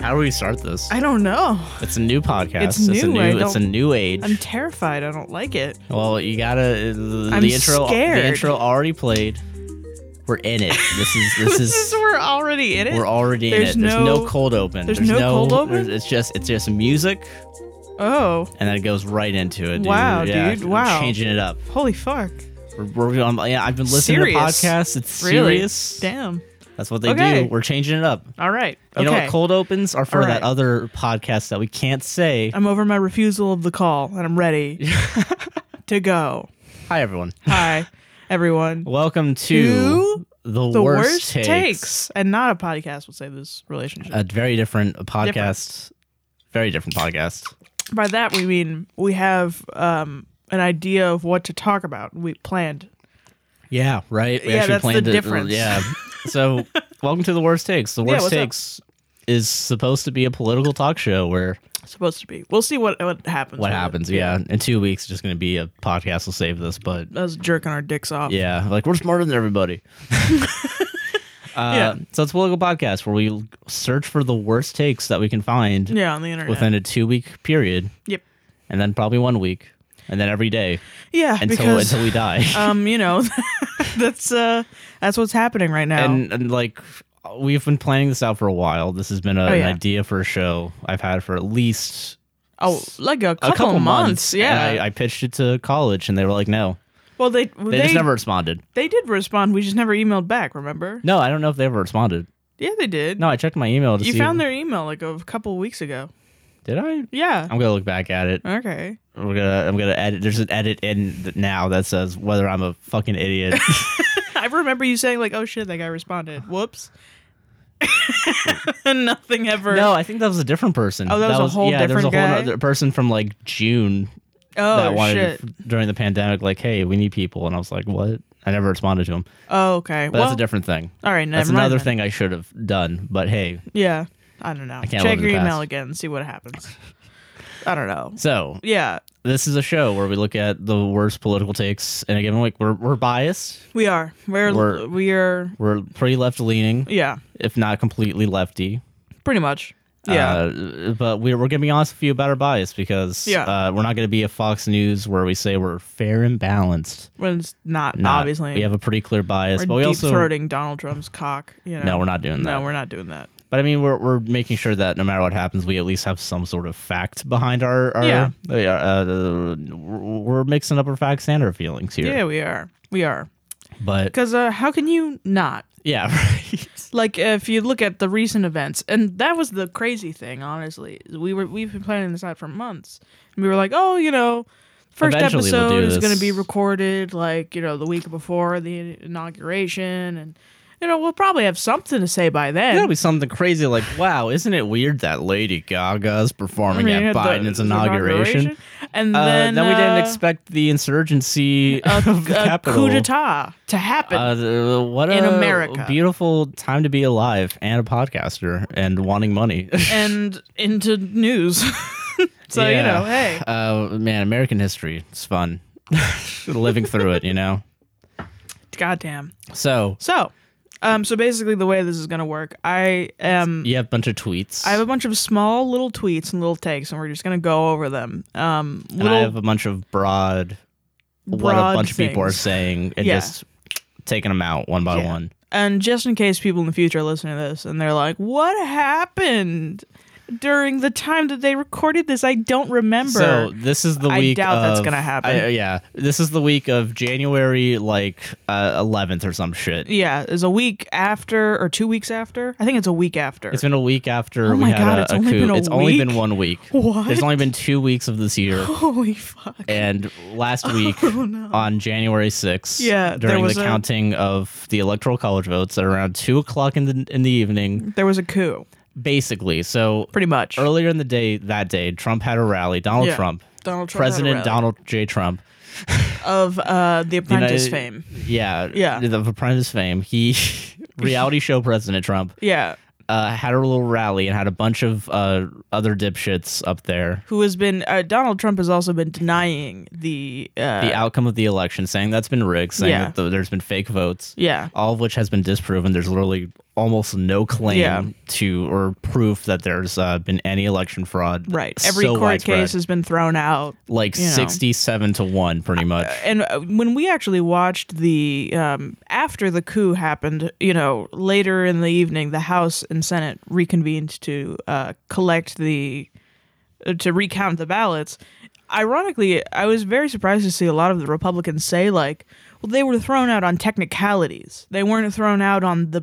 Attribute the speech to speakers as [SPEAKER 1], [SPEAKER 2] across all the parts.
[SPEAKER 1] How do we start this?
[SPEAKER 2] I don't know.
[SPEAKER 1] It's a new podcast.
[SPEAKER 2] It's
[SPEAKER 1] a
[SPEAKER 2] new, I
[SPEAKER 1] new. It's a
[SPEAKER 2] don't-
[SPEAKER 1] new age.
[SPEAKER 2] I'm terrified. I don't like it.
[SPEAKER 1] well, you gotta. uh, The,
[SPEAKER 2] I'm
[SPEAKER 1] the intro.
[SPEAKER 2] scared.
[SPEAKER 1] The intro already played. We're in it. This is. This,
[SPEAKER 2] This is we're already in it.
[SPEAKER 1] We're already
[SPEAKER 2] There's
[SPEAKER 1] in it. There's no
[SPEAKER 2] no-
[SPEAKER 1] cold open.
[SPEAKER 2] there's no cold open?
[SPEAKER 1] there's- It's just. It's just music,
[SPEAKER 2] oh,
[SPEAKER 1] and then it goes right into it. Dude.
[SPEAKER 2] Wow,
[SPEAKER 1] yeah,
[SPEAKER 2] dude.
[SPEAKER 1] I'm
[SPEAKER 2] Wow.
[SPEAKER 1] Changing it up.
[SPEAKER 2] holy fuck!
[SPEAKER 1] We're, we're on, yeah, I've been listening
[SPEAKER 2] Serious.
[SPEAKER 1] to podcasts. It's
[SPEAKER 2] Really?
[SPEAKER 1] serious.
[SPEAKER 2] Damn.
[SPEAKER 1] That's what they
[SPEAKER 2] Okay.
[SPEAKER 1] do. We're changing it up.
[SPEAKER 2] All right.
[SPEAKER 1] You know
[SPEAKER 2] okay.
[SPEAKER 1] what? Cold opens are for
[SPEAKER 2] All
[SPEAKER 1] that
[SPEAKER 2] right.
[SPEAKER 1] other podcast that we can't say.
[SPEAKER 2] I'm over my refusal of the call, and I'm ready to go.
[SPEAKER 1] Hi, everyone.
[SPEAKER 2] Hi, everyone.
[SPEAKER 1] Welcome to the,
[SPEAKER 2] the
[SPEAKER 1] worst,
[SPEAKER 2] worst
[SPEAKER 1] takes. Uh,
[SPEAKER 2] and not a podcast will save this relationship.
[SPEAKER 1] A very different podcast. Very different podcast.
[SPEAKER 2] By that we mean we have um, an idea of what to talk about. We planned.
[SPEAKER 1] Yeah, right. We
[SPEAKER 2] Yeah,
[SPEAKER 1] actually
[SPEAKER 2] that's the
[SPEAKER 1] planned it.
[SPEAKER 2] difference.
[SPEAKER 1] Yeah. so, welcome to the worst takes. The worst
[SPEAKER 2] what's up?
[SPEAKER 1] takes is supposed to be a political talk show where
[SPEAKER 2] Supposed to be. We'll see what what happens.
[SPEAKER 1] what
[SPEAKER 2] with it.
[SPEAKER 1] happens. Yeah, in two weeks, it's just going to be a podcast. Will save this, but
[SPEAKER 2] Us jerking our dicks off.
[SPEAKER 1] Yeah, like we're smarter than everybody. uh,
[SPEAKER 2] Yeah.
[SPEAKER 1] So it's a political podcast where we search for the worst takes that we can find
[SPEAKER 2] Yeah, on the internet.
[SPEAKER 1] within a two week period,
[SPEAKER 2] Yep.
[SPEAKER 1] and then probably one week, and then every day
[SPEAKER 2] Yeah,
[SPEAKER 1] until
[SPEAKER 2] because
[SPEAKER 1] until we die.
[SPEAKER 2] um, you know, that's uh, that's what's happening right now.
[SPEAKER 1] and, and like we've been planning this out for a while. This has been a,
[SPEAKER 2] Oh, yeah.
[SPEAKER 1] an idea for a show I've had for at least
[SPEAKER 2] oh, like a
[SPEAKER 1] a
[SPEAKER 2] couple,
[SPEAKER 1] couple
[SPEAKER 2] months. Yeah.
[SPEAKER 1] And I, I pitched it to college, and they were like, "No."
[SPEAKER 2] well, they
[SPEAKER 1] They,
[SPEAKER 2] they
[SPEAKER 1] just never responded.
[SPEAKER 2] they did respond. We just never emailed back. Remember?
[SPEAKER 1] No, I don't know if they ever responded.
[SPEAKER 2] Yeah, they did.
[SPEAKER 1] No, I checked my email to
[SPEAKER 2] you
[SPEAKER 1] see.
[SPEAKER 2] found their email like a couple weeks ago.
[SPEAKER 1] Did I?
[SPEAKER 2] Yeah.
[SPEAKER 1] I'm gonna look back at it.
[SPEAKER 2] Okay.
[SPEAKER 1] We're gonna I'm gonna edit. There's an edit in th- now that says whether I'm a fucking idiot.
[SPEAKER 2] I remember you saying like, "Oh shit, that guy responded." Whoops. And Nothing ever.
[SPEAKER 1] no, I think that was a different person.
[SPEAKER 2] Oh, that was a whole
[SPEAKER 1] yeah, there was a
[SPEAKER 2] different
[SPEAKER 1] whole
[SPEAKER 2] guy?
[SPEAKER 1] other person from like June
[SPEAKER 2] oh
[SPEAKER 1] that wanted
[SPEAKER 2] shit.
[SPEAKER 1] during the pandemic. Like, hey, we need people, and I was like, what? I never responded to him.
[SPEAKER 2] Oh, okay.
[SPEAKER 1] But
[SPEAKER 2] well,
[SPEAKER 1] that's a different thing.
[SPEAKER 2] all right. Never
[SPEAKER 1] That's
[SPEAKER 2] mind
[SPEAKER 1] another
[SPEAKER 2] then.
[SPEAKER 1] thing I should have done. But hey,
[SPEAKER 2] Yeah. I don't know.
[SPEAKER 1] can't live
[SPEAKER 2] Check
[SPEAKER 1] in
[SPEAKER 2] your
[SPEAKER 1] the past.
[SPEAKER 2] email again and see what happens. I don't know.
[SPEAKER 1] so
[SPEAKER 2] Yeah,
[SPEAKER 1] this is a show where we look at the worst political takes in a given week. We're we're biased.
[SPEAKER 2] we are. We're,
[SPEAKER 1] We're-
[SPEAKER 2] we're we are
[SPEAKER 1] We're pretty left leaning,
[SPEAKER 2] yeah,
[SPEAKER 1] if not completely lefty.
[SPEAKER 2] pretty much. Yeah.
[SPEAKER 1] Uh, but we're, we're going to be honest with you about our bias because
[SPEAKER 2] Yeah.
[SPEAKER 1] uh, we're not going to be a Fox News where we say we're fair and balanced.
[SPEAKER 2] when it's not,
[SPEAKER 1] Not-
[SPEAKER 2] obviously.
[SPEAKER 1] We have a pretty clear bias,
[SPEAKER 2] we're
[SPEAKER 1] but we
[SPEAKER 2] deep
[SPEAKER 1] also.
[SPEAKER 2] throating Donald Trump's cock, you know.
[SPEAKER 1] No, we're not doing that.
[SPEAKER 2] No, we're not doing that.
[SPEAKER 1] but I mean, we're, we're making sure that no matter what happens, we at least have some sort of fact behind our. our
[SPEAKER 2] Yeah.
[SPEAKER 1] uh, uh, we're mixing up our facts and our feelings here.
[SPEAKER 2] Yeah, we are. We are.
[SPEAKER 1] But
[SPEAKER 2] Cuz uh, how can you not?
[SPEAKER 1] yeah, right.
[SPEAKER 2] Like if you look at the recent events, and that was the crazy thing, honestly. We were we've been planning this out for months. And we were like, "Oh, you know, first
[SPEAKER 1] Eventually we'll
[SPEAKER 2] episode
[SPEAKER 1] do
[SPEAKER 2] is going
[SPEAKER 1] this.
[SPEAKER 2] to be recorded like, you know, the week before the inauguration and you know, we'll probably have something to say by then."
[SPEAKER 1] That'll be something crazy like, wow, isn't it weird that Lady Gaga's performing
[SPEAKER 2] I mean,
[SPEAKER 1] at
[SPEAKER 2] the-
[SPEAKER 1] Biden's
[SPEAKER 2] the
[SPEAKER 1] inauguration?
[SPEAKER 2] And
[SPEAKER 1] Uh,
[SPEAKER 2] then,
[SPEAKER 1] then, we didn't
[SPEAKER 2] uh,
[SPEAKER 1] expect the insurgency of the
[SPEAKER 2] a
[SPEAKER 1] Capitol.
[SPEAKER 2] coup d'etat to happen.
[SPEAKER 1] Uh, the- what
[SPEAKER 2] in
[SPEAKER 1] a
[SPEAKER 2] America.
[SPEAKER 1] beautiful time to be alive and a podcaster and wanting money.
[SPEAKER 2] and into news. so, you know, hey.
[SPEAKER 1] Uh, man, American history. It's fun. Living through it, you know?
[SPEAKER 2] Goddamn.
[SPEAKER 1] So,
[SPEAKER 2] So, um, so basically the way this is going to work, I am.
[SPEAKER 1] you have a bunch of tweets.
[SPEAKER 2] I have a bunch of small little tweets and little takes, and we're just gonna go over them. Um,
[SPEAKER 1] and
[SPEAKER 2] little
[SPEAKER 1] I have a bunch of broad, what a
[SPEAKER 2] broad
[SPEAKER 1] bunch of people are
[SPEAKER 2] things.
[SPEAKER 1] saying and
[SPEAKER 2] Yeah.
[SPEAKER 1] just taking them out one by
[SPEAKER 2] Yeah.
[SPEAKER 1] one.
[SPEAKER 2] And just in case people in the future are listening to this and they're like, "What happened during the time that they recorded this? I don't remember."
[SPEAKER 1] So this is the
[SPEAKER 2] I
[SPEAKER 1] week.
[SPEAKER 2] doubt that's
[SPEAKER 1] of-
[SPEAKER 2] gonna happen.
[SPEAKER 1] I- yeah, this is the week of January like uh, eleventh or some shit.
[SPEAKER 2] Yeah, is a week after or two weeks after? I think it's a week after.
[SPEAKER 1] It's been a week after
[SPEAKER 2] Oh
[SPEAKER 1] we
[SPEAKER 2] my
[SPEAKER 1] had
[SPEAKER 2] God,
[SPEAKER 1] a,
[SPEAKER 2] it's
[SPEAKER 1] a
[SPEAKER 2] only
[SPEAKER 1] coup.
[SPEAKER 2] been a
[SPEAKER 1] it's only been
[SPEAKER 2] week?
[SPEAKER 1] one week.
[SPEAKER 2] What?
[SPEAKER 1] There's only been two weeks of this year,
[SPEAKER 2] Holy fuck!
[SPEAKER 1] and last week on January 6th,
[SPEAKER 2] Oh, Yeah, there
[SPEAKER 1] during
[SPEAKER 2] was
[SPEAKER 1] the
[SPEAKER 2] a-
[SPEAKER 1] counting of the electoral college votes at around two o'clock in the in the evening,
[SPEAKER 2] There was a coup,
[SPEAKER 1] basically. So
[SPEAKER 2] Mm. pretty much.
[SPEAKER 1] earlier in the day that day, Trump had a rally. Donald
[SPEAKER 2] Yeah.
[SPEAKER 1] Trump,
[SPEAKER 2] Donald Trump,
[SPEAKER 1] President
[SPEAKER 2] had a rally
[SPEAKER 1] Donald J. Trump,
[SPEAKER 2] of uh, the Apprentice
[SPEAKER 1] United-
[SPEAKER 2] fame.
[SPEAKER 1] Yeah,
[SPEAKER 2] Yeah.
[SPEAKER 1] The apprentice fame. He, reality show president Trump,
[SPEAKER 2] Yeah,
[SPEAKER 1] uh, had a little rally and had a bunch of uh, other dipshits up there.
[SPEAKER 2] who has been uh, Donald Trump has also been denying the uh,
[SPEAKER 1] The outcome of the election, saying that's been rigged, saying
[SPEAKER 2] Yeah.
[SPEAKER 1] that th- there's been fake votes,
[SPEAKER 2] yeah
[SPEAKER 1] all of which has been disproven. There's literally almost no claim
[SPEAKER 2] Yeah.
[SPEAKER 1] to or proof that there's uh, been any election fraud.
[SPEAKER 2] Right. Every
[SPEAKER 1] so
[SPEAKER 2] court
[SPEAKER 1] widespread.
[SPEAKER 2] case has been thrown out.
[SPEAKER 1] like
[SPEAKER 2] you know.
[SPEAKER 1] 67 to 1 pretty much.
[SPEAKER 2] And uh, when we actually watched the um, after the coup happened, you know, later in the evening, the House and Senate reconvened to uh, collect the uh, to recount the ballots. Ironically, I was very surprised to see a lot of the Republicans say like, "Well, they were thrown out on technicalities. They weren't thrown out on the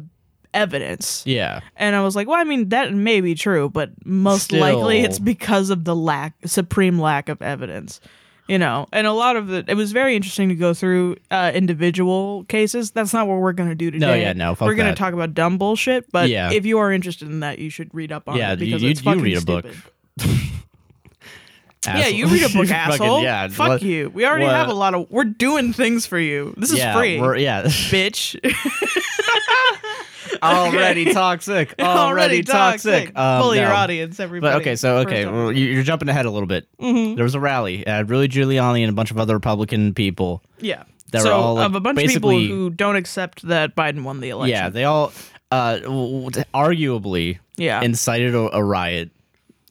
[SPEAKER 2] evidence."
[SPEAKER 1] yeah.
[SPEAKER 2] And I was like, well, I mean, that may be true, but most
[SPEAKER 1] Still.
[SPEAKER 2] likely it's because of the lack, supreme lack of evidence, you know. And a lot of it, it was very interesting to go through uh, individual cases. That's not what we're going to do today.
[SPEAKER 1] No, yeah, no, fuck
[SPEAKER 2] we're gonna
[SPEAKER 1] that.
[SPEAKER 2] talk about dumb bullshit. But
[SPEAKER 1] Yeah.
[SPEAKER 2] if you are interested in that, you should read up on
[SPEAKER 1] Yeah,
[SPEAKER 2] it
[SPEAKER 1] you-
[SPEAKER 2] because
[SPEAKER 1] you-
[SPEAKER 2] it's
[SPEAKER 1] you
[SPEAKER 2] fucking
[SPEAKER 1] read a book,
[SPEAKER 2] stupid. Yeah,
[SPEAKER 1] Asshole.
[SPEAKER 2] you read a book,
[SPEAKER 1] Fucking-
[SPEAKER 2] asshole.
[SPEAKER 1] yeah.
[SPEAKER 2] Fuck
[SPEAKER 1] what-
[SPEAKER 2] you. We already
[SPEAKER 1] what-
[SPEAKER 2] have a lot of. We're doing things for you. This is
[SPEAKER 1] yeah,
[SPEAKER 2] free,
[SPEAKER 1] we're- yeah.
[SPEAKER 2] bitch.
[SPEAKER 1] already toxic. Already, toxic. Um,
[SPEAKER 2] Bully your
[SPEAKER 1] no.
[SPEAKER 2] audience, everybody.
[SPEAKER 1] But okay, so
[SPEAKER 2] First Mm-hmm.
[SPEAKER 1] okay,
[SPEAKER 2] off.
[SPEAKER 1] well, you- you're jumping ahead a little bit. There was a rally. Uh, Rudy Giuliani and a bunch of other Republican people.
[SPEAKER 2] Yeah.
[SPEAKER 1] that
[SPEAKER 2] so
[SPEAKER 1] are all, like,
[SPEAKER 2] of a bunch of people
[SPEAKER 1] basically-
[SPEAKER 2] who don't accept that Biden won the election.
[SPEAKER 1] Yeah, they all uh, w- w- arguably
[SPEAKER 2] Yeah.
[SPEAKER 1] incited a, a riot.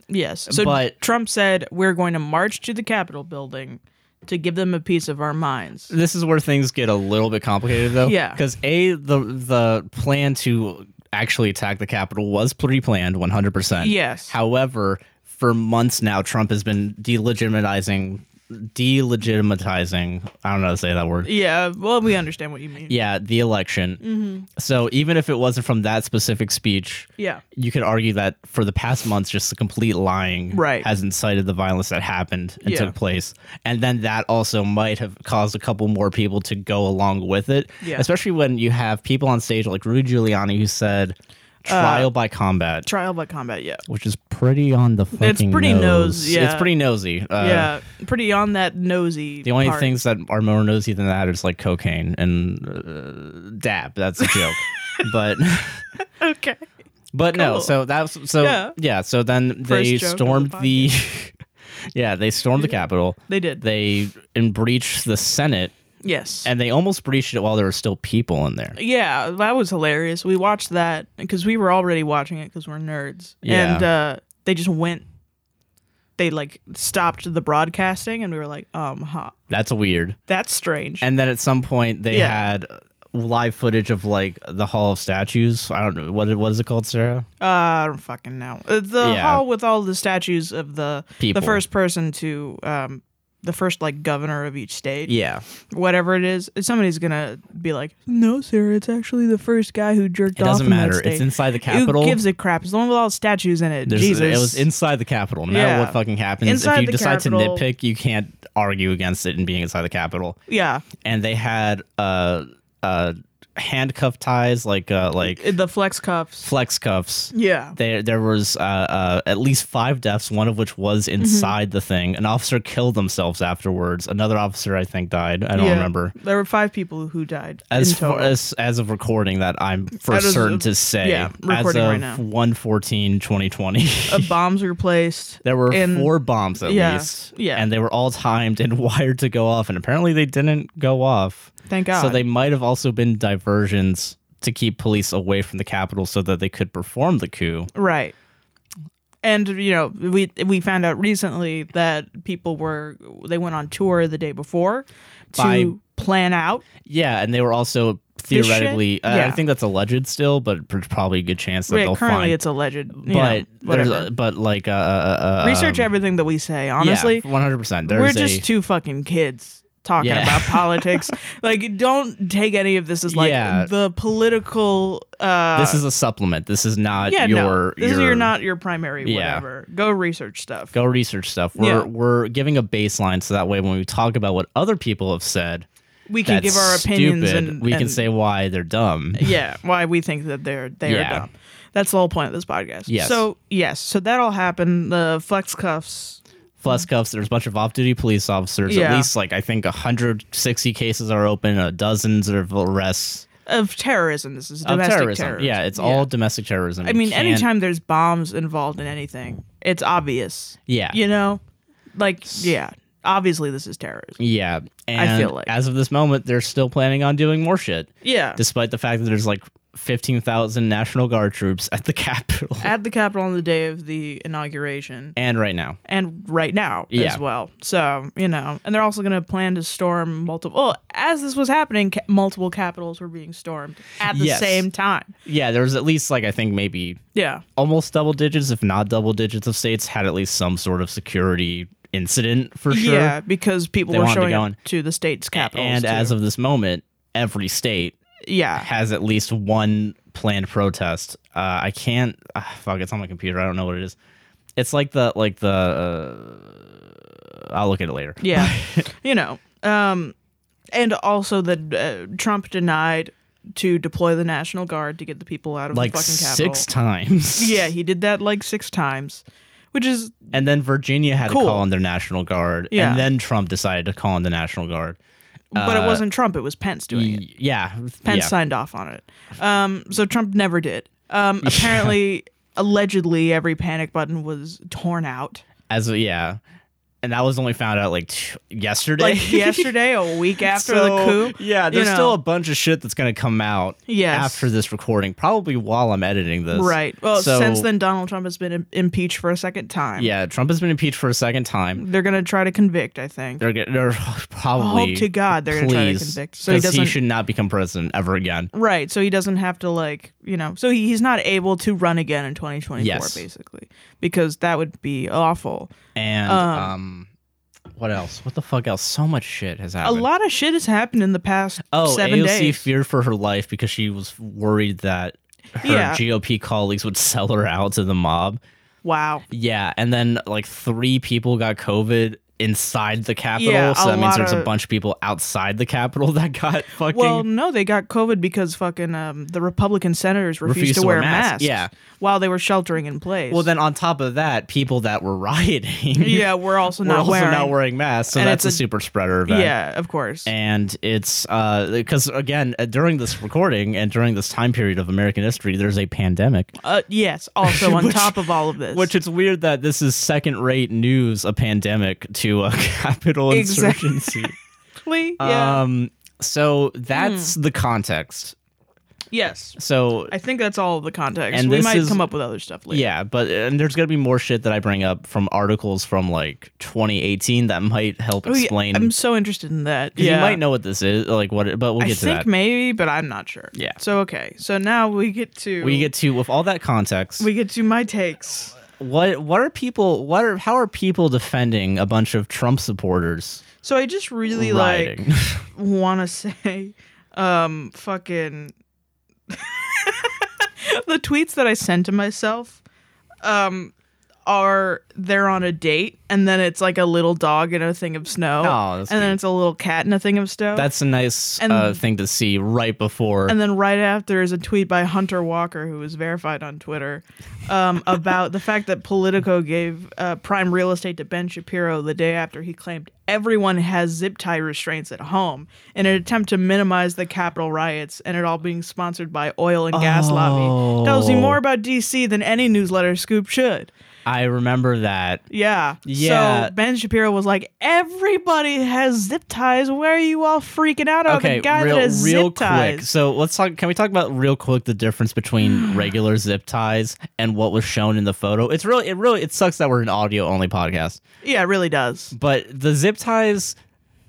[SPEAKER 2] yes. So
[SPEAKER 1] but-
[SPEAKER 2] Trump said we're going to march to the Capitol building to give them a piece of our minds.
[SPEAKER 1] This is where things get a little bit complicated, though.
[SPEAKER 2] Yeah.
[SPEAKER 1] because a the the plan to actually attack the Capitol was pre-planned, 100. percent
[SPEAKER 2] Yes.
[SPEAKER 1] However, for months now, Trump has been delegitimizing, delegitimizing. I don't know how to say that word.
[SPEAKER 2] Yeah. Well, we understand what you mean.
[SPEAKER 1] Yeah, the election. Mm-hmm. So even if it wasn't from that specific speech,
[SPEAKER 2] Yeah.
[SPEAKER 1] you could argue that for the past months, just the complete lying
[SPEAKER 2] Right.
[SPEAKER 1] has incited the violence that happened and
[SPEAKER 2] Yeah.
[SPEAKER 1] took place. And then that also might have caused a couple more people to go along with it,
[SPEAKER 2] Yeah.
[SPEAKER 1] especially when you have people on stage like Rudy Giuliani who said
[SPEAKER 2] Uh,
[SPEAKER 1] trial by combat.
[SPEAKER 2] Trial by combat. Yeah.
[SPEAKER 1] which is pretty on the fucking
[SPEAKER 2] pretty
[SPEAKER 1] nose.
[SPEAKER 2] nose, yeah.
[SPEAKER 1] It's pretty nosy. Uh,
[SPEAKER 2] yeah. Pretty on that nosy.
[SPEAKER 1] The only
[SPEAKER 2] part.
[SPEAKER 1] things that are more nosy than that is like cocaine and uh, dab. That's a joke. but
[SPEAKER 2] Okay.
[SPEAKER 1] but no,
[SPEAKER 2] Cool.
[SPEAKER 1] so that's so
[SPEAKER 2] Yeah.
[SPEAKER 1] yeah. so then
[SPEAKER 2] First
[SPEAKER 1] they
[SPEAKER 2] joke of the
[SPEAKER 1] stormed the, Yeah, they stormed the Capitol.
[SPEAKER 2] They did.
[SPEAKER 1] They and breached the Senate
[SPEAKER 2] yes.
[SPEAKER 1] and they almost breached it while there were still people in there.
[SPEAKER 2] Yeah, that was hilarious. We watched that because we were already watching it because we're nerds.
[SPEAKER 1] Yeah.
[SPEAKER 2] And uh, they just went. They like stopped the broadcasting, and we were like, um, huh,
[SPEAKER 1] That's weird.
[SPEAKER 2] that's strange.
[SPEAKER 1] And then at some point they
[SPEAKER 2] Yeah.
[SPEAKER 1] had live footage of like the Hall of Statues. I don't know what what is it called, Sarah?
[SPEAKER 2] uh, I don't fucking know. Uh, The
[SPEAKER 1] Yeah.
[SPEAKER 2] hall with all the statues of the
[SPEAKER 1] People.
[SPEAKER 2] the first person to um. The first like governor of each state,
[SPEAKER 1] Yeah.
[SPEAKER 2] whatever it is, somebody's gonna be like, "No, Sarah, it's actually the first guy who jerked
[SPEAKER 1] It
[SPEAKER 2] off."
[SPEAKER 1] doesn't
[SPEAKER 2] in that
[SPEAKER 1] matter. It's
[SPEAKER 2] state."
[SPEAKER 1] inside the Capitol.
[SPEAKER 2] Who gives a crap? It's the one with all the statues in it.
[SPEAKER 1] There's-
[SPEAKER 2] Jesus,
[SPEAKER 1] It was inside the Capitol. No matter
[SPEAKER 2] Yeah.
[SPEAKER 1] what fucking happens,
[SPEAKER 2] Inside
[SPEAKER 1] if you
[SPEAKER 2] the
[SPEAKER 1] decide
[SPEAKER 2] Capitol.
[SPEAKER 1] to nitpick, you can't argue against it and being inside the Capitol.
[SPEAKER 2] yeah.
[SPEAKER 1] And they had uh uh handcuff ties, like uh like
[SPEAKER 2] the flex cuffs.
[SPEAKER 1] flex cuffs.
[SPEAKER 2] Yeah.
[SPEAKER 1] There, there was uh, uh, at least five deaths, one of which was
[SPEAKER 2] Mm-hmm.
[SPEAKER 1] inside the thing. An officer killed themselves afterwards. Another officer, I think, died. I don't
[SPEAKER 2] Yeah.
[SPEAKER 1] remember.
[SPEAKER 2] There were five people who died.
[SPEAKER 1] As
[SPEAKER 2] in total.
[SPEAKER 1] far as as of recording that, I'm for
[SPEAKER 2] As of-
[SPEAKER 1] certain to say,
[SPEAKER 2] yeah,
[SPEAKER 1] as
[SPEAKER 2] recording
[SPEAKER 1] of
[SPEAKER 2] right now.
[SPEAKER 1] 114 2020.
[SPEAKER 2] Uh, bombs were placed.
[SPEAKER 1] There were
[SPEAKER 2] And-
[SPEAKER 1] four bombs at
[SPEAKER 2] yeah,
[SPEAKER 1] least.
[SPEAKER 2] yeah.
[SPEAKER 1] And they were all timed and wired to go off. And apparently they didn't go off.
[SPEAKER 2] Thank God.
[SPEAKER 1] So they might have also been diversions to keep police away from the Capitol so that they could perform the coup.
[SPEAKER 2] right. And you know, we we found out recently that people were they went on tour the day before to
[SPEAKER 1] By-
[SPEAKER 2] plan out.
[SPEAKER 1] Yeah. And they were also
[SPEAKER 2] shit?
[SPEAKER 1] theoretically, uh,
[SPEAKER 2] Yeah.
[SPEAKER 1] I think that's alleged still, but there's probably a good chance that
[SPEAKER 2] Yeah,
[SPEAKER 1] they'll
[SPEAKER 2] currently,
[SPEAKER 1] find.
[SPEAKER 2] it's alleged. you know,
[SPEAKER 1] but there's
[SPEAKER 2] whatever.
[SPEAKER 1] a, but like uh, uh, uh,
[SPEAKER 2] Research everything that we say. Honestly,
[SPEAKER 1] one hundred percent. There's
[SPEAKER 2] we're
[SPEAKER 1] a,
[SPEAKER 2] just two fucking kids talking
[SPEAKER 1] Yeah.
[SPEAKER 2] about politics. Like, don't take any of this as like
[SPEAKER 1] Yeah.
[SPEAKER 2] the political. Uh,
[SPEAKER 1] this is a supplement. This is not
[SPEAKER 2] yeah,
[SPEAKER 1] your.
[SPEAKER 2] no, this is
[SPEAKER 1] your
[SPEAKER 2] your not your primary
[SPEAKER 1] Yeah.
[SPEAKER 2] whatever. Go research stuff.
[SPEAKER 1] go research stuff. We're
[SPEAKER 2] Yeah.
[SPEAKER 1] we're giving a baseline so that way when we talk about what other people have said,
[SPEAKER 2] we
[SPEAKER 1] that's
[SPEAKER 2] can give our opinions
[SPEAKER 1] stupid,
[SPEAKER 2] and
[SPEAKER 1] we can
[SPEAKER 2] and-
[SPEAKER 1] say why they're dumb.
[SPEAKER 2] yeah why we think that they're they are
[SPEAKER 1] Yeah.
[SPEAKER 2] dumb. That's the whole point of this podcast.
[SPEAKER 1] Yes.
[SPEAKER 2] So yes, so that all happened. The flex cuffs.
[SPEAKER 1] Plus cuffs. There's a bunch of off-duty police officers.
[SPEAKER 2] Yeah.
[SPEAKER 1] At least like I think 160 cases are open. Uh, dozens of arrests
[SPEAKER 2] Of terrorism. This is
[SPEAKER 1] of
[SPEAKER 2] domestic
[SPEAKER 1] terrorism. Yeah, it's all domestic terrorism.
[SPEAKER 2] I
[SPEAKER 1] You
[SPEAKER 2] mean,
[SPEAKER 1] can't-
[SPEAKER 2] anytime there's bombs involved in anything, it's obvious.
[SPEAKER 1] Yeah.
[SPEAKER 2] You know, like yeah, obviously this is terrorism.
[SPEAKER 1] Yeah, and
[SPEAKER 2] feel like-
[SPEAKER 1] as of this moment, they're still planning on doing more shit,
[SPEAKER 2] Yeah.
[SPEAKER 1] despite the fact that there's like 15,000 National Guard troops at the Capitol.
[SPEAKER 2] at the Capitol on the day of the inauguration
[SPEAKER 1] and right now.
[SPEAKER 2] and right now
[SPEAKER 1] Yeah.
[SPEAKER 2] as well. So, you know, and they're also going to plan to storm multiple. Oh, as this was happening, ca- multiple capitals were being stormed at the
[SPEAKER 1] Yes.
[SPEAKER 2] same time.
[SPEAKER 1] Yeah, there was at least, like, I think maybe
[SPEAKER 2] Yeah.
[SPEAKER 1] almost double digits, if not double digits, of states had at least some sort of security incident for sure.
[SPEAKER 2] Yeah, because people
[SPEAKER 1] They
[SPEAKER 2] were
[SPEAKER 1] wanted to
[SPEAKER 2] showing
[SPEAKER 1] go
[SPEAKER 2] up
[SPEAKER 1] in.
[SPEAKER 2] to the state's capitals.
[SPEAKER 1] and
[SPEAKER 2] too.
[SPEAKER 1] as of this moment, every state
[SPEAKER 2] yeah,
[SPEAKER 1] has at least one planned protest. Uh, I can't. ah, fuck, it's on my computer. I don't know what it is. It's like the like the. Uh, I'll look at it later.
[SPEAKER 2] yeah, you know, um, and also that uh, Trump denied to deploy the National Guard to get the people out of
[SPEAKER 1] Like
[SPEAKER 2] the fucking capitol.
[SPEAKER 1] six times.
[SPEAKER 2] Yeah, he did that like six times, which is
[SPEAKER 1] And then Virginia had
[SPEAKER 2] Cool.
[SPEAKER 1] to call on their National Guard.
[SPEAKER 2] Yeah.
[SPEAKER 1] And then Trump decided to call on the National Guard.
[SPEAKER 2] but
[SPEAKER 1] Uh,
[SPEAKER 2] it wasn't Trump; it was Pence doing it.
[SPEAKER 1] Y- Yeah.
[SPEAKER 2] Pence
[SPEAKER 1] yeah.
[SPEAKER 2] signed off on it. Um, so Trump never did. Um, apparently, allegedly, every panic button was torn out.
[SPEAKER 1] As yeah. And that was only found out like t- yesterday.
[SPEAKER 2] Like yesterday, a week after the
[SPEAKER 1] So,
[SPEAKER 2] coup.
[SPEAKER 1] Yeah,
[SPEAKER 2] you
[SPEAKER 1] there's
[SPEAKER 2] know.
[SPEAKER 1] still a bunch of shit that's going to come out
[SPEAKER 2] Yes.
[SPEAKER 1] after this recording, probably while I'm editing this.
[SPEAKER 2] Right. Well,
[SPEAKER 1] So,
[SPEAKER 2] since then, Donald Trump has been im- impeached for a second time.
[SPEAKER 1] Yeah, Trump has been impeached for a second time.
[SPEAKER 2] They're going to try to convict, I think.
[SPEAKER 1] They're, gonna- they're probably.
[SPEAKER 2] hope Oh, to God they're gonna try to
[SPEAKER 1] please,
[SPEAKER 2] convict. So he
[SPEAKER 1] 'cause he
[SPEAKER 2] doesn't-
[SPEAKER 1] should not become president ever again.
[SPEAKER 2] right. So he doesn't have to, like, you know, so he, he's not able to run again in 2024,
[SPEAKER 1] Yes.
[SPEAKER 2] basically, because that would be awful.
[SPEAKER 1] And
[SPEAKER 2] Um,
[SPEAKER 1] um, what else? What the fuck else? So much shit has
[SPEAKER 2] A
[SPEAKER 1] happened.
[SPEAKER 2] lot of shit has happened in the past
[SPEAKER 1] Oh,
[SPEAKER 2] seven
[SPEAKER 1] AOC
[SPEAKER 2] days.
[SPEAKER 1] feared for her life because she was worried that her
[SPEAKER 2] Yeah.
[SPEAKER 1] GOP colleagues would sell her out to the mob.
[SPEAKER 2] wow.
[SPEAKER 1] Yeah, and then like three people got COVID inside the Capitol,
[SPEAKER 2] Yeah,
[SPEAKER 1] so
[SPEAKER 2] a
[SPEAKER 1] that means
[SPEAKER 2] lot
[SPEAKER 1] there's a
[SPEAKER 2] of-
[SPEAKER 1] bunch of people outside the Capitol that got fucking.
[SPEAKER 2] Well, no, they got COVID because fucking um, the Republican senators refused, to wear
[SPEAKER 1] masks,
[SPEAKER 2] masks.
[SPEAKER 1] yeah.
[SPEAKER 2] While they were sheltering in place.
[SPEAKER 1] well, then on top of that, people that were rioting,
[SPEAKER 2] Yeah, we're also
[SPEAKER 1] were
[SPEAKER 2] not
[SPEAKER 1] also
[SPEAKER 2] wearing.
[SPEAKER 1] not wearing masks, so
[SPEAKER 2] And
[SPEAKER 1] that's a,
[SPEAKER 2] it's a-
[SPEAKER 1] super spreader event.
[SPEAKER 2] yeah, of course.
[SPEAKER 1] and it's because again uh, during this recording and during this time period of American history, there's a pandemic.
[SPEAKER 2] Uh, yes. Also, on
[SPEAKER 1] Which-
[SPEAKER 2] top of all of this,
[SPEAKER 1] Which it's weird that this is second rate news, a pandemic to a capital
[SPEAKER 2] Exactly.
[SPEAKER 1] insurgency.
[SPEAKER 2] Exactly, yeah. Hmm.
[SPEAKER 1] Um, so that's the context.
[SPEAKER 2] yes.
[SPEAKER 1] So
[SPEAKER 2] I think that's all of the context.
[SPEAKER 1] And
[SPEAKER 2] we
[SPEAKER 1] this
[SPEAKER 2] might
[SPEAKER 1] is-
[SPEAKER 2] come up with other stuff later.
[SPEAKER 1] yeah, but and there's gonna be more shit that I bring up from articles from like 2018 that might help
[SPEAKER 2] Oh, yeah,
[SPEAKER 1] explain.
[SPEAKER 2] I'm so interested in that.
[SPEAKER 1] 'cause
[SPEAKER 2] Yeah.
[SPEAKER 1] You might know what this is, like what, it- but we'll
[SPEAKER 2] I
[SPEAKER 1] get to
[SPEAKER 2] think
[SPEAKER 1] that.
[SPEAKER 2] maybe, but I'm not sure.
[SPEAKER 1] Yeah.
[SPEAKER 2] So okay. So now we get to
[SPEAKER 1] we get to with all that context.
[SPEAKER 2] we get to my takes.
[SPEAKER 1] what what are people? What are how are people defending a bunch of Trump supporters
[SPEAKER 2] So I just really
[SPEAKER 1] rioting?
[SPEAKER 2] like want to say, um, fucking the tweets that I send to myself, um, are they're on a date, and then it's like a little dog in a thing of snow,
[SPEAKER 1] Oh, that's
[SPEAKER 2] and then
[SPEAKER 1] cute.
[SPEAKER 2] it's a little cat in a thing of snow.
[SPEAKER 1] That's a nice
[SPEAKER 2] And-
[SPEAKER 1] uh, thing to see right before.
[SPEAKER 2] and then right after is a tweet by Hunter Walker, who was verified on Twitter, um, about the fact that Politico gave uh, prime real estate to Ben Shapiro the day after he claimed everyone has zip tie restraints at home in an attempt to minimize the Capitol riots and it all being sponsored by oil and gas lobby. Tells you
[SPEAKER 1] Oh.
[SPEAKER 2] more about DC than any newsletter scoop should.
[SPEAKER 1] I remember that.
[SPEAKER 2] Yeah.
[SPEAKER 1] Yeah.
[SPEAKER 2] So Ben Shapiro was like, everybody has zip ties. Why are you all freaking out about
[SPEAKER 1] Okay,
[SPEAKER 2] Oh, the guy
[SPEAKER 1] real,
[SPEAKER 2] that has
[SPEAKER 1] real
[SPEAKER 2] zip ties?
[SPEAKER 1] quick. So let's talk. Can we talk about real quick the difference between regular zip ties and what was shown in the photo? It's really, it really, it sucks that we're an audio only podcast,
[SPEAKER 2] Yeah, it really does.
[SPEAKER 1] but the zip ties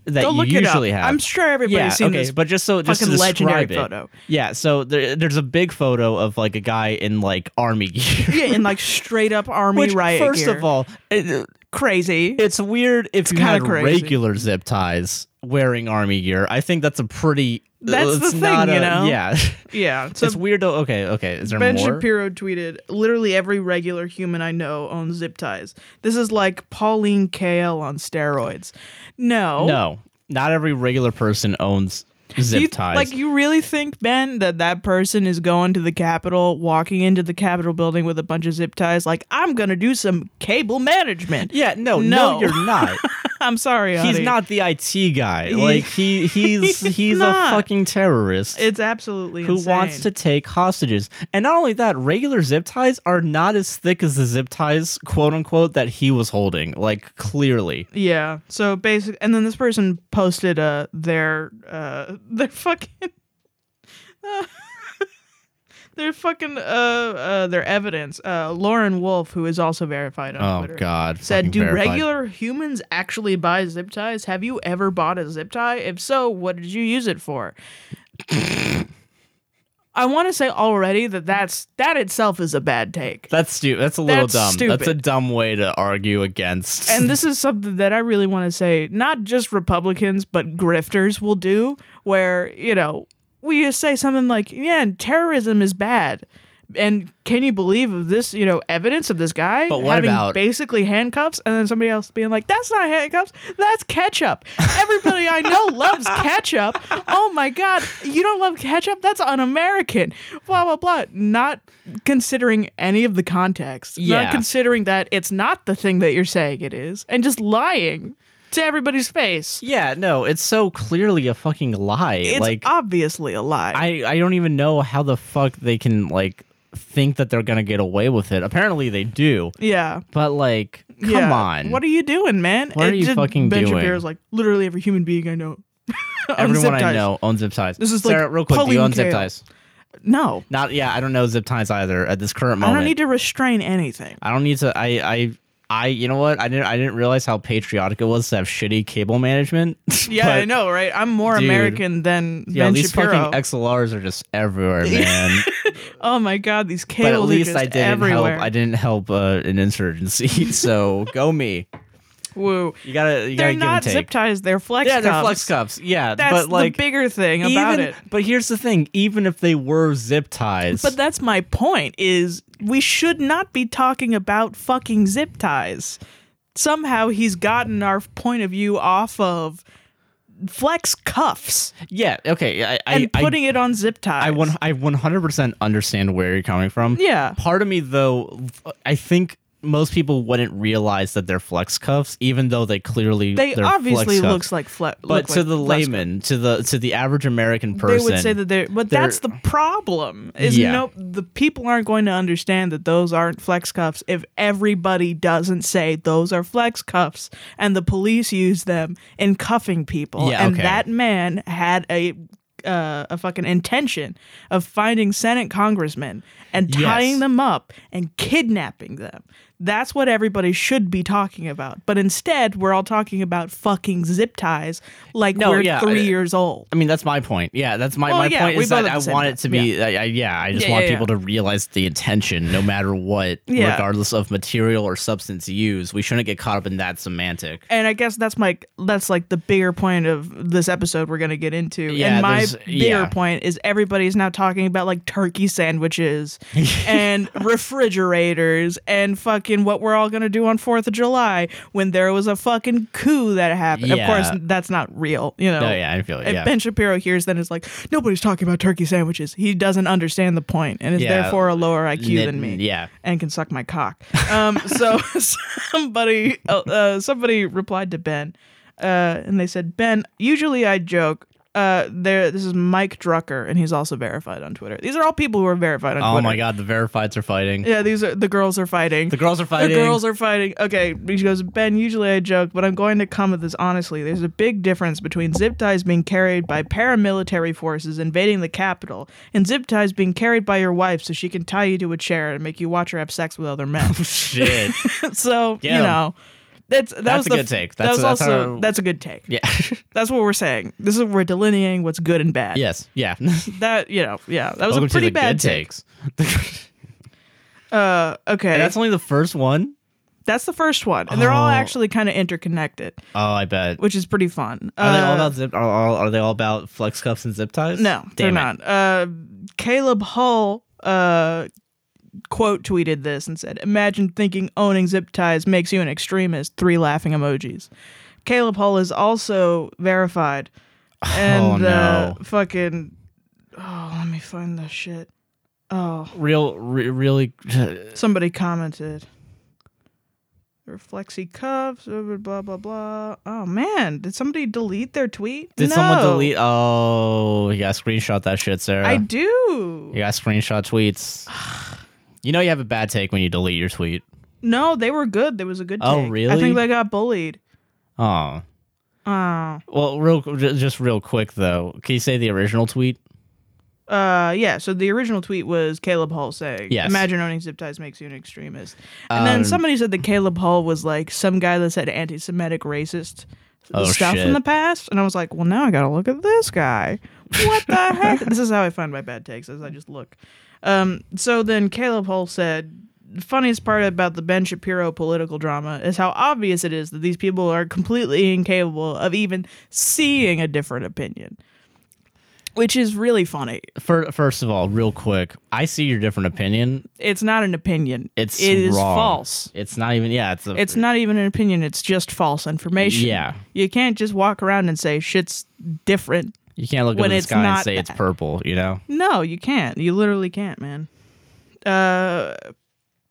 [SPEAKER 1] that
[SPEAKER 2] Go
[SPEAKER 1] you
[SPEAKER 2] look
[SPEAKER 1] usually
[SPEAKER 2] it up.
[SPEAKER 1] have.
[SPEAKER 2] I'm sure everybody's
[SPEAKER 1] yeah,
[SPEAKER 2] seen
[SPEAKER 1] okay,
[SPEAKER 2] this.
[SPEAKER 1] but just so just to
[SPEAKER 2] fucking legendary
[SPEAKER 1] describe it,
[SPEAKER 2] photo.
[SPEAKER 1] Yeah, so there, there's a big photo of like a guy in like army gear.
[SPEAKER 2] yeah, in like straight up army
[SPEAKER 1] Which,
[SPEAKER 2] riot
[SPEAKER 1] first
[SPEAKER 2] gear.
[SPEAKER 1] of all, it,
[SPEAKER 2] crazy.
[SPEAKER 1] it's weird if you
[SPEAKER 2] kinda
[SPEAKER 1] had
[SPEAKER 2] crazy.
[SPEAKER 1] regular zip ties wearing army gear. I think that's a pretty.
[SPEAKER 2] That's
[SPEAKER 1] it's
[SPEAKER 2] the thing,
[SPEAKER 1] not
[SPEAKER 2] you
[SPEAKER 1] a-
[SPEAKER 2] know?
[SPEAKER 1] Yeah.
[SPEAKER 2] yeah. So
[SPEAKER 1] it's weird though. Okay, okay. Is there
[SPEAKER 2] Ben
[SPEAKER 1] more?
[SPEAKER 2] Shapiro tweeted, "Literally every regular human I know owns zip ties. This is like Pauline Kael on steroids." No.
[SPEAKER 1] No, not every regular person owns
[SPEAKER 2] Do
[SPEAKER 1] zip
[SPEAKER 2] you,
[SPEAKER 1] ties.
[SPEAKER 2] Like you really think Ben that that person is going to the Capitol, walking into the Capitol building with a bunch of zip ties? Like I'm gonna do some cable management.
[SPEAKER 1] yeah, no, no,
[SPEAKER 2] No.
[SPEAKER 1] you're not.
[SPEAKER 2] I'm sorry,
[SPEAKER 1] he's
[SPEAKER 2] honey.
[SPEAKER 1] not the IT guy. Like he, he's he's,
[SPEAKER 2] He's
[SPEAKER 1] a
[SPEAKER 2] not.
[SPEAKER 1] fucking terrorist.
[SPEAKER 2] It's absolutely
[SPEAKER 1] who
[SPEAKER 2] insane.
[SPEAKER 1] wants to take hostages? And not only that, regular zip ties are not as thick as the zip ties, quote unquote, that he was holding. Like clearly,
[SPEAKER 2] Yeah. So basic, and then this person posted uh their uh their fucking their fucking uh, uh their evidence. Uh, Lauren Wolf, who is also verified on
[SPEAKER 1] Oh
[SPEAKER 2] Twitter,
[SPEAKER 1] God.
[SPEAKER 2] said,
[SPEAKER 1] fucking
[SPEAKER 2] "Do
[SPEAKER 1] verified.
[SPEAKER 2] regular humans actually buy zip ties? Have you ever bought a zip tie? If so, what did you use it for?" I want to say already that that's that itself is a bad take.
[SPEAKER 1] That's stupid. That's a little
[SPEAKER 2] That's
[SPEAKER 1] dumb. That's a
[SPEAKER 2] stupid.
[SPEAKER 1] dumb way to argue against.
[SPEAKER 2] And this is something that I really want to say, not just Republicans, but grifters will do, where, you know, we just say something like, yeah, and terrorism is bad. And can you believe of this, you know, evidence of this guy
[SPEAKER 1] But what
[SPEAKER 2] having
[SPEAKER 1] about-
[SPEAKER 2] basically handcuffs and then somebody else being like, that's not handcuffs, that's ketchup. Everybody I know loves ketchup. Oh my God, you don't love ketchup? That's un American. Blah, blah, blah. Not considering any of the context
[SPEAKER 1] Yeah.
[SPEAKER 2] not considering that it's not the thing that you're saying it is, and just lying to everybody's face.
[SPEAKER 1] yeah, no, it's so clearly a fucking lie.
[SPEAKER 2] It's
[SPEAKER 1] like
[SPEAKER 2] obviously a lie.
[SPEAKER 1] I, I don't even know how the fuck they can like think that they're gonna get away with it. Apparently they do,
[SPEAKER 2] yeah.
[SPEAKER 1] but like, come
[SPEAKER 2] Yeah.
[SPEAKER 1] on.
[SPEAKER 2] What are you doing, man?
[SPEAKER 1] What are you fucking
[SPEAKER 2] ben
[SPEAKER 1] doing?
[SPEAKER 2] Shapiro's like literally every human being I know. owns
[SPEAKER 1] Everyone
[SPEAKER 2] zip
[SPEAKER 1] I
[SPEAKER 2] ties.
[SPEAKER 1] know owns zip ties.
[SPEAKER 2] This is like
[SPEAKER 1] Sarah, real quick. Do you
[SPEAKER 2] Pauline
[SPEAKER 1] own zip
[SPEAKER 2] Kael.
[SPEAKER 1] ties?
[SPEAKER 2] No,
[SPEAKER 1] Not yeah. I don't know zip ties either at this current
[SPEAKER 2] I
[SPEAKER 1] moment.
[SPEAKER 2] don't need to restrain anything.
[SPEAKER 1] I don't need to. I I I. You know what? I didn't. I didn't realize how patriotic it was to have shitty cable management.
[SPEAKER 2] Yeah,
[SPEAKER 1] But,
[SPEAKER 2] I know, right? I'm more
[SPEAKER 1] Dude.
[SPEAKER 2] American than
[SPEAKER 1] Yeah,
[SPEAKER 2] Ben
[SPEAKER 1] these
[SPEAKER 2] Shapiro.
[SPEAKER 1] fucking XLRs are just everywhere, man.
[SPEAKER 2] oh my god, these cables
[SPEAKER 1] but at least
[SPEAKER 2] are just
[SPEAKER 1] I didn't
[SPEAKER 2] everywhere.
[SPEAKER 1] help. I didn't help uh, an insurgency. so go me.
[SPEAKER 2] Woo.
[SPEAKER 1] You gotta. You gotta
[SPEAKER 2] They're
[SPEAKER 1] give and
[SPEAKER 2] not
[SPEAKER 1] take.
[SPEAKER 2] zip ties, they're flex
[SPEAKER 1] yeah, they're
[SPEAKER 2] cups.
[SPEAKER 1] flex cups. Yeah,
[SPEAKER 2] That's
[SPEAKER 1] but like
[SPEAKER 2] the bigger thing about
[SPEAKER 1] even.
[SPEAKER 2] it.
[SPEAKER 1] But here's the thing: even if they were zip ties,
[SPEAKER 2] But that's my point is we should not be talking about fucking zip ties. Somehow he's gotten our point of view off of flex cuffs
[SPEAKER 1] yeah, okay. I
[SPEAKER 2] and
[SPEAKER 1] I, I
[SPEAKER 2] putting it on zip ties.
[SPEAKER 1] I one I 100% understand where you're coming from.
[SPEAKER 2] Yeah.
[SPEAKER 1] Part of me though, I think most people wouldn't realize that they're flex cuffs, even though they clearly
[SPEAKER 2] they
[SPEAKER 1] they're
[SPEAKER 2] obvioely
[SPEAKER 1] flex cuffs.
[SPEAKER 2] looks like flex.
[SPEAKER 1] But to the layman, to the to the average American person,
[SPEAKER 2] they would say that they're. But
[SPEAKER 1] they're-
[SPEAKER 2] that's the problem. Is
[SPEAKER 1] Yeah.
[SPEAKER 2] no, the people aren't going to understand that those aren't flex cuffs if everybody doesn't say those are flex cuffs, and the police use them in cuffing people.
[SPEAKER 1] Yeah,
[SPEAKER 2] and
[SPEAKER 1] okay.
[SPEAKER 2] that man had a. Uh, a fucking intention of finding Senate congressmen and
[SPEAKER 1] Yes.
[SPEAKER 2] tying them up and kidnapping them. That's what everybody should be talking about. But instead, we're all talking about fucking zip ties like
[SPEAKER 1] No,
[SPEAKER 2] we're
[SPEAKER 1] yeah,
[SPEAKER 2] three
[SPEAKER 1] I-
[SPEAKER 2] years old.
[SPEAKER 1] I mean, that's my point. Yeah, that's my,
[SPEAKER 2] Well,
[SPEAKER 1] my
[SPEAKER 2] yeah,
[SPEAKER 1] point
[SPEAKER 2] we
[SPEAKER 1] is
[SPEAKER 2] both
[SPEAKER 1] that
[SPEAKER 2] at
[SPEAKER 1] I
[SPEAKER 2] the same
[SPEAKER 1] want
[SPEAKER 2] time.
[SPEAKER 1] it to be, I, I, yeah, I just
[SPEAKER 2] Yeah,
[SPEAKER 1] want
[SPEAKER 2] yeah,
[SPEAKER 1] people to realize the intention, no matter what,
[SPEAKER 2] Yeah.
[SPEAKER 1] regardless of material or substance used. We shouldn't get caught up in that semantic.
[SPEAKER 2] and I guess that's my that's like the bigger point of this episode we're gonna get into.
[SPEAKER 1] Yeah,
[SPEAKER 2] and my
[SPEAKER 1] there's-
[SPEAKER 2] bigger
[SPEAKER 1] yeah.
[SPEAKER 2] point is everybody's now talking about like turkey sandwiches and refrigerators and fucking what we're all gonna do on Fourth of July when there was a fucking coup that happened.
[SPEAKER 1] Yeah.
[SPEAKER 2] Of course, that's not real. You know.
[SPEAKER 1] Oh yeah, I feel it.
[SPEAKER 2] If
[SPEAKER 1] yeah.
[SPEAKER 2] Ben Shapiro hears that, it's like nobody's talking about turkey sandwiches. He doesn't understand the point, and is
[SPEAKER 1] Yeah.
[SPEAKER 2] therefore a lower IQ
[SPEAKER 1] N-
[SPEAKER 2] than me
[SPEAKER 1] Yeah.
[SPEAKER 2] and can suck my cock. Um, so somebody uh, uh, somebody replied to Ben, uh, and they said, Ben, usually I joke. Uh, there, this is Mike Drucker, and he's also verified on Twitter. These are all people who are verified on
[SPEAKER 1] Oh
[SPEAKER 2] Twitter.
[SPEAKER 1] my god, the verifieds are fighting.
[SPEAKER 2] Yeah, these are the girls are fighting.
[SPEAKER 1] The girls are
[SPEAKER 2] The
[SPEAKER 1] fighting.
[SPEAKER 2] girls are fighting. Okay, she goes, Ben, usually I joke, but I'm going to come at this honestly. There's a big difference between zip ties being carried by paramilitary forces invading the capital and zip ties being carried by your wife so she can tie you to a chair and make you watch her have sex with other men.
[SPEAKER 1] shit.
[SPEAKER 2] so,
[SPEAKER 1] Yeah.
[SPEAKER 2] you know. That's, that
[SPEAKER 1] That's
[SPEAKER 2] was
[SPEAKER 1] a
[SPEAKER 2] the-
[SPEAKER 1] good take.
[SPEAKER 2] that
[SPEAKER 1] That's-
[SPEAKER 2] was
[SPEAKER 1] that's
[SPEAKER 2] also
[SPEAKER 1] how-
[SPEAKER 2] that's a good take.
[SPEAKER 1] yeah.
[SPEAKER 2] That's what we're saying. This is we're delineating what's good and bad.
[SPEAKER 1] yes. Yeah.
[SPEAKER 2] That you know, yeah. That was
[SPEAKER 1] Welcome
[SPEAKER 2] a pretty
[SPEAKER 1] to the
[SPEAKER 2] bad
[SPEAKER 1] good
[SPEAKER 2] take.
[SPEAKER 1] takes.
[SPEAKER 2] Uh okay.
[SPEAKER 1] And
[SPEAKER 2] that's,
[SPEAKER 1] that's only the first one.
[SPEAKER 2] the first one. And they're all
[SPEAKER 1] Oh.
[SPEAKER 2] actually kind of interconnected,
[SPEAKER 1] Oh, I bet.
[SPEAKER 2] which is pretty fun.
[SPEAKER 1] Are they all
[SPEAKER 2] Uh,
[SPEAKER 1] about zip? Are, are, are they all about flex cuffs and zip ties?
[SPEAKER 2] No, they're
[SPEAKER 1] Damn it.
[SPEAKER 2] not. Uh, Caleb Hull uh, quote tweeted this and said, "Imagine thinking owning zip ties makes you an extremist." Three laughing emojis. Caleb Hull is also verified, and uh,
[SPEAKER 1] Oh, no.
[SPEAKER 2] fucking. Oh, let me find the shit. Oh,
[SPEAKER 1] Real, re- really.
[SPEAKER 2] somebody commented. Reflexy cuffs, blah blah blah blah. Oh man, did somebody delete their tweet?
[SPEAKER 1] Did someone
[SPEAKER 2] No.
[SPEAKER 1] delete? Oh, you got to screenshot that shit, Sarah.
[SPEAKER 2] I do.
[SPEAKER 1] you got to screenshot tweets. you know you have a bad take when you delete your tweet.
[SPEAKER 2] No, they were good. There was a good.
[SPEAKER 1] Oh,
[SPEAKER 2] take. I
[SPEAKER 1] really?
[SPEAKER 2] think they got bullied.
[SPEAKER 1] Oh.
[SPEAKER 2] Oh,
[SPEAKER 1] Well, real, ju- just real quick though, can you say the original tweet?
[SPEAKER 2] Uh, yeah. So the original tweet was Caleb Hall saying,
[SPEAKER 1] Yes. Um,
[SPEAKER 2] "Imagine owning zip ties makes you an extremist." And then somebody said that Caleb Hall was like some guy that said anti-Semitic, racist
[SPEAKER 1] Oh,
[SPEAKER 2] stuff
[SPEAKER 1] shit.
[SPEAKER 2] in the past, and I was like, "Well, now I gotta look at this guy. What the heck?" This is how I find my bad takes: is I just look. Um, so then Caleb Hull said, the funniest part about the Ben Shapiro political drama is how obvious it is that these people are completely incapable of even seeing a different opinion. Which is really funny.
[SPEAKER 1] Fir first of all, real quick, I see your different opinion.
[SPEAKER 2] It's not an opinion.
[SPEAKER 1] It's
[SPEAKER 2] it is
[SPEAKER 1] wrong.
[SPEAKER 2] false.
[SPEAKER 1] It's not even. Yeah, it's a.
[SPEAKER 2] It's not even an opinion, it's just false information.
[SPEAKER 1] Yeah.
[SPEAKER 2] You can't just walk around and say shit's different.
[SPEAKER 1] you can't look up
[SPEAKER 2] when
[SPEAKER 1] in the
[SPEAKER 2] it's
[SPEAKER 1] sky and
[SPEAKER 2] not
[SPEAKER 1] say it's
[SPEAKER 2] that.
[SPEAKER 1] purple. You know.
[SPEAKER 2] No, you can't. You literally can't, man. Uh,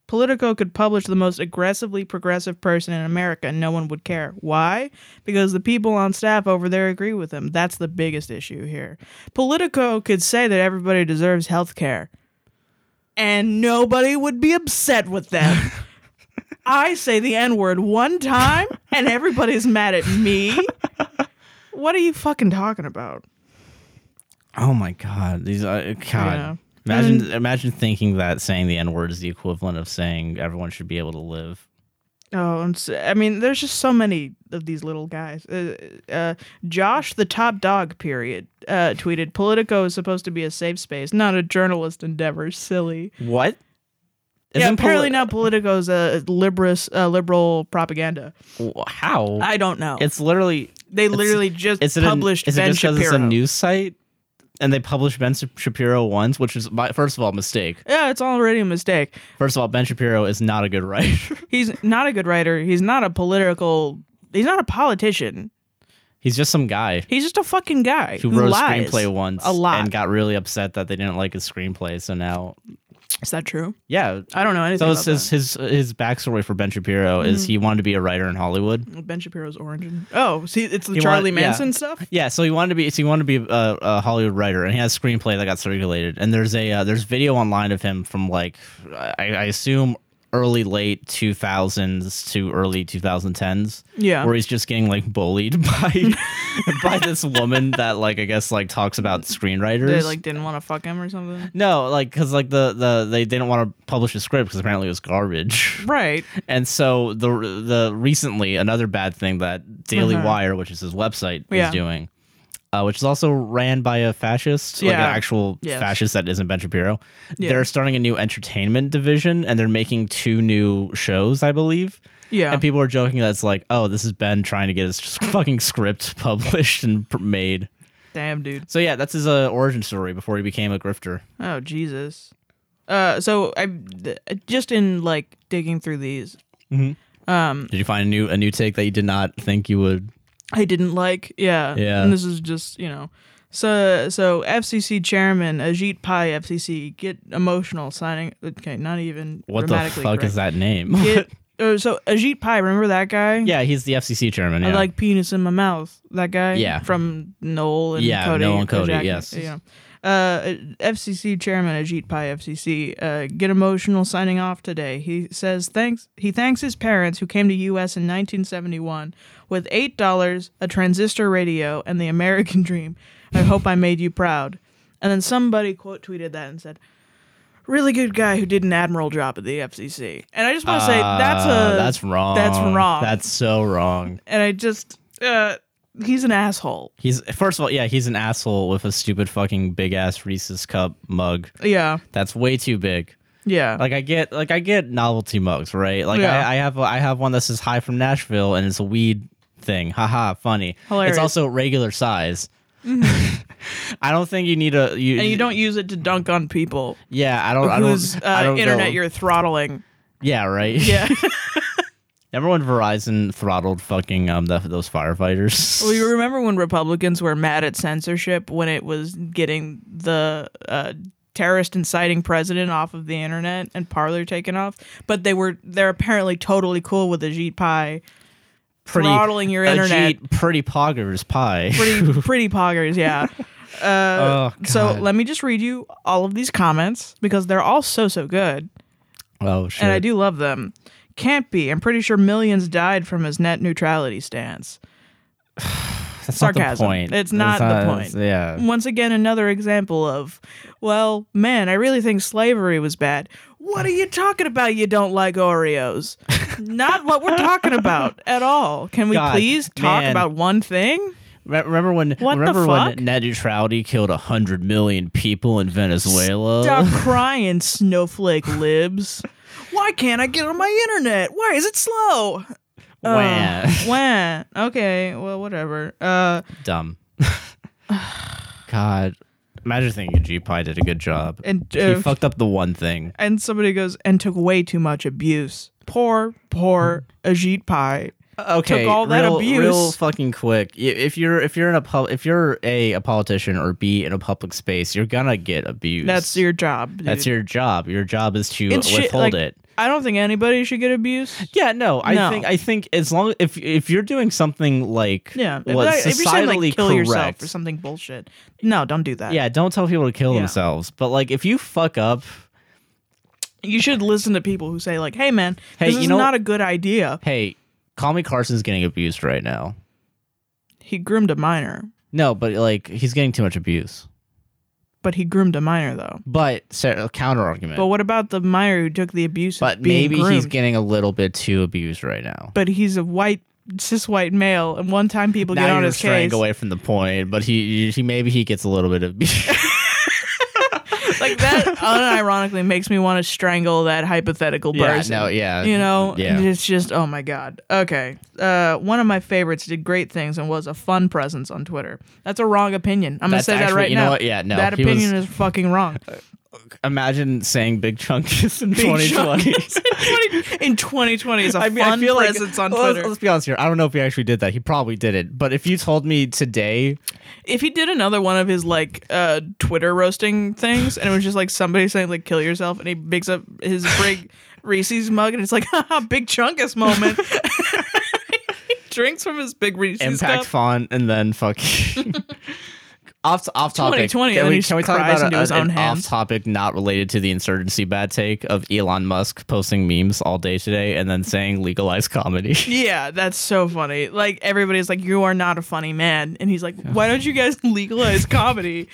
[SPEAKER 2] Politico could publish the most aggressively progressive person in America and no one would care. Why? Because the people on staff over there agree with him. That's the biggest issue here. Politico could say that everybody deserves health care and nobody would be upset with them. I say the N word one time and everybody's mad at me. What are you fucking talking about?
[SPEAKER 1] Oh my god, these uh, god.
[SPEAKER 2] Yeah.
[SPEAKER 1] Imagine
[SPEAKER 2] And
[SPEAKER 1] imagine thinking that saying the N word is the equivalent of saying everyone should be able to live.
[SPEAKER 2] Oh, and s I I mean, there's just so many of these little guys. Uh, uh, Josh, the top dog, period, uh, tweeted Politico is supposed to be a safe space, not a journalist endeavor. Silly.
[SPEAKER 1] What?
[SPEAKER 2] yeah, apparently now Politico is a liberous, uh, liberal propaganda.
[SPEAKER 1] now. How?
[SPEAKER 2] I don't know.
[SPEAKER 1] it's literally.
[SPEAKER 2] they literally just
[SPEAKER 1] It's
[SPEAKER 2] published
[SPEAKER 1] An, is it
[SPEAKER 2] Ben
[SPEAKER 1] just 'cause
[SPEAKER 2] Shapiro.
[SPEAKER 1] it's a news site, and they published Ben Sa- Shapiro once, which is my, first of all a mistake.
[SPEAKER 2] yeah, it's already a mistake.
[SPEAKER 1] First of all, Ben Shapiro is not a good writer.
[SPEAKER 2] He's not a good writer. He's not a political. He's not a politician.
[SPEAKER 1] He's just some guy.
[SPEAKER 2] He's just a fucking guy
[SPEAKER 1] who wrote
[SPEAKER 2] lies
[SPEAKER 1] a screenplay once
[SPEAKER 2] a lot.
[SPEAKER 1] and got really upset that they didn't like his screenplay. So now,
[SPEAKER 2] Is that true?
[SPEAKER 1] yeah.
[SPEAKER 2] I don't know anything.
[SPEAKER 1] So
[SPEAKER 2] about Mm-hmm.
[SPEAKER 1] it's his, his his backstory for Ben Shapiro is he wanted to be a writer in Hollywood.
[SPEAKER 2] Ben Shapiro's origin. Oh, see, it's the
[SPEAKER 1] He
[SPEAKER 2] Charlie
[SPEAKER 1] wanted- yeah.
[SPEAKER 2] Manson stuff.
[SPEAKER 1] Yeah, so he wanted to be so he wanted to be a, a Hollywood writer, and he has a screenplay that got circulated. And there's a uh, there's video online of him from like I, I assume early late 2000s to early 2010s.
[SPEAKER 2] Yeah.
[SPEAKER 1] where he's just getting like bullied by by this woman that like I guess like talks about screenwriters.
[SPEAKER 2] They like didn't want to fuck him or something.
[SPEAKER 1] No, like because like the the they didn't want to publish a script because apparently it was garbage.
[SPEAKER 2] Right.
[SPEAKER 1] And so the the recently another bad thing that Daily
[SPEAKER 2] Uh-huh.
[SPEAKER 1] Wire, which is his website,
[SPEAKER 2] Yeah.
[SPEAKER 1] is doing, uh, which is also ran by a fascist, like an
[SPEAKER 2] Yeah.
[SPEAKER 1] actual
[SPEAKER 2] Yes.
[SPEAKER 1] fascist that isn't Ben Shapiro.
[SPEAKER 2] Yeah.
[SPEAKER 1] They're starting a new entertainment division, and they're making two new shows, I believe.
[SPEAKER 2] Yeah.
[SPEAKER 1] And people are joking that it's like, oh, this is Ben trying to get his fucking script published and pr- made.
[SPEAKER 2] Damn, dude.
[SPEAKER 1] So yeah, that's his uh, origin story before he became a grifter.
[SPEAKER 2] Oh Jesus. Uh, so I th- just in like digging through these, Mm.
[SPEAKER 1] Did you find a new a new take that you did not think you would?
[SPEAKER 2] I didn't like. Yeah.
[SPEAKER 1] Yeah.
[SPEAKER 2] And this is just you know. So so FCC chairman Ajit Pai FCC get emotional signing. Okay, not even
[SPEAKER 1] What the
[SPEAKER 2] grammatically
[SPEAKER 1] fuck is that name?
[SPEAKER 2] correct. Get, uh, so Ajit Pai, remember that guy?
[SPEAKER 1] yeah, he's the FCC chairman. Yeah.
[SPEAKER 2] I like penis in my mouth. That guy.
[SPEAKER 1] Yeah.
[SPEAKER 2] From Noel and
[SPEAKER 1] Yeah,
[SPEAKER 2] Cody.
[SPEAKER 1] Noel and
[SPEAKER 2] or
[SPEAKER 1] Cody,
[SPEAKER 2] Jack-
[SPEAKER 1] yes.
[SPEAKER 2] Yeah. Uh, FCC Chairman Ajit Pai FCC uh, get emotional signing off today. He says thanks. He thanks his parents who came to U.S. in 1971 with eight dollars, a transistor radio, and the American dream. I hope I made you proud. And then somebody quote tweeted that and said, "Really good guy who did an admiral job at the FCC." And I just want to say that's
[SPEAKER 1] Uh,
[SPEAKER 2] a
[SPEAKER 1] that's wrong.
[SPEAKER 2] That's wrong.
[SPEAKER 1] That's so wrong.
[SPEAKER 2] and I just uh he's an asshole.
[SPEAKER 1] He's first of all, yeah, he's an asshole with a stupid fucking big ass Reese's cup mug.
[SPEAKER 2] Yeah.
[SPEAKER 1] That's way too big.
[SPEAKER 2] Yeah.
[SPEAKER 1] Like I get, like I get novelty mugs, right? Like
[SPEAKER 2] Yeah.
[SPEAKER 1] I, I have, a, I have one that says "Hi from Nashville" and it's a weed thing. Haha, funny.
[SPEAKER 2] Hilarious.
[SPEAKER 1] It's also regular size. I don't think you need a. You,
[SPEAKER 2] and you don't use it to dunk on people
[SPEAKER 1] Yeah, I don't. I
[SPEAKER 2] whose
[SPEAKER 1] don't. I
[SPEAKER 2] uh,
[SPEAKER 1] don't
[SPEAKER 2] internet
[SPEAKER 1] know.
[SPEAKER 2] you're throttling.
[SPEAKER 1] Yeah, right.
[SPEAKER 2] Yeah.
[SPEAKER 1] Remember when Verizon throttled fucking um the, those firefighters?
[SPEAKER 2] well, you remember when Republicans were mad at censorship when it was getting the uh, terrorist inciting president off of the internet and Parler taken off, but they were they're apparently totally cool with Ajit Pai throttling your internet.
[SPEAKER 1] Ajit, Uh, pretty poggers pie.
[SPEAKER 2] Pretty pretty poggers, yeah.
[SPEAKER 1] oh,
[SPEAKER 2] So
[SPEAKER 1] God.
[SPEAKER 2] let me just read you all of these comments because they're all so so good.
[SPEAKER 1] oh shit.
[SPEAKER 2] and I do love them. Can't be. I'm pretty sure millions died from his net neutrality stance.
[SPEAKER 1] That's not the
[SPEAKER 2] sarcasm.
[SPEAKER 1] point.
[SPEAKER 2] It's not the point. Mm.
[SPEAKER 1] Yeah.
[SPEAKER 2] Once again, another example of, well, man, I really think slavery was bad. What are you talking about? You don't like Oreos. Not what we're talking about at all. Can we
[SPEAKER 1] God,
[SPEAKER 2] please talk
[SPEAKER 1] man.
[SPEAKER 2] about one thing?
[SPEAKER 1] Re- remember when?
[SPEAKER 2] What the
[SPEAKER 1] remember
[SPEAKER 2] fuck?
[SPEAKER 1] when net neutrality killed hundred million people in Venezuela?
[SPEAKER 2] Stop crying, snowflake libs. Why can't I get on my internet? Why is it slow?
[SPEAKER 1] Wah.
[SPEAKER 2] Uh, wah. Okay, well, whatever. Uh,
[SPEAKER 1] Dumb. God. Imagine thinking G Pie did a good job.
[SPEAKER 2] and
[SPEAKER 1] he
[SPEAKER 2] uh,
[SPEAKER 1] fucked up the one thing.
[SPEAKER 2] and somebody goes and took way too much abuse. Poor, poor
[SPEAKER 1] Hmm.
[SPEAKER 2] Ajit Pai.
[SPEAKER 1] okay,
[SPEAKER 2] Uh, took all that
[SPEAKER 1] real,
[SPEAKER 2] abuse.
[SPEAKER 1] real fucking quick. Y- If you're if you're in a pub, if you're a a politician or b in a public space, you're gonna get abused.
[SPEAKER 2] That's your job. Dude.
[SPEAKER 1] that's your job. Your job is to
[SPEAKER 2] It's shit,
[SPEAKER 1] withhold
[SPEAKER 2] like-
[SPEAKER 1] it.
[SPEAKER 2] I don't think anybody should get abused.
[SPEAKER 1] Yeah, no, I
[SPEAKER 2] No.
[SPEAKER 1] think I think as long if if you're doing something like
[SPEAKER 2] Yeah, if,
[SPEAKER 1] what's
[SPEAKER 2] I- if you're saying
[SPEAKER 1] societally
[SPEAKER 2] like kill yourself
[SPEAKER 1] correct,
[SPEAKER 2] or something bullshit, no, don't do that.
[SPEAKER 1] yeah, don't tell people to kill
[SPEAKER 2] Yeah.
[SPEAKER 1] themselves. But like if you fuck up,
[SPEAKER 2] you should listen to people who say like, "Hey, man,
[SPEAKER 1] Hey,
[SPEAKER 2] this
[SPEAKER 1] you
[SPEAKER 2] is
[SPEAKER 1] know-
[SPEAKER 2] not a good idea."
[SPEAKER 1] hey, call me Carson's getting abused right now.
[SPEAKER 2] He groomed a minor,
[SPEAKER 1] No, but like he's getting too much abuse.
[SPEAKER 2] but he groomed a minor though.
[SPEAKER 1] But so, counter argument.
[SPEAKER 2] But what about the minor who took the abuse?
[SPEAKER 1] but
[SPEAKER 2] of being
[SPEAKER 1] maybe he's
[SPEAKER 2] groomed?
[SPEAKER 1] getting a little bit too abused right now.
[SPEAKER 2] But he's a white cis white male, and one time people get
[SPEAKER 1] now
[SPEAKER 2] on
[SPEAKER 1] you're
[SPEAKER 2] his
[SPEAKER 1] straying
[SPEAKER 2] case.
[SPEAKER 1] away from the point, but he, he maybe he gets a little bit of
[SPEAKER 2] like that unironically makes me want to strangle that hypothetical
[SPEAKER 1] yeah,
[SPEAKER 2] person.
[SPEAKER 1] no, yeah,
[SPEAKER 2] you know
[SPEAKER 1] yeah.
[SPEAKER 2] it's just oh my god okay uh one of my favorites did great things and was a fun presence on twitter that's a wrong opinion i'm
[SPEAKER 1] That's
[SPEAKER 2] gonna say that
[SPEAKER 1] actually-
[SPEAKER 2] right
[SPEAKER 1] you know
[SPEAKER 2] now
[SPEAKER 1] what? Yeah, no,
[SPEAKER 2] that
[SPEAKER 1] he was-
[SPEAKER 2] opinion is fucking wrong
[SPEAKER 1] Imagine saying big chunkus in
[SPEAKER 2] Big
[SPEAKER 1] 2020.
[SPEAKER 2] in 2020 is a
[SPEAKER 1] I mean, I
[SPEAKER 2] fun
[SPEAKER 1] feel like
[SPEAKER 2] presence on
[SPEAKER 1] well,
[SPEAKER 2] twitter
[SPEAKER 1] Let's, let's be honest here. I don't know if he actually did that. He probably did it. But if you told me today,
[SPEAKER 2] if he did another one of his like uh twitter roasting things and it was just like somebody saying like kill yourself and he picks up his big reese's mug and it's like haha big chunkus moment drinks from his big reese's
[SPEAKER 1] impact
[SPEAKER 2] cup.
[SPEAKER 1] font and then fucking off off topic.
[SPEAKER 2] 2020,
[SPEAKER 1] Can
[SPEAKER 2] and
[SPEAKER 1] we,
[SPEAKER 2] he
[SPEAKER 1] can we talk
[SPEAKER 2] cries
[SPEAKER 1] about
[SPEAKER 2] into
[SPEAKER 1] a-
[SPEAKER 2] his own
[SPEAKER 1] an off
[SPEAKER 2] hands.
[SPEAKER 1] topic not related to the insurgency bad take of Elon Musk posting memes all day today and then saying legalize comedy?
[SPEAKER 2] Yeah, that's so funny. Like everybody's like, "You are not a funny man," and he's like, "Why don't you guys legalize comedy?"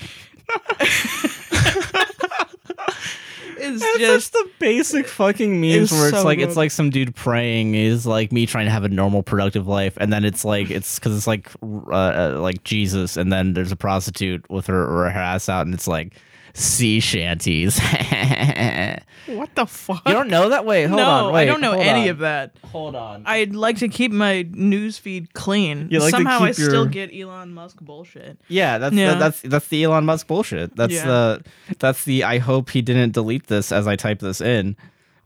[SPEAKER 2] it's
[SPEAKER 1] It's
[SPEAKER 2] just
[SPEAKER 1] just the basic fucking memes
[SPEAKER 2] was
[SPEAKER 1] where it's
[SPEAKER 2] so
[SPEAKER 1] like it's
[SPEAKER 2] good.
[SPEAKER 1] like some dude praying is like me trying to have a normal productive life, and then it's like it's because it's like uh, uh, like Jesus, and then there's a prostitute with her, her ass out, and it's like sea shanties. you
[SPEAKER 2] what the fuck.
[SPEAKER 1] don't know that way? Hold
[SPEAKER 2] no,
[SPEAKER 1] on,
[SPEAKER 2] I don't know any of that.
[SPEAKER 1] Hold on.
[SPEAKER 2] I'd like to keep my newsfeed clean.
[SPEAKER 1] You like to
[SPEAKER 2] Somehow, I
[SPEAKER 1] keep your-
[SPEAKER 2] still get Elon Musk bullshit.
[SPEAKER 1] yeah, that's
[SPEAKER 2] Yeah.
[SPEAKER 1] that's that's the Elon Musk bullshit. That's
[SPEAKER 2] Yeah.
[SPEAKER 1] the that's the I hope he didn't delete this as I type this in.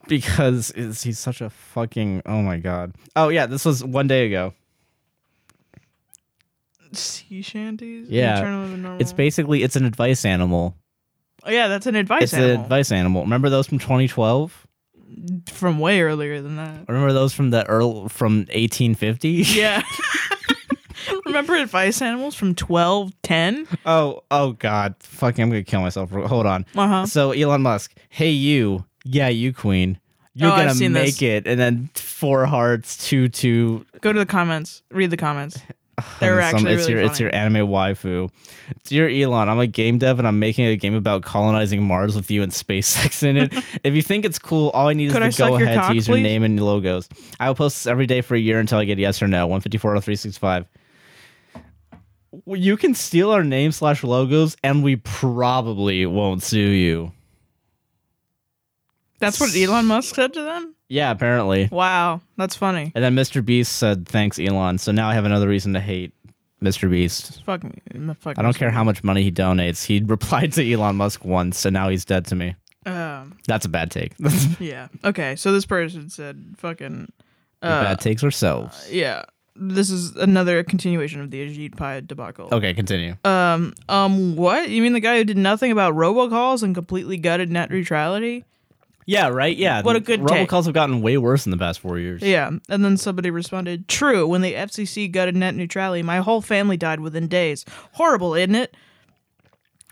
[SPEAKER 1] Because is he's such a fucking oh my god oh yeah this was one day ago
[SPEAKER 2] Sea shanties.
[SPEAKER 1] Yeah.
[SPEAKER 2] Return of the normal-
[SPEAKER 1] It's basically it's an advice animal.
[SPEAKER 2] Oh, yeah, that's an advice
[SPEAKER 1] it's an
[SPEAKER 2] animal.
[SPEAKER 1] advice animal. Remember those from 2012?
[SPEAKER 2] from way earlier than that.
[SPEAKER 1] Remember those from the earl from 1850?
[SPEAKER 2] Yeah. Remember advice animals from twelve ten?
[SPEAKER 1] oh, oh god, fucking I'm going to kill myself. Hold on.
[SPEAKER 2] Uh huh.
[SPEAKER 1] So Elon Musk, hey you. Yeah, you queen. You're
[SPEAKER 2] Oh, I've
[SPEAKER 1] going to
[SPEAKER 2] seen
[SPEAKER 1] make
[SPEAKER 2] this.
[SPEAKER 1] it and then four hearts, two two
[SPEAKER 2] Go to the comments. Read the comments.
[SPEAKER 1] I
[SPEAKER 2] They're
[SPEAKER 1] mean, some-
[SPEAKER 2] actually
[SPEAKER 1] it's
[SPEAKER 2] really
[SPEAKER 1] your
[SPEAKER 2] funny.
[SPEAKER 1] it's your anime waifu. Dear Elon, I'm a game dev and I'm making a game about colonizing Mars with you and SpaceX in it. if you think it's cool, all I need
[SPEAKER 2] Could I
[SPEAKER 1] is to
[SPEAKER 2] suck
[SPEAKER 1] go
[SPEAKER 2] your
[SPEAKER 1] ahead to
[SPEAKER 2] cock,
[SPEAKER 1] use your
[SPEAKER 2] please?
[SPEAKER 1] name and logos. I will post this every day for a year until I get yes or no. 154 out of 365. Well, You can steal our name slash logos, and we probably won't sue you.
[SPEAKER 2] That's what Elon Musk said to them.
[SPEAKER 1] Yeah, apparently.
[SPEAKER 2] Wow, that's funny.
[SPEAKER 1] And then Mr. Beast said, "Thanks, Elon." So now I have another reason to hate Mr. Beast.
[SPEAKER 2] Fuck me. Mm, Fuck
[SPEAKER 1] I don't care how much money he donates. He replied to Elon Musk once, and now he's dead to me.
[SPEAKER 2] Um,
[SPEAKER 1] That's a bad take.
[SPEAKER 2] yeah. Okay. So this person said, "Fucking." Uh,
[SPEAKER 1] bad takes ourselves.
[SPEAKER 2] yeah. This is another continuation of the Ajit Pai debacle.
[SPEAKER 1] Okay, continue.
[SPEAKER 2] Um. Um. What? You mean the guy who did nothing about robocalls and completely gutted net neutrality?
[SPEAKER 1] yeah, right. Yeah.
[SPEAKER 2] What a good take.
[SPEAKER 1] Robocalls have gotten way worse in the past four years.
[SPEAKER 2] Yeah. And then somebody responded, "True. When the FCC gutted net neutrality, my whole family died within days. Horrible, isn't it?"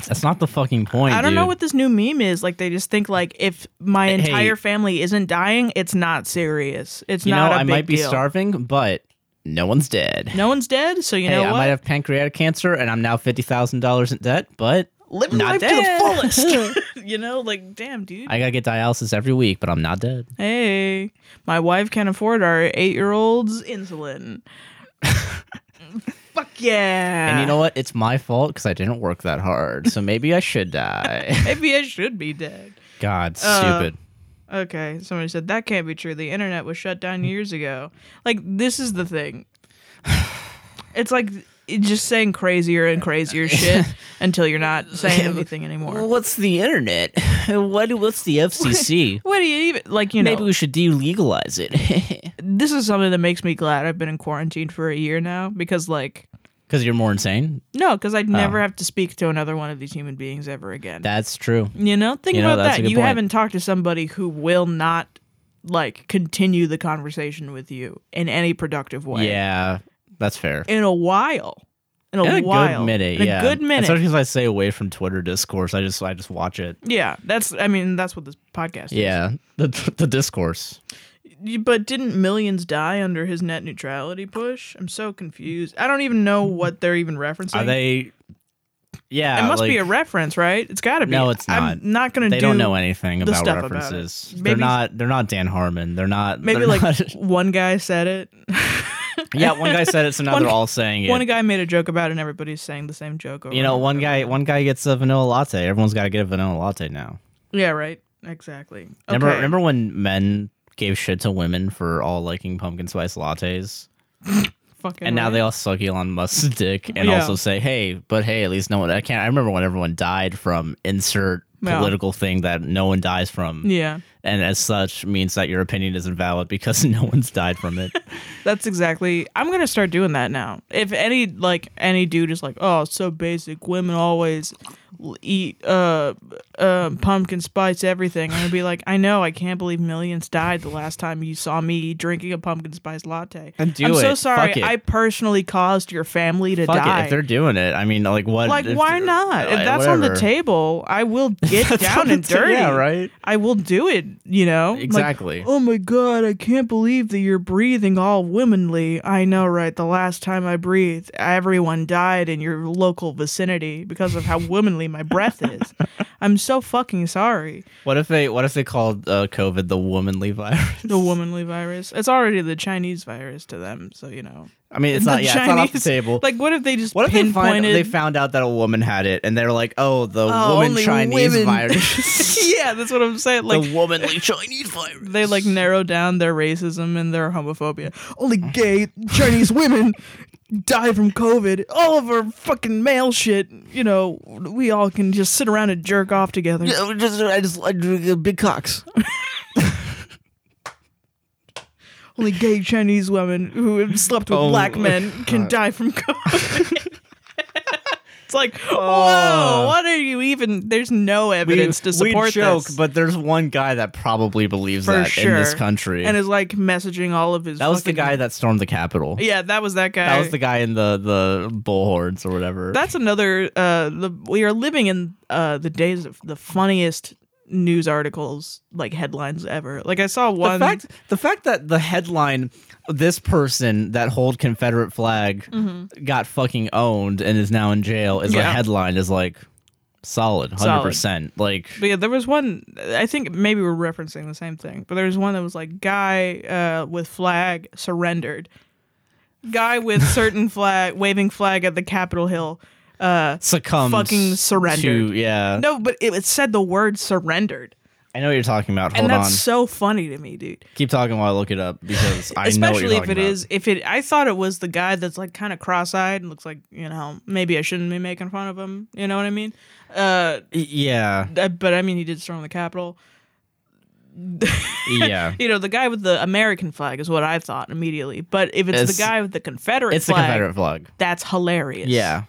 [SPEAKER 1] That's not the fucking point.
[SPEAKER 2] I don't
[SPEAKER 1] dude.
[SPEAKER 2] know what this new meme is. Like they just think like if my
[SPEAKER 1] Hey.
[SPEAKER 2] entire family isn't dying, it's not serious. It's
[SPEAKER 1] You know,
[SPEAKER 2] not a
[SPEAKER 1] I
[SPEAKER 2] big
[SPEAKER 1] might be
[SPEAKER 2] deal.
[SPEAKER 1] starving, but no one's dead.
[SPEAKER 2] No one's dead, so you
[SPEAKER 1] hey,
[SPEAKER 2] know
[SPEAKER 1] I
[SPEAKER 2] what?
[SPEAKER 1] might have pancreatic cancer and I'm now fifty thousand dollars in debt, but
[SPEAKER 2] Living
[SPEAKER 1] not
[SPEAKER 2] life
[SPEAKER 1] dead.
[SPEAKER 2] to the fullest. you know, like damn, dude.
[SPEAKER 1] I gotta get dialysis every week, but I'm not dead.
[SPEAKER 2] hey, my wife can afford our eight-year-old's insulin. Fuck yeah.
[SPEAKER 1] And you know what? It's my fault because I didn't work that hard. So maybe I should die.
[SPEAKER 2] maybe I should be dead.
[SPEAKER 1] God,
[SPEAKER 2] Uh,
[SPEAKER 1] stupid.
[SPEAKER 2] Okay, somebody said that can't be true. The internet was shut down years ago. Like this is the thing. It's like it just saying crazier and crazier shit until you're not saying anything anymore.
[SPEAKER 1] what's the internet? What? What's the FCC?
[SPEAKER 2] What do you even like? You know,
[SPEAKER 1] Maybe we should delegalize it.
[SPEAKER 2] this is something that makes me glad I've been in quarantine for a year now because, like,
[SPEAKER 1] Because you're more insane.
[SPEAKER 2] no, because
[SPEAKER 1] Oh.
[SPEAKER 2] I'd never have to speak to another one of these human beings ever again.
[SPEAKER 1] That's true.
[SPEAKER 2] you know, think
[SPEAKER 1] You know,
[SPEAKER 2] about
[SPEAKER 1] that's a
[SPEAKER 2] that.
[SPEAKER 1] good
[SPEAKER 2] You
[SPEAKER 1] point.
[SPEAKER 2] haven't talked to somebody who will not like continue the conversation with you in any productive way.
[SPEAKER 1] Yeah, that's fair.
[SPEAKER 2] in a while. In a,
[SPEAKER 1] In a
[SPEAKER 2] while.
[SPEAKER 1] good minute.
[SPEAKER 2] In
[SPEAKER 1] yeah.
[SPEAKER 2] a good minute.
[SPEAKER 1] Especially because I stay away from Twitter discourse. I just I just watch it.
[SPEAKER 2] yeah, that's. I mean, that's what this podcast
[SPEAKER 1] Yeah, the the discourse.
[SPEAKER 2] is. Yeah, but didn't millions die under his net neutrality push? I'm so confused. I don't even know what they're even referencing.
[SPEAKER 1] Are they?
[SPEAKER 2] It
[SPEAKER 1] Yeah,
[SPEAKER 2] must be
[SPEAKER 1] like,
[SPEAKER 2] a reference, right? It's got to be.
[SPEAKER 1] No, it's
[SPEAKER 2] I'm not gonna.
[SPEAKER 1] They
[SPEAKER 2] do,
[SPEAKER 1] do not know anything
[SPEAKER 2] the
[SPEAKER 1] about
[SPEAKER 2] stuff about it.
[SPEAKER 1] references. they're
[SPEAKER 2] Maybe-
[SPEAKER 1] not. They're not Dan Harmon. They're not.
[SPEAKER 2] Maybe
[SPEAKER 1] they're
[SPEAKER 2] like
[SPEAKER 1] not-
[SPEAKER 2] one guy said it.
[SPEAKER 1] yeah, one guy said it, so now
[SPEAKER 2] One
[SPEAKER 1] they're
[SPEAKER 2] guy-
[SPEAKER 1] all saying it.
[SPEAKER 2] One guy made a joke about it, and everybody's saying the same joke. Over
[SPEAKER 1] you know,
[SPEAKER 2] and
[SPEAKER 1] one
[SPEAKER 2] over.
[SPEAKER 1] guy. One guy gets a vanilla latte. Everyone's got to get a vanilla latte now.
[SPEAKER 2] Yeah, right. Exactly.
[SPEAKER 1] Remember,
[SPEAKER 2] Okay.
[SPEAKER 1] remember when men gave shit to women for all liking pumpkin spice lattes,
[SPEAKER 2] Fucking
[SPEAKER 1] and now
[SPEAKER 2] right.
[SPEAKER 1] they all suck Elon Musk's dick, and
[SPEAKER 2] Yeah.
[SPEAKER 1] also say, "Hey, but hey, at least no one." I can't. I remember when everyone died from insert
[SPEAKER 2] Yeah.
[SPEAKER 1] political thing that no one dies from,
[SPEAKER 2] Yeah,
[SPEAKER 1] and as such means that your opinion is invalid because no one's died from it.
[SPEAKER 2] that's exactly. I'm gonna start doing that now. If any like any dude is like, oh, so basic. Women always l- eat uh, uh pumpkin spice everything. I'm gonna be like, I know. I can't believe millions died the last time you saw me drinking a pumpkin spice latte.
[SPEAKER 1] And do
[SPEAKER 2] I'm so
[SPEAKER 1] it.
[SPEAKER 2] sorry.
[SPEAKER 1] Fuck it.
[SPEAKER 2] I personally caused your family to
[SPEAKER 1] Fuck
[SPEAKER 2] die.
[SPEAKER 1] it, if they're doing it, I mean, like what?
[SPEAKER 2] like,
[SPEAKER 1] if-
[SPEAKER 2] why not? If
[SPEAKER 1] like,
[SPEAKER 2] that's on the
[SPEAKER 1] whatever.
[SPEAKER 2] table, I will get
[SPEAKER 1] That's on
[SPEAKER 2] down
[SPEAKER 1] the
[SPEAKER 2] and
[SPEAKER 1] ta-
[SPEAKER 2] dirty.
[SPEAKER 1] Yeah, right.
[SPEAKER 2] I will do it, you know? Like,
[SPEAKER 1] Exactly.
[SPEAKER 2] oh my God, I can't believe that you're breathing all womanly. I know, right? The last time I breathed, everyone died in your local vicinity because of how womanly my breath is. I'm so fucking sorry.
[SPEAKER 1] What if they? What if they called uh, COVID the womanly virus?
[SPEAKER 2] The womanly virus. It's already the Chinese virus to them, so, you know.
[SPEAKER 1] I mean, it's
[SPEAKER 2] The
[SPEAKER 1] not. Yeah, it's not off the
[SPEAKER 2] Chinese-
[SPEAKER 1] table.
[SPEAKER 2] Like, what if they just
[SPEAKER 1] what if they find
[SPEAKER 2] pinpointed.
[SPEAKER 1] they found out that a woman had it, and they're like, "Oh, the
[SPEAKER 2] Oh,
[SPEAKER 1] woman
[SPEAKER 2] only
[SPEAKER 1] Chinese
[SPEAKER 2] women.
[SPEAKER 1] virus,
[SPEAKER 2] yeah, that's what I'm saying. Like,
[SPEAKER 1] the womanly Chinese virus."
[SPEAKER 2] they like narrow down their racism and their homophobia. Only
[SPEAKER 1] Uh-huh.
[SPEAKER 2] gay Chinese women die from COVID. All of our fucking male shit, you know, we all can just sit around and jerk off together.
[SPEAKER 1] just, I just I big cocks.
[SPEAKER 2] Only gay Chinese women who have slept with
[SPEAKER 1] Oh,
[SPEAKER 2] black men can
[SPEAKER 1] God.
[SPEAKER 2] die from COVID. it's like, whoa,
[SPEAKER 1] Oh.
[SPEAKER 2] what are you even? There's no
[SPEAKER 1] We,
[SPEAKER 2] evidence to support
[SPEAKER 1] we joke,
[SPEAKER 2] this.
[SPEAKER 1] but there's one guy that probably believes
[SPEAKER 2] For
[SPEAKER 1] that in this
[SPEAKER 2] sure.
[SPEAKER 1] country,
[SPEAKER 2] and is like messaging all of his.
[SPEAKER 1] that was the
[SPEAKER 2] fucking-
[SPEAKER 1] guy that stormed the Capitol.
[SPEAKER 2] Yeah, that was that guy.
[SPEAKER 1] That was the guy in the the bull horns or whatever.
[SPEAKER 2] That's another. Uh, the we are living in uh the days of the funniest news articles, like headlines ever. Like I saw
[SPEAKER 1] the
[SPEAKER 2] one.
[SPEAKER 1] fact the fact that the headline this person that hold Confederate flag got fucking owned and is now in jail is a
[SPEAKER 2] Mm-hmm. Yeah.
[SPEAKER 1] headline is like solid, hundred percent. Like
[SPEAKER 2] but yeah, there was one. I think maybe we're referencing the same thing, but there was one that was like guy uh with flag surrendered. Guy with certain flag waving flag at the Capitol Hill. Uh,
[SPEAKER 1] succumbs
[SPEAKER 2] fucking
[SPEAKER 1] to
[SPEAKER 2] surrendered.
[SPEAKER 1] yeah.
[SPEAKER 2] no, but it, it said the word surrendered,
[SPEAKER 1] I know what you're talking about.
[SPEAKER 2] and
[SPEAKER 1] Hold
[SPEAKER 2] that's
[SPEAKER 1] on,
[SPEAKER 2] so funny to me, dude.
[SPEAKER 1] keep talking while I look it up because I know what you're
[SPEAKER 2] especially
[SPEAKER 1] talking
[SPEAKER 2] if it
[SPEAKER 1] about.
[SPEAKER 2] is if it i thought it was the guy that's like kind of cross-eyed and looks like you know maybe i shouldn't be making fun of him you know what i mean uh
[SPEAKER 1] Y- Yeah,
[SPEAKER 2] I- but i mean he did storm the capitol
[SPEAKER 1] yeah.
[SPEAKER 2] you know the guy with the american flag is what i thought immediately but if it's,
[SPEAKER 1] It's-
[SPEAKER 2] the guy with the confederate
[SPEAKER 1] it's the
[SPEAKER 2] flag
[SPEAKER 1] Confederate flag.
[SPEAKER 2] that's hilarious
[SPEAKER 1] Yeah.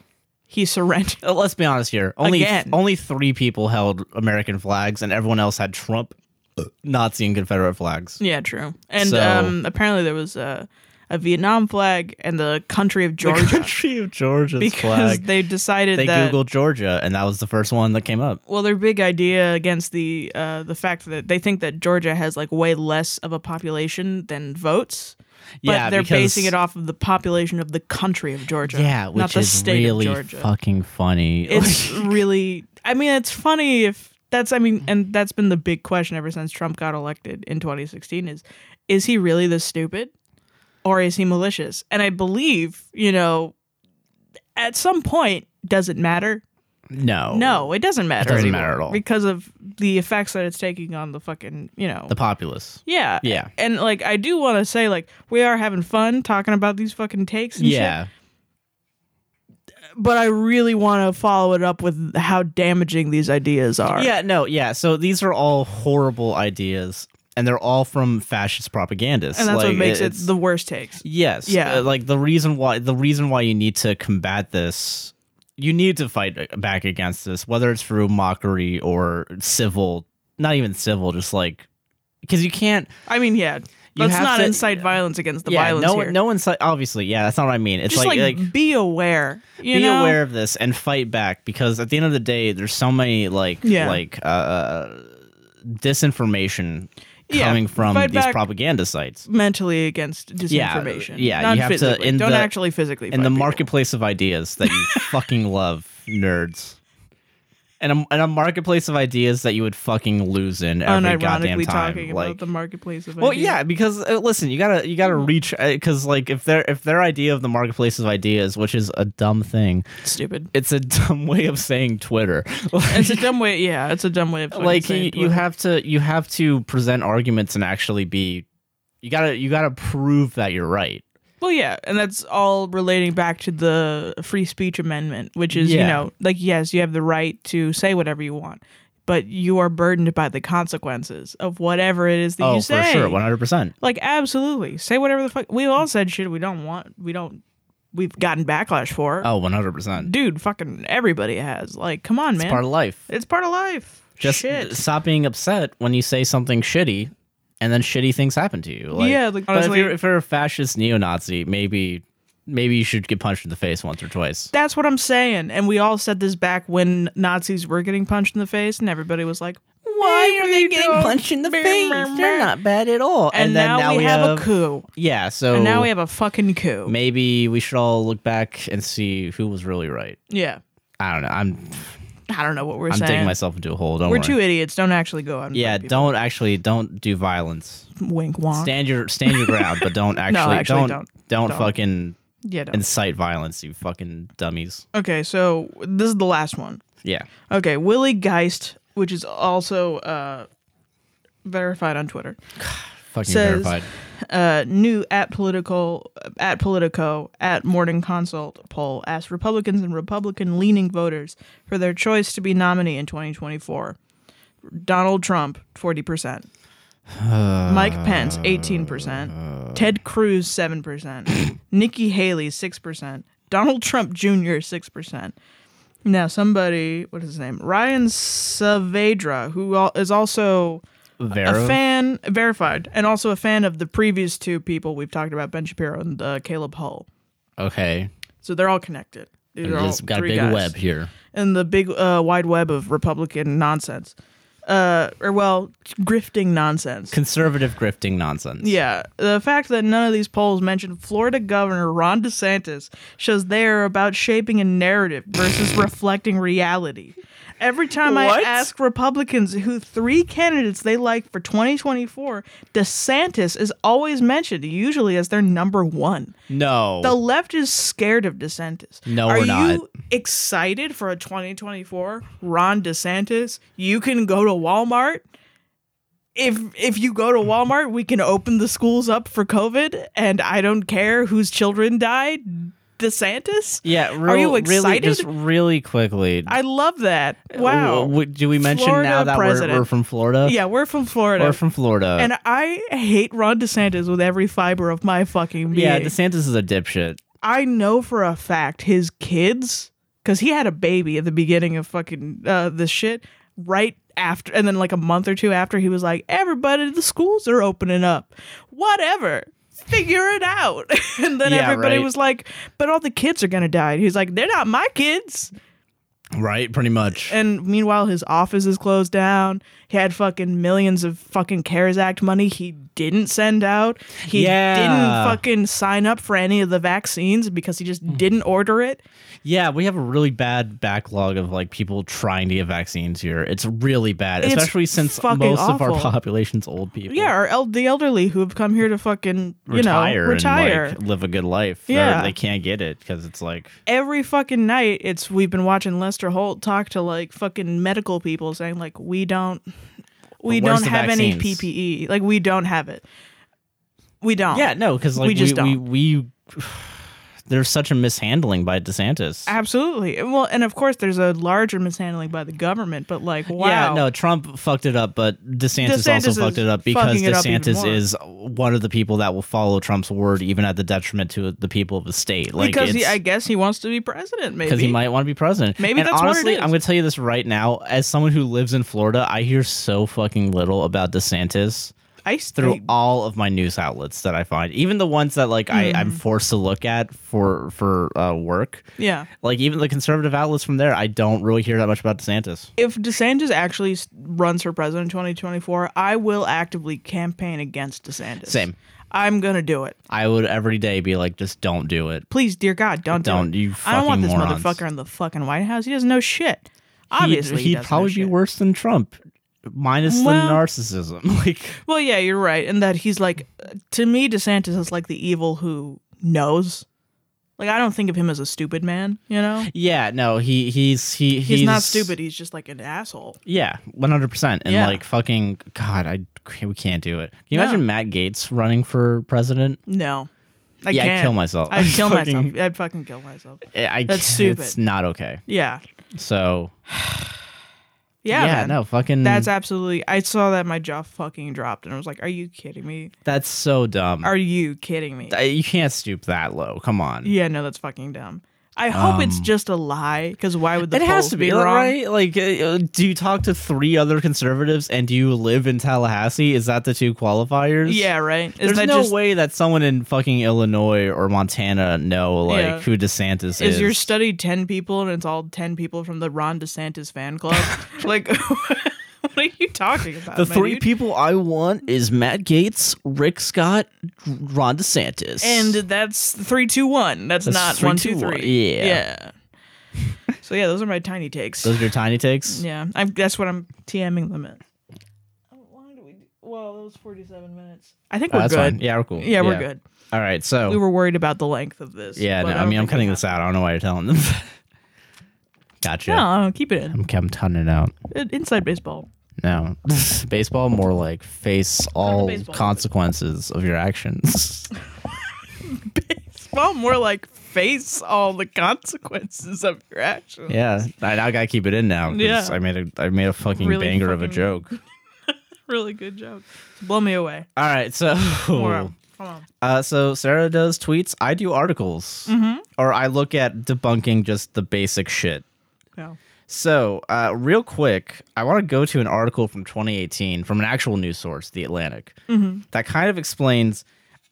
[SPEAKER 2] he surrendered
[SPEAKER 1] Uh, Let's be honest here. Only
[SPEAKER 2] Again.
[SPEAKER 1] only three people held American flags, and everyone else had Trump, uh, Nazi, and Confederate flags.
[SPEAKER 2] yeah true and
[SPEAKER 1] So-
[SPEAKER 2] um apparently there was a a vietnam flag and the country of georgia
[SPEAKER 1] The country of Georgia's
[SPEAKER 2] because
[SPEAKER 1] flag.
[SPEAKER 2] they decided
[SPEAKER 1] They
[SPEAKER 2] that
[SPEAKER 1] googled Georgia, and that was the first one that came up.
[SPEAKER 2] well their big idea against the uh, the fact that they think that Georgia has like way less of a population than votes but
[SPEAKER 1] yeah,
[SPEAKER 2] they're
[SPEAKER 1] because-
[SPEAKER 2] basing it off of the population of the country of Georgia.
[SPEAKER 1] Yeah,
[SPEAKER 2] not
[SPEAKER 1] which
[SPEAKER 2] the
[SPEAKER 1] is
[SPEAKER 2] state
[SPEAKER 1] really
[SPEAKER 2] of Georgia.
[SPEAKER 1] fucking funny.
[SPEAKER 2] it's really I mean it's funny if that's I mean and that's been the big question ever since Trump got elected in 2016 is is he really this stupid or is he malicious? And I believe, you know, at some point does it matter?
[SPEAKER 1] no,
[SPEAKER 2] No, it doesn't matter.
[SPEAKER 1] Oh. doesn't
[SPEAKER 2] anymore
[SPEAKER 1] matter at all.
[SPEAKER 2] because of the effects that it's taking on the fucking, you know.
[SPEAKER 1] the populace.
[SPEAKER 2] yeah.
[SPEAKER 1] Yeah,
[SPEAKER 2] And like I do want to say like we are having fun talking about these fucking takes and shit,
[SPEAKER 1] yeah.
[SPEAKER 2] but I really want to follow it up with how damaging these ideas are.
[SPEAKER 1] Yeah, no, yeah. So these are all horrible ideas, and they're all from fascist propagandists.
[SPEAKER 2] and that's
[SPEAKER 1] Like,
[SPEAKER 2] what makes it,
[SPEAKER 1] it's-
[SPEAKER 2] the worst takes.
[SPEAKER 1] yes,
[SPEAKER 2] Yeah.
[SPEAKER 1] uh, like the reason why the reason why you need to combat this, you need to fight uh, back against this, whether it's through mockery or civil, not even civil, just like because you can't.
[SPEAKER 2] I mean, yeah,
[SPEAKER 1] You
[SPEAKER 2] let's
[SPEAKER 1] have
[SPEAKER 2] not
[SPEAKER 1] to-
[SPEAKER 2] incite violence against the
[SPEAKER 1] yeah,
[SPEAKER 2] violence
[SPEAKER 1] no,
[SPEAKER 2] here.
[SPEAKER 1] no one's obviously. Yeah, that's not what I mean. It's
[SPEAKER 2] just like,
[SPEAKER 1] like
[SPEAKER 2] be aware. You
[SPEAKER 1] be
[SPEAKER 2] know?
[SPEAKER 1] aware of this and fight back because at the end of the day there's so many like
[SPEAKER 2] Yeah.
[SPEAKER 1] like uh disinformation
[SPEAKER 2] Yeah,
[SPEAKER 1] coming from
[SPEAKER 2] fight
[SPEAKER 1] these
[SPEAKER 2] back-
[SPEAKER 1] propaganda sites
[SPEAKER 2] mentally against
[SPEAKER 1] Yeah,
[SPEAKER 2] disinformation.
[SPEAKER 1] yeah,
[SPEAKER 2] not
[SPEAKER 1] you have to-
[SPEAKER 2] physically.
[SPEAKER 1] in
[SPEAKER 2] Don't
[SPEAKER 1] the-
[SPEAKER 2] actually physically.
[SPEAKER 1] in
[SPEAKER 2] fight
[SPEAKER 1] the
[SPEAKER 2] people.
[SPEAKER 1] marketplace of ideas that you fucking love nerds and a, and a marketplace of ideas that you would fucking lose in every goddamn
[SPEAKER 2] unironically
[SPEAKER 1] time
[SPEAKER 2] talking
[SPEAKER 1] like
[SPEAKER 2] about the marketplace of
[SPEAKER 1] well
[SPEAKER 2] ideas.
[SPEAKER 1] yeah because uh, listen you gotta you
[SPEAKER 2] Mm-hmm.
[SPEAKER 1] gotta reach because like if their if their idea of the marketplace of ideas which is a dumb thing
[SPEAKER 2] stupid.
[SPEAKER 1] it's a dumb way of saying twitter
[SPEAKER 2] It's a dumb way. Yeah, it's a dumb way of fucking
[SPEAKER 1] like
[SPEAKER 2] saying
[SPEAKER 1] you,
[SPEAKER 2] it.
[SPEAKER 1] you have to you have to present arguments and actually be you gotta you gotta prove that you're right
[SPEAKER 2] Well, yeah, and that's all relating back to the free speech amendment, which is you
[SPEAKER 1] Yeah.
[SPEAKER 2] know, like yes, you have the right to say whatever you want, but you are burdened by the consequences of whatever it is that
[SPEAKER 1] oh
[SPEAKER 2] you say.
[SPEAKER 1] for sure 100%
[SPEAKER 2] Like absolutely, say whatever the fuck. We've all said shit we don't want. We don't. We've gotten backlash for.
[SPEAKER 1] oh 100%
[SPEAKER 2] Dude, fucking everybody has. Like, come on, man.
[SPEAKER 1] it's part of life
[SPEAKER 2] it's part of life.
[SPEAKER 1] just
[SPEAKER 2] shit.
[SPEAKER 1] stop being upset when you say something shitty and then shitty things happen to you like,
[SPEAKER 2] Yeah, like,
[SPEAKER 1] but
[SPEAKER 2] honestly-
[SPEAKER 1] if, you're, if you're a fascist neo-nazi maybe maybe you should get punched in the face once or twice
[SPEAKER 2] That's what I'm saying. And we all said this back when Nazis were getting punched in the face, and everybody was like, "Why are they getting punched in the face? They're not
[SPEAKER 1] bad at all
[SPEAKER 2] and, now, we, have, Oh. a coup.
[SPEAKER 1] yeah so
[SPEAKER 2] And now we have a fucking coup.
[SPEAKER 1] maybe we should all look back and see who was really right
[SPEAKER 2] yeah.
[SPEAKER 1] I don't know. I'm
[SPEAKER 2] I don't know what we're
[SPEAKER 1] I'm
[SPEAKER 2] saying.
[SPEAKER 1] digging myself into a hole. Don't
[SPEAKER 2] we're
[SPEAKER 1] worry.
[SPEAKER 2] two idiots. Don't actually go out. And
[SPEAKER 1] yeah,
[SPEAKER 2] fight people.
[SPEAKER 1] don't actually don't do violence.
[SPEAKER 2] wink wonk.
[SPEAKER 1] Stand your stand your ground, but don't actually,
[SPEAKER 2] actually
[SPEAKER 1] don't,
[SPEAKER 2] don't.
[SPEAKER 1] don't
[SPEAKER 2] Don't.
[SPEAKER 1] fucking
[SPEAKER 2] yeah. Don't.
[SPEAKER 1] incite violence, you fucking dummies.
[SPEAKER 2] Okay, so this is the last one.
[SPEAKER 1] Yeah.
[SPEAKER 2] Okay, Willie Geist, which is also uh, verified on Twitter,
[SPEAKER 1] Fucking
[SPEAKER 2] Says-
[SPEAKER 1] verified.
[SPEAKER 2] uh, new at political at Politico at Morning Consult poll asked Republicans and Republican leaning voters for their choice to be nominee in 2024. Donald Trump, 40%. Mike Pence, 18%. Ted Cruz, 7%. Nikki Haley, 6%. Donald Trump Jr., 6%. Now, somebody, what is his name? Ryan Saavedra, who al- is also a
[SPEAKER 1] Vera?
[SPEAKER 2] fan, verified, and also a fan of the previous two people we've talked about, Ben Shapiro and uh, Caleb Hull.
[SPEAKER 1] Okay.
[SPEAKER 2] So they're all connected. These are all
[SPEAKER 1] It's got a
[SPEAKER 2] three
[SPEAKER 1] big
[SPEAKER 2] guys
[SPEAKER 1] web here.
[SPEAKER 2] in the big uh, wide web of Republican nonsense, uh, or well, grifting nonsense.
[SPEAKER 1] Conservative grifting nonsense.
[SPEAKER 2] Yeah, the fact that none of these polls mention Florida Governor Ron DeSantis shows they are about shaping a narrative versus reflecting reality. Every time I
[SPEAKER 1] What?
[SPEAKER 2] ask Republicans who three candidates they like for 2024, DeSantis is always mentioned, usually as their number one.
[SPEAKER 1] No.
[SPEAKER 2] The left is scared of DeSantis.
[SPEAKER 1] No,
[SPEAKER 2] are
[SPEAKER 1] we're not.
[SPEAKER 2] you excited for a 2024 Ron DeSantis? You can go to Walmart. If if you go to Walmart, we can open the schools up for COVID, and I don't care whose children died. DeSantis.
[SPEAKER 1] yeah. Real,
[SPEAKER 2] you
[SPEAKER 1] Really,
[SPEAKER 2] excited?
[SPEAKER 1] just really quickly.
[SPEAKER 2] I love that. Wow.
[SPEAKER 1] W- w- do we mention now
[SPEAKER 2] Florida
[SPEAKER 1] that we're,
[SPEAKER 2] president.
[SPEAKER 1] we're from Florida?
[SPEAKER 2] yeah, we're from Florida,
[SPEAKER 1] We're from Florida.
[SPEAKER 2] and I hate Ron DeSantis with every fiber of my fucking being.
[SPEAKER 1] yeah, DeSantis is a dipshit.
[SPEAKER 2] I know for a fact his kids, because he had a baby at the beginning of fucking uh, this shit, right after, and then like a month or two after, he was like, everybody, the schools are opening up. Whatever. Figure it out. and then
[SPEAKER 1] Yeah,
[SPEAKER 2] everybody
[SPEAKER 1] right.
[SPEAKER 2] was like, but all the kids are going to die. And he's like, they're not my kids.
[SPEAKER 1] Right, pretty much.
[SPEAKER 2] Eh. And meanwhile, his office is closed down. He had fucking millions of fucking CARES Act money he didn't send out. He
[SPEAKER 1] Yeah.
[SPEAKER 2] didn't fucking sign up for any of the vaccines because he just didn't order it.
[SPEAKER 1] Yeah, we have a really bad backlog of like people trying to get vaccines here. It's really bad,
[SPEAKER 2] It's
[SPEAKER 1] especially since
[SPEAKER 2] fucking
[SPEAKER 1] most of our
[SPEAKER 2] awful.
[SPEAKER 1] population's old people.
[SPEAKER 2] Yeah, or el- the elderly who have come here to fucking, you
[SPEAKER 1] retire
[SPEAKER 2] know, retire.
[SPEAKER 1] and like live a good life. They're-
[SPEAKER 2] Yeah.
[SPEAKER 1] they can't get it because it's like
[SPEAKER 2] every fucking night it's we've been watching Lester Holt talk to like fucking medical people saying like we don't we
[SPEAKER 1] But where's
[SPEAKER 2] don't
[SPEAKER 1] the
[SPEAKER 2] have any
[SPEAKER 1] vaccines?
[SPEAKER 2] PPE. Like we don't have it. We don't.
[SPEAKER 1] yeah, no, because like
[SPEAKER 2] We just
[SPEAKER 1] we,
[SPEAKER 2] don't.
[SPEAKER 1] we, there's such a mishandling by DeSantis.
[SPEAKER 2] Ah, Absolutely. And Well, and of course there's a larger mishandling by the government, but like wow.
[SPEAKER 1] Yeah, no, Trump fucked it up, but DeSantis,
[SPEAKER 2] DeSantis
[SPEAKER 1] also
[SPEAKER 2] is
[SPEAKER 1] fucked it up because
[SPEAKER 2] fucking it up even
[SPEAKER 1] DeSantis
[SPEAKER 2] more.
[SPEAKER 1] is one of the people that will follow Trump's word even at the detriment to the people of the state. Like
[SPEAKER 2] because he,
[SPEAKER 1] it's-
[SPEAKER 2] I guess he wants to be president maybe.
[SPEAKER 1] because he might want to be president.
[SPEAKER 2] Maybe
[SPEAKER 1] and
[SPEAKER 2] that's what it
[SPEAKER 1] honestly,
[SPEAKER 2] is.
[SPEAKER 1] I'm going to tell you this right now. As someone who lives in Florida, I hear so fucking little about DeSantis
[SPEAKER 2] I
[SPEAKER 1] through
[SPEAKER 2] think-
[SPEAKER 1] all of my news outlets that I find, even the ones that like I,
[SPEAKER 2] Mm-hmm.
[SPEAKER 1] I'm forced to look at for for uh, work.
[SPEAKER 2] yeah.
[SPEAKER 1] Like even the conservative outlets from there, I don't really hear that much about DeSantis.
[SPEAKER 2] If DeSantis actually s- runs for president in 2024, I will actively campaign against DeSantis.
[SPEAKER 1] Same.
[SPEAKER 2] I'm going to do it.
[SPEAKER 1] I would every day be like, just don't do it.
[SPEAKER 2] Please, dear God, don't do
[SPEAKER 1] Don't,
[SPEAKER 2] it.
[SPEAKER 1] you
[SPEAKER 2] I don't want this
[SPEAKER 1] fucking morons.
[SPEAKER 2] motherfucker in the fucking White House. He doesn't know shit. Obviously,
[SPEAKER 1] he'd,
[SPEAKER 2] he
[SPEAKER 1] he'd
[SPEAKER 2] doesn't
[SPEAKER 1] probably
[SPEAKER 2] know
[SPEAKER 1] be
[SPEAKER 2] shit.
[SPEAKER 1] worse than Trump, minus
[SPEAKER 2] Well-
[SPEAKER 1] the narcissism. Like,
[SPEAKER 2] Well, yeah, you're right, and that he's like, to me, DeSantis is like the evil who knows. Like, I don't think of him as a stupid man. You know,
[SPEAKER 1] yeah, no, he he's he
[SPEAKER 2] he's, not stupid. He's just like an asshole.
[SPEAKER 1] Yeah, one hundred percent. And
[SPEAKER 2] Yeah.
[SPEAKER 1] like fucking God, I we can't do it. Can you
[SPEAKER 2] No.
[SPEAKER 1] imagine Matt Gates running for president?
[SPEAKER 2] No, I
[SPEAKER 1] yeah,
[SPEAKER 2] can't.
[SPEAKER 1] I'd kill myself.
[SPEAKER 2] I'd kill
[SPEAKER 1] Fucking-
[SPEAKER 2] myself. I'd fucking kill myself.
[SPEAKER 1] I, I
[SPEAKER 2] That's
[SPEAKER 1] can't-
[SPEAKER 2] stupid.
[SPEAKER 1] It's not okay.
[SPEAKER 2] Yeah,
[SPEAKER 1] So
[SPEAKER 2] yeah, man.
[SPEAKER 1] no, fucking.
[SPEAKER 2] That's
[SPEAKER 1] That's
[SPEAKER 2] absolutely. I saw that my jaw fucking dropped, and I was like, "Are you kidding me?
[SPEAKER 1] that's so dumb.
[SPEAKER 2] Are you kidding me?"
[SPEAKER 1] I- you can't stoop that low. Come on.
[SPEAKER 2] Yeah, no, that's fucking dumb. I hope it's just a lie, because why would the
[SPEAKER 1] Um, It has
[SPEAKER 2] polls
[SPEAKER 1] to be,
[SPEAKER 2] wrong?
[SPEAKER 1] right? Like, uh, do you talk to three other conservatives and do you live in Tallahassee? Is that the two qualifiers?
[SPEAKER 2] Yeah, right. Is
[SPEAKER 1] There's
[SPEAKER 2] that
[SPEAKER 1] no
[SPEAKER 2] just
[SPEAKER 1] way that someone in fucking Illinois or Montana know like
[SPEAKER 2] Yeah.
[SPEAKER 1] who DeSantis is.
[SPEAKER 2] is your study ten people and it's all ten people from the Ron DeSantis fan club? like, what are you talking about?
[SPEAKER 1] The
[SPEAKER 2] my
[SPEAKER 1] three
[SPEAKER 2] dude?
[SPEAKER 1] people I want is Matt Gates, Rick Scott, Ron DeSantis,
[SPEAKER 2] and that's three, two, one. That's,
[SPEAKER 1] That's
[SPEAKER 2] not
[SPEAKER 1] three,
[SPEAKER 2] one, two,
[SPEAKER 1] two,
[SPEAKER 2] three.
[SPEAKER 1] one. Yeah.
[SPEAKER 2] Yeah. so yeah, those are my tiny takes.
[SPEAKER 1] those are your tiny takes.
[SPEAKER 2] yeah, I'm, that's what I'm TMing them at. How long do we? do- Well, that was forty-seven minutes. I think
[SPEAKER 1] Oh,
[SPEAKER 2] we're
[SPEAKER 1] that's
[SPEAKER 2] good.
[SPEAKER 1] fine. Yeah, we're cool.
[SPEAKER 2] Yeah, we're good.
[SPEAKER 1] All right, so
[SPEAKER 2] We were worried about the length of this.
[SPEAKER 1] yeah, no,
[SPEAKER 2] but
[SPEAKER 1] I,
[SPEAKER 2] don't
[SPEAKER 1] mean, I'm
[SPEAKER 2] think we
[SPEAKER 1] cutting
[SPEAKER 2] have-
[SPEAKER 1] this out. I don't know why you're telling them. gotcha.
[SPEAKER 2] No, no, keep it in.
[SPEAKER 1] I'm, I'm cutting it out.
[SPEAKER 2] Inside baseball.
[SPEAKER 1] No, baseball more like face all
[SPEAKER 2] baseball.
[SPEAKER 1] consequences of your actions.
[SPEAKER 2] Well, more like face all the consequences of your actions.
[SPEAKER 1] yeah, I, I gotta keep it in now. 'cause
[SPEAKER 2] Yeah.
[SPEAKER 1] I made a I made a fucking
[SPEAKER 2] Really
[SPEAKER 1] banger of a
[SPEAKER 2] fucking-
[SPEAKER 1] joke.
[SPEAKER 2] Really good joke. Blow me away.
[SPEAKER 1] All right, so
[SPEAKER 2] Wow. Come on.
[SPEAKER 1] Uh, so Sarah does tweets. I do articles,
[SPEAKER 2] Mm-hmm.
[SPEAKER 1] or I look at debunking just the basic shit.
[SPEAKER 2] No.
[SPEAKER 1] So, uh, real quick, I want to go to an article from 2018 from an actual news source, The Atlantic,
[SPEAKER 2] Mm-hmm.
[SPEAKER 1] that kind of explains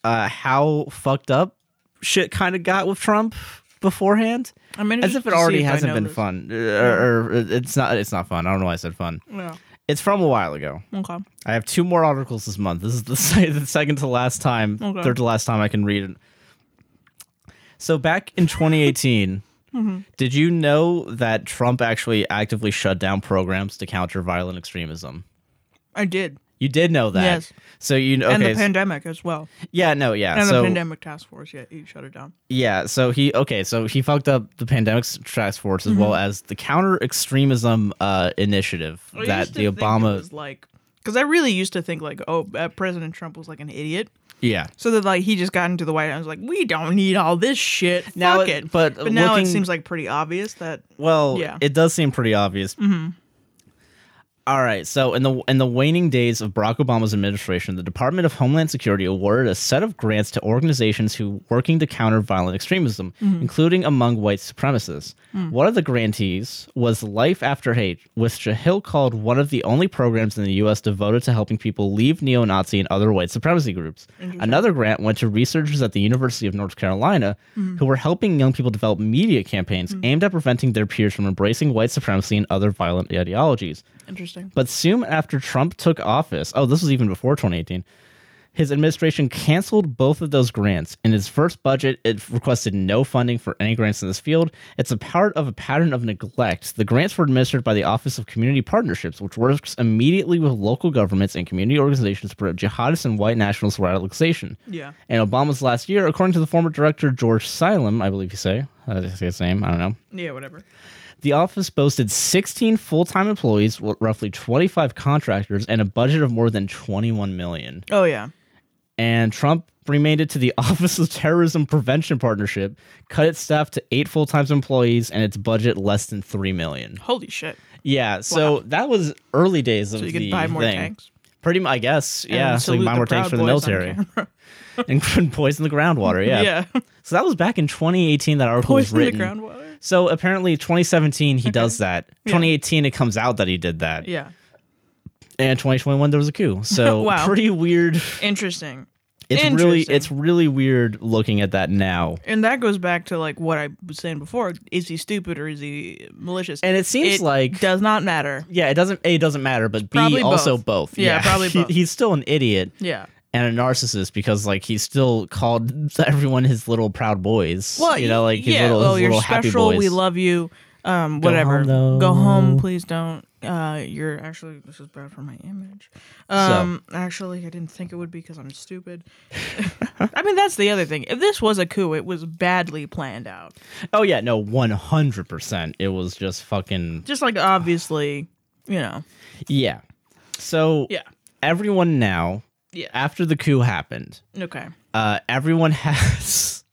[SPEAKER 1] uh, how fucked up shit kind of got with Trump beforehand,
[SPEAKER 2] I'm
[SPEAKER 1] as
[SPEAKER 2] interested
[SPEAKER 1] if it
[SPEAKER 2] to see
[SPEAKER 1] already
[SPEAKER 2] if I
[SPEAKER 1] hasn't
[SPEAKER 2] know
[SPEAKER 1] been
[SPEAKER 2] this.
[SPEAKER 1] fun, Uh, or, or it's not. It's not fun. I don't know why I said fun.
[SPEAKER 2] Yeah.
[SPEAKER 1] It's from a while ago.
[SPEAKER 2] Okay.
[SPEAKER 1] I have two more articles this month. This is the, se- the second to last time,
[SPEAKER 2] Okay.
[SPEAKER 1] third to last time I can read it. So back in 2018,
[SPEAKER 2] Mm-hmm.
[SPEAKER 1] did you know that Trump actually actively shut down programs to counter violent extremism?
[SPEAKER 2] I did.
[SPEAKER 1] You did know that.
[SPEAKER 2] Yes.
[SPEAKER 1] So you know, okay,
[SPEAKER 2] and the
[SPEAKER 1] so-
[SPEAKER 2] pandemic as well.
[SPEAKER 1] yeah, no, yeah.
[SPEAKER 2] And
[SPEAKER 1] so
[SPEAKER 2] the pandemic task force. Yeah, you shut it down.
[SPEAKER 1] yeah, so he okay, so he fucked up the pandemic s- task force as
[SPEAKER 2] Mm-hmm.
[SPEAKER 1] well as the counter extremism uh, initiative that the Obama,
[SPEAKER 2] was like because I really used to think like, oh, uh, President Trump was like an idiot.
[SPEAKER 1] yeah,
[SPEAKER 2] So that like he just got into the White House like we don't need all this shit.
[SPEAKER 1] Now
[SPEAKER 2] Fuck
[SPEAKER 1] it-
[SPEAKER 2] it.
[SPEAKER 1] but
[SPEAKER 2] but now it
[SPEAKER 1] looking-
[SPEAKER 2] seems like pretty obvious that
[SPEAKER 1] Well,
[SPEAKER 2] Yeah.
[SPEAKER 1] it does seem pretty obvious. All right. So in the in the waning days of Barack Obama's administration, the Department of Homeland Security awarded a set of grants to organizations who working to counter violent extremism, including among white supremacists. One of the grantees was Life After Hate, which Hill called one of the only programs in the U.S. devoted to helping people leave neo-Nazi and other white supremacy groups. Another grant went to researchers at the University of North Carolina who were helping young people develop media campaigns aimed at preventing their peers from embracing white supremacy and other violent ideologies.
[SPEAKER 2] Interesting.
[SPEAKER 1] But soon after Trump took office, oh, this was even before 2018, his administration canceled both of those grants. In its first budget, it requested no funding for any grants in this field. It's a part of a pattern of neglect. The grants were administered by the Office of Community Partnerships, which works immediately with local governments and community organizations to promote jihadist and white nationalist radicalization.
[SPEAKER 2] Yeah.
[SPEAKER 1] And Obama's last year, according to the former director George Salem, I believe you say, I think that's his name, I don't know.
[SPEAKER 2] Yeah, whatever.
[SPEAKER 1] The office boasted 16 full-time employees, w- roughly 25 contractors, and a budget of more than 21 million.
[SPEAKER 2] Oh yeah.
[SPEAKER 1] And Trump remanded to the Office of Terrorism Prevention Partnership, cut its staff to eight full-time employees, and its budget less than three million.
[SPEAKER 2] Holy shit.
[SPEAKER 1] Yeah, so that was early days of
[SPEAKER 2] So you
[SPEAKER 1] the
[SPEAKER 2] could buy more
[SPEAKER 1] thing.
[SPEAKER 2] tanks.
[SPEAKER 1] Pretty, mu- I guess, yeah.
[SPEAKER 2] and
[SPEAKER 1] So you can
[SPEAKER 2] salute
[SPEAKER 1] buy
[SPEAKER 2] the
[SPEAKER 1] more tanks
[SPEAKER 2] Proud
[SPEAKER 1] for the
[SPEAKER 2] Boys on
[SPEAKER 1] military
[SPEAKER 2] camera.
[SPEAKER 1] and poison the groundwater. Yeah.
[SPEAKER 2] yeah.
[SPEAKER 1] So that was back in 2018. That article was
[SPEAKER 2] Poison the
[SPEAKER 1] written.
[SPEAKER 2] groundwater.
[SPEAKER 1] So apparently, 2017 he does that. 2018 it comes out that he did that.
[SPEAKER 2] Yeah.
[SPEAKER 1] and 2021 there was a coup. So
[SPEAKER 2] Wow.
[SPEAKER 1] pretty weird.
[SPEAKER 2] Interesting.
[SPEAKER 1] It's really
[SPEAKER 2] Interesting.
[SPEAKER 1] it's really weird looking at that now.
[SPEAKER 2] And that goes back to like what I was saying before. Is he stupid or is he malicious?
[SPEAKER 1] And it seems
[SPEAKER 2] it
[SPEAKER 1] like
[SPEAKER 2] does not matter.
[SPEAKER 1] yeah, it doesn't a it doesn't matter, but B
[SPEAKER 2] Probably
[SPEAKER 1] also both.
[SPEAKER 2] both. Yeah, probably
[SPEAKER 1] He-
[SPEAKER 2] both.
[SPEAKER 1] he's still an idiot
[SPEAKER 2] Yeah.
[SPEAKER 1] and a narcissist because like he still called everyone his little proud boys. you know, like his
[SPEAKER 2] yeah,
[SPEAKER 1] little, his
[SPEAKER 2] well, you're
[SPEAKER 1] little happy
[SPEAKER 2] special.
[SPEAKER 1] boys.
[SPEAKER 2] We love you. Um, whatever.
[SPEAKER 1] home, though.
[SPEAKER 2] Go home, please don't. Uh, you're actually this is bad for my image. Um, actually, I didn't think it would be because I'm stupid. I mean, that's the other thing. If this was a coup, it was badly planned out.
[SPEAKER 1] oh yeah, no, one hundred percent. It was just fucking
[SPEAKER 2] Just like obviously, you know.
[SPEAKER 1] yeah. So
[SPEAKER 2] Yeah.
[SPEAKER 1] everyone now
[SPEAKER 2] Yeah.
[SPEAKER 1] after the coup happened,
[SPEAKER 2] Okay.
[SPEAKER 1] uh, everyone has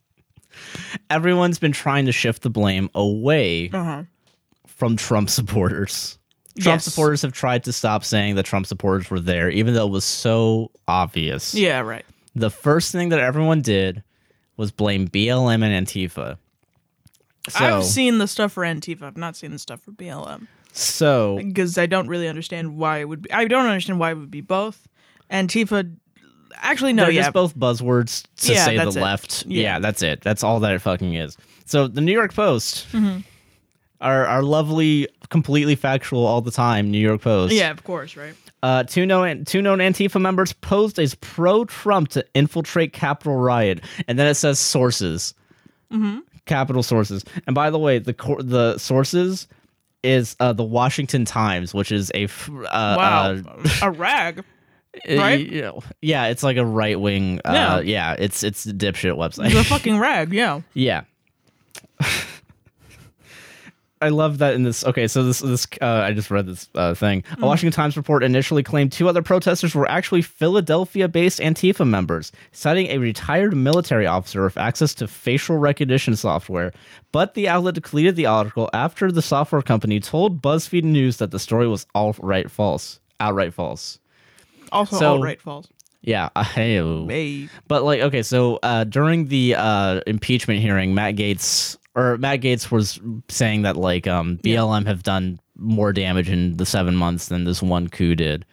[SPEAKER 1] everyone's been trying to shift the blame away
[SPEAKER 2] Uh huh.
[SPEAKER 1] from Trump supporters. Trump
[SPEAKER 2] Yes.
[SPEAKER 1] supporters have tried to stop saying that Trump supporters were there, even though it was so obvious.
[SPEAKER 2] Yeah. Right.
[SPEAKER 1] The first thing that everyone did was blame BLM and Antifa. So,
[SPEAKER 2] I've seen the stuff for Antifa. I've not seen the stuff for BLM
[SPEAKER 1] so
[SPEAKER 2] because I don't really understand why it would be. I don't understand why it would be both. Antifa, actually, no,
[SPEAKER 1] they're
[SPEAKER 2] yeah,
[SPEAKER 1] just both buzzwords to
[SPEAKER 2] Yeah,
[SPEAKER 1] say the
[SPEAKER 2] that's it.
[SPEAKER 1] left. Yeah.
[SPEAKER 2] Yeah.
[SPEAKER 1] that's it. That's all that it fucking is. So the New York Post,
[SPEAKER 2] Mm-hmm.
[SPEAKER 1] our our lovely, completely factual all the time New York Post.
[SPEAKER 2] yeah, of course, right?
[SPEAKER 1] Uh, two known two known Antifa members posed as pro-Trump to infiltrate Capitol riot, and then it says sources,
[SPEAKER 2] Mm-hmm.
[SPEAKER 1] Capitol sources. And by the way, the cor- the sources is uh, the Washington Times, which is a f- uh,
[SPEAKER 2] Wow,
[SPEAKER 1] uh,
[SPEAKER 2] a rag.
[SPEAKER 1] uh,
[SPEAKER 2] Right?
[SPEAKER 1] you know, yeah, it's like a right wing.
[SPEAKER 2] Yeah.
[SPEAKER 1] Uh, yeah, it's it's a dipshit
[SPEAKER 2] It's a
[SPEAKER 1] website.
[SPEAKER 2] fucking rag. Yeah,
[SPEAKER 1] yeah. I love that in this. Okay, so this this uh, I just read this uh, thing. A Washington Times report initially claimed two other protesters were actually Philadelphia-based Antifa members, citing a retired military officer with access to facial recognition software. But the outlet deleted the article after the software company told BuzzFeed News that the story was outright false. Outright false.
[SPEAKER 2] also
[SPEAKER 1] So-
[SPEAKER 2] alt-right falls.
[SPEAKER 1] Yeah. ayo.
[SPEAKER 2] Hey,
[SPEAKER 1] But like, okay, so uh, during the uh, impeachment hearing, Matt Gates or Matt Gates was saying that like um, BLM have done more damage in the seven months than this one coup did.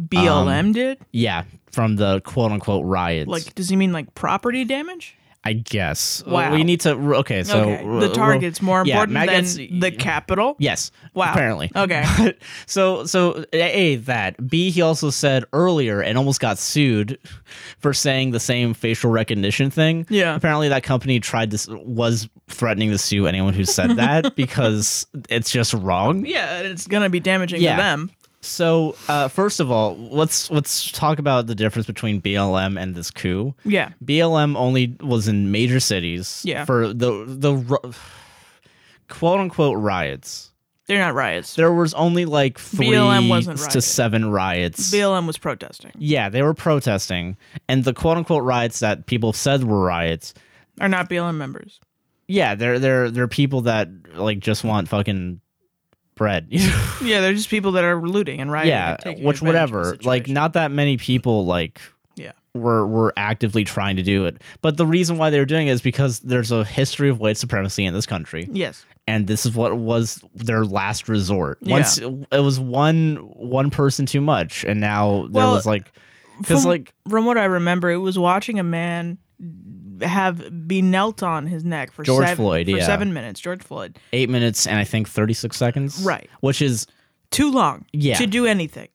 [SPEAKER 2] BLM
[SPEAKER 1] um,
[SPEAKER 2] did.
[SPEAKER 1] Yeah, from the quote unquote riots.
[SPEAKER 2] Like, does he mean like property damage?
[SPEAKER 1] I guess. Uh,
[SPEAKER 2] Wow.
[SPEAKER 1] We need to. Okay, so
[SPEAKER 2] okay, the
[SPEAKER 1] uh,
[SPEAKER 2] target's more
[SPEAKER 1] yeah,
[SPEAKER 2] important
[SPEAKER 1] Matt
[SPEAKER 2] than
[SPEAKER 1] Gates-
[SPEAKER 2] the capital.
[SPEAKER 1] Yes.
[SPEAKER 2] Wow.
[SPEAKER 1] Apparently.
[SPEAKER 2] Okay.
[SPEAKER 1] But- so so a that b he also said earlier and almost got sued for saying the same facial recognition thing.
[SPEAKER 2] Yeah.
[SPEAKER 1] Apparently that company tried this was threatening to sue anyone who said that because it's just wrong.
[SPEAKER 2] Yeah, and it's gonna be damaging
[SPEAKER 1] Yeah.
[SPEAKER 2] to them.
[SPEAKER 1] So uh, first of all, let's let's talk about the difference between BLM and this coup.
[SPEAKER 2] Yeah,
[SPEAKER 1] BLM only was in major cities
[SPEAKER 2] Yeah.
[SPEAKER 1] for the the ru- quote unquote riots.
[SPEAKER 2] they're not riots.
[SPEAKER 1] There was only like 3
[SPEAKER 2] BLM wasn't
[SPEAKER 1] to
[SPEAKER 2] rioting.
[SPEAKER 1] seven riots.
[SPEAKER 2] BLM was protesting.
[SPEAKER 1] yeah, they were protesting, and the quote unquote riots that people said were riots.
[SPEAKER 2] Are not BLM members.
[SPEAKER 1] Yeah, they're they're they're people that like just want fucking bread. you know?
[SPEAKER 2] Yeah, they're just people that are looting and rioting.
[SPEAKER 1] yeah,
[SPEAKER 2] and taking
[SPEAKER 1] which
[SPEAKER 2] advantage of the
[SPEAKER 1] whatever. Like
[SPEAKER 2] situation.
[SPEAKER 1] not that many people like
[SPEAKER 2] Yeah.
[SPEAKER 1] were were actively trying to do it. But the reason why they were doing it is because there's a history of white supremacy in this country.
[SPEAKER 2] Yes.
[SPEAKER 1] and this is what was their last resort.
[SPEAKER 2] Yeah.
[SPEAKER 1] Once it was one one person too much, and now there
[SPEAKER 2] Well,
[SPEAKER 1] was like because
[SPEAKER 2] from-
[SPEAKER 1] like
[SPEAKER 2] From what I remember, it was watching a man have be knelt on his neck for
[SPEAKER 1] George
[SPEAKER 2] seven,
[SPEAKER 1] Floyd,
[SPEAKER 2] for
[SPEAKER 1] yeah.
[SPEAKER 2] seven minutes. George Floyd.
[SPEAKER 1] eight minutes and I think thirty six seconds,
[SPEAKER 2] Right.
[SPEAKER 1] Which is
[SPEAKER 2] too long
[SPEAKER 1] Yeah.
[SPEAKER 2] to do anything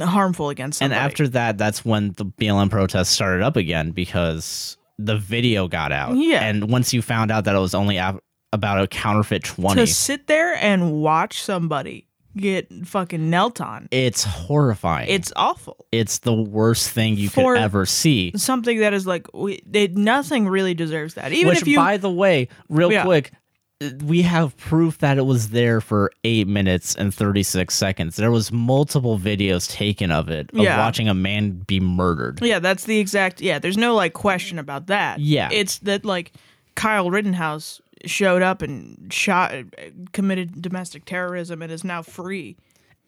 [SPEAKER 2] harmful against
[SPEAKER 1] and
[SPEAKER 2] somebody.
[SPEAKER 1] after that, that's when the BLM protests started up again because the video got out.
[SPEAKER 2] Yeah.
[SPEAKER 1] And once you found out that it was only ab- about a counterfeit 20,
[SPEAKER 2] to sit there and watch somebody get fucking knelt on,
[SPEAKER 1] it's horrifying.
[SPEAKER 2] it's awful.
[SPEAKER 1] it's the worst thing you
[SPEAKER 2] For-
[SPEAKER 1] could ever see.
[SPEAKER 2] Something that is like we, they, nothing really deserves that. Even
[SPEAKER 1] Which,
[SPEAKER 2] if you
[SPEAKER 1] by the way, real
[SPEAKER 2] Yeah.
[SPEAKER 1] quick, uh, we have proof that it was there for eight minutes and 36 seconds. There was multiple videos taken of it, of
[SPEAKER 2] Yeah.
[SPEAKER 1] watching a man be murdered.
[SPEAKER 2] Yeah, that's the exact. Yeah, there's no like question about that.
[SPEAKER 1] Yeah.
[SPEAKER 2] It's that like Kyle Rittenhouse showed up and shot, committed domestic terrorism and is now free.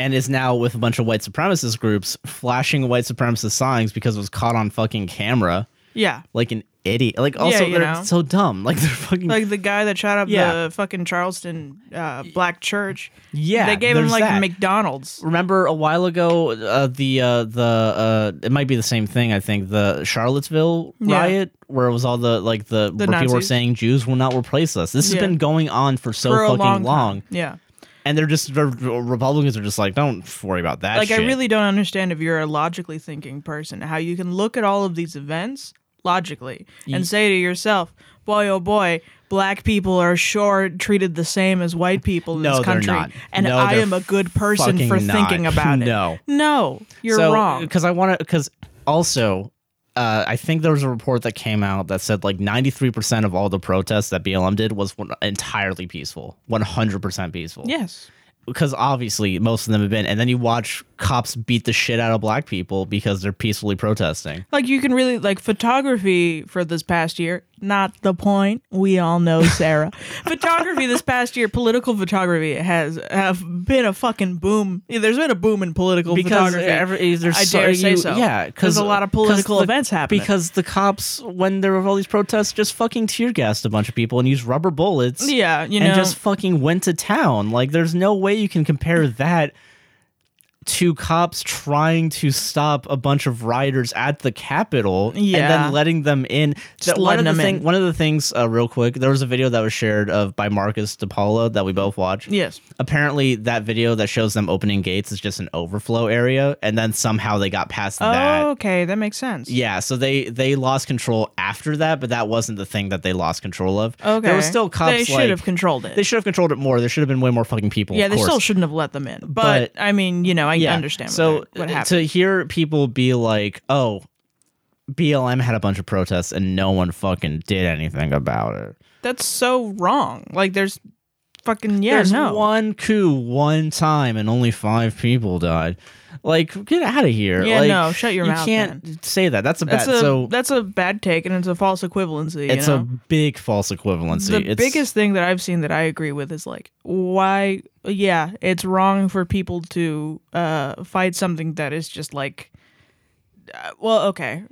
[SPEAKER 1] and is now with a bunch of white supremacist groups flashing white supremacist signs because it was caught on fucking camera
[SPEAKER 2] Yeah.
[SPEAKER 1] like an idiot. Like also
[SPEAKER 2] you
[SPEAKER 1] they're
[SPEAKER 2] know.
[SPEAKER 1] so dumb. Like they're fucking
[SPEAKER 2] Like the guy that shot up
[SPEAKER 1] Yeah.
[SPEAKER 2] the fucking Charleston uh, black church.
[SPEAKER 1] yeah.
[SPEAKER 2] They gave him
[SPEAKER 1] there's
[SPEAKER 2] like
[SPEAKER 1] that.
[SPEAKER 2] McDonald's.
[SPEAKER 1] Remember a while ago uh, the uh, the uh, it might be the same thing I think the Charlottesville
[SPEAKER 2] Yeah.
[SPEAKER 1] riot where it was all the like the, where people were
[SPEAKER 2] Nazis.
[SPEAKER 1] saying Jews will not replace us. This
[SPEAKER 2] Yeah.
[SPEAKER 1] has been going on for so
[SPEAKER 2] for a
[SPEAKER 1] fucking
[SPEAKER 2] long,
[SPEAKER 1] long,
[SPEAKER 2] time. Yeah.
[SPEAKER 1] and they're just the Republicans are just like don't worry about that.
[SPEAKER 2] Like, I
[SPEAKER 1] shit."
[SPEAKER 2] really don't understand if you're a logically thinking person how you can look at all of these events logically and say to yourself, boy, oh boy, black people are sure treated the same as white people in
[SPEAKER 1] No,
[SPEAKER 2] this
[SPEAKER 1] they're
[SPEAKER 2] country.
[SPEAKER 1] not.
[SPEAKER 2] And
[SPEAKER 1] No,
[SPEAKER 2] I
[SPEAKER 1] they're
[SPEAKER 2] am a good person for
[SPEAKER 1] fucking not.
[SPEAKER 2] thinking about it.
[SPEAKER 1] No.
[SPEAKER 2] No, you're wrong.
[SPEAKER 1] Because I want to. Because also, uh, I think there was a report that came out that said like 93% of all the protests that BLM did was one- entirely peaceful, 100% peaceful.
[SPEAKER 2] Yes.
[SPEAKER 1] Because obviously most of them have been. And then you watch cops beat the shit out of black people because they're peacefully protesting.
[SPEAKER 2] Like you can really like photography for this past year. Not the point. We all know Sarah. photography this past year, political photography has have been a fucking boom. There's been a boom in political
[SPEAKER 1] Because
[SPEAKER 2] photography.
[SPEAKER 1] every, eh, there's
[SPEAKER 2] I
[SPEAKER 1] so,
[SPEAKER 2] dare say
[SPEAKER 1] you-
[SPEAKER 2] so.
[SPEAKER 1] Yeah,
[SPEAKER 2] There's a lot of
[SPEAKER 1] 'cause
[SPEAKER 2] political
[SPEAKER 1] the-
[SPEAKER 2] events happening.
[SPEAKER 1] Because the cops, when there were all these protests, just fucking tear gassed a bunch of people and used rubber bullets.
[SPEAKER 2] yeah, you know,
[SPEAKER 1] and just fucking went to town. Like, there's no way you can compare that to cops trying to stop a bunch of rioters at the Capitol and
[SPEAKER 2] Yeah.
[SPEAKER 1] then letting them in.
[SPEAKER 2] Just
[SPEAKER 1] That- one
[SPEAKER 2] letting
[SPEAKER 1] of the
[SPEAKER 2] them in.
[SPEAKER 1] One of the things, uh, real quick, there was a video that was shared of by Marcus DePaula that we both watched.
[SPEAKER 2] yes,
[SPEAKER 1] Apparently, that video that shows them opening gates is just an overflow area, and then somehow they got past that.
[SPEAKER 2] Oh, okay, that makes sense.
[SPEAKER 1] Yeah, so they they lost control after that, but that wasn't the thing that they lost control of.
[SPEAKER 2] Okay,
[SPEAKER 1] there was still cops.
[SPEAKER 2] They should
[SPEAKER 1] like,
[SPEAKER 2] have controlled it.
[SPEAKER 1] they should have controlled it more. There should have been way more fucking people.
[SPEAKER 2] yeah,
[SPEAKER 1] of
[SPEAKER 2] they
[SPEAKER 1] course.
[SPEAKER 2] still shouldn't have let them in. But, I mean, you know, I
[SPEAKER 1] yeah.
[SPEAKER 2] understand.
[SPEAKER 1] So
[SPEAKER 2] what, what
[SPEAKER 1] uh,
[SPEAKER 2] happened?
[SPEAKER 1] to hear people be like, "Oh, BLM had a bunch of protests and no one fucking did anything about it."
[SPEAKER 2] That's so wrong. Like, there's fucking yeah,
[SPEAKER 1] There's
[SPEAKER 2] no.
[SPEAKER 1] one coup, one time, and only five people died. Like, get out of here!
[SPEAKER 2] Yeah,
[SPEAKER 1] Like,
[SPEAKER 2] no, shut your
[SPEAKER 1] you
[SPEAKER 2] mouth,
[SPEAKER 1] can't say that. That's a bad.
[SPEAKER 2] that's a
[SPEAKER 1] so
[SPEAKER 2] that's a bad take, and it's a false equivalency.
[SPEAKER 1] it's
[SPEAKER 2] you know?
[SPEAKER 1] a big false equivalency.
[SPEAKER 2] the
[SPEAKER 1] it's,
[SPEAKER 2] biggest thing that I've seen that I agree with is like why yeah, it's wrong for people to uh fight something that is just like uh, well, okay.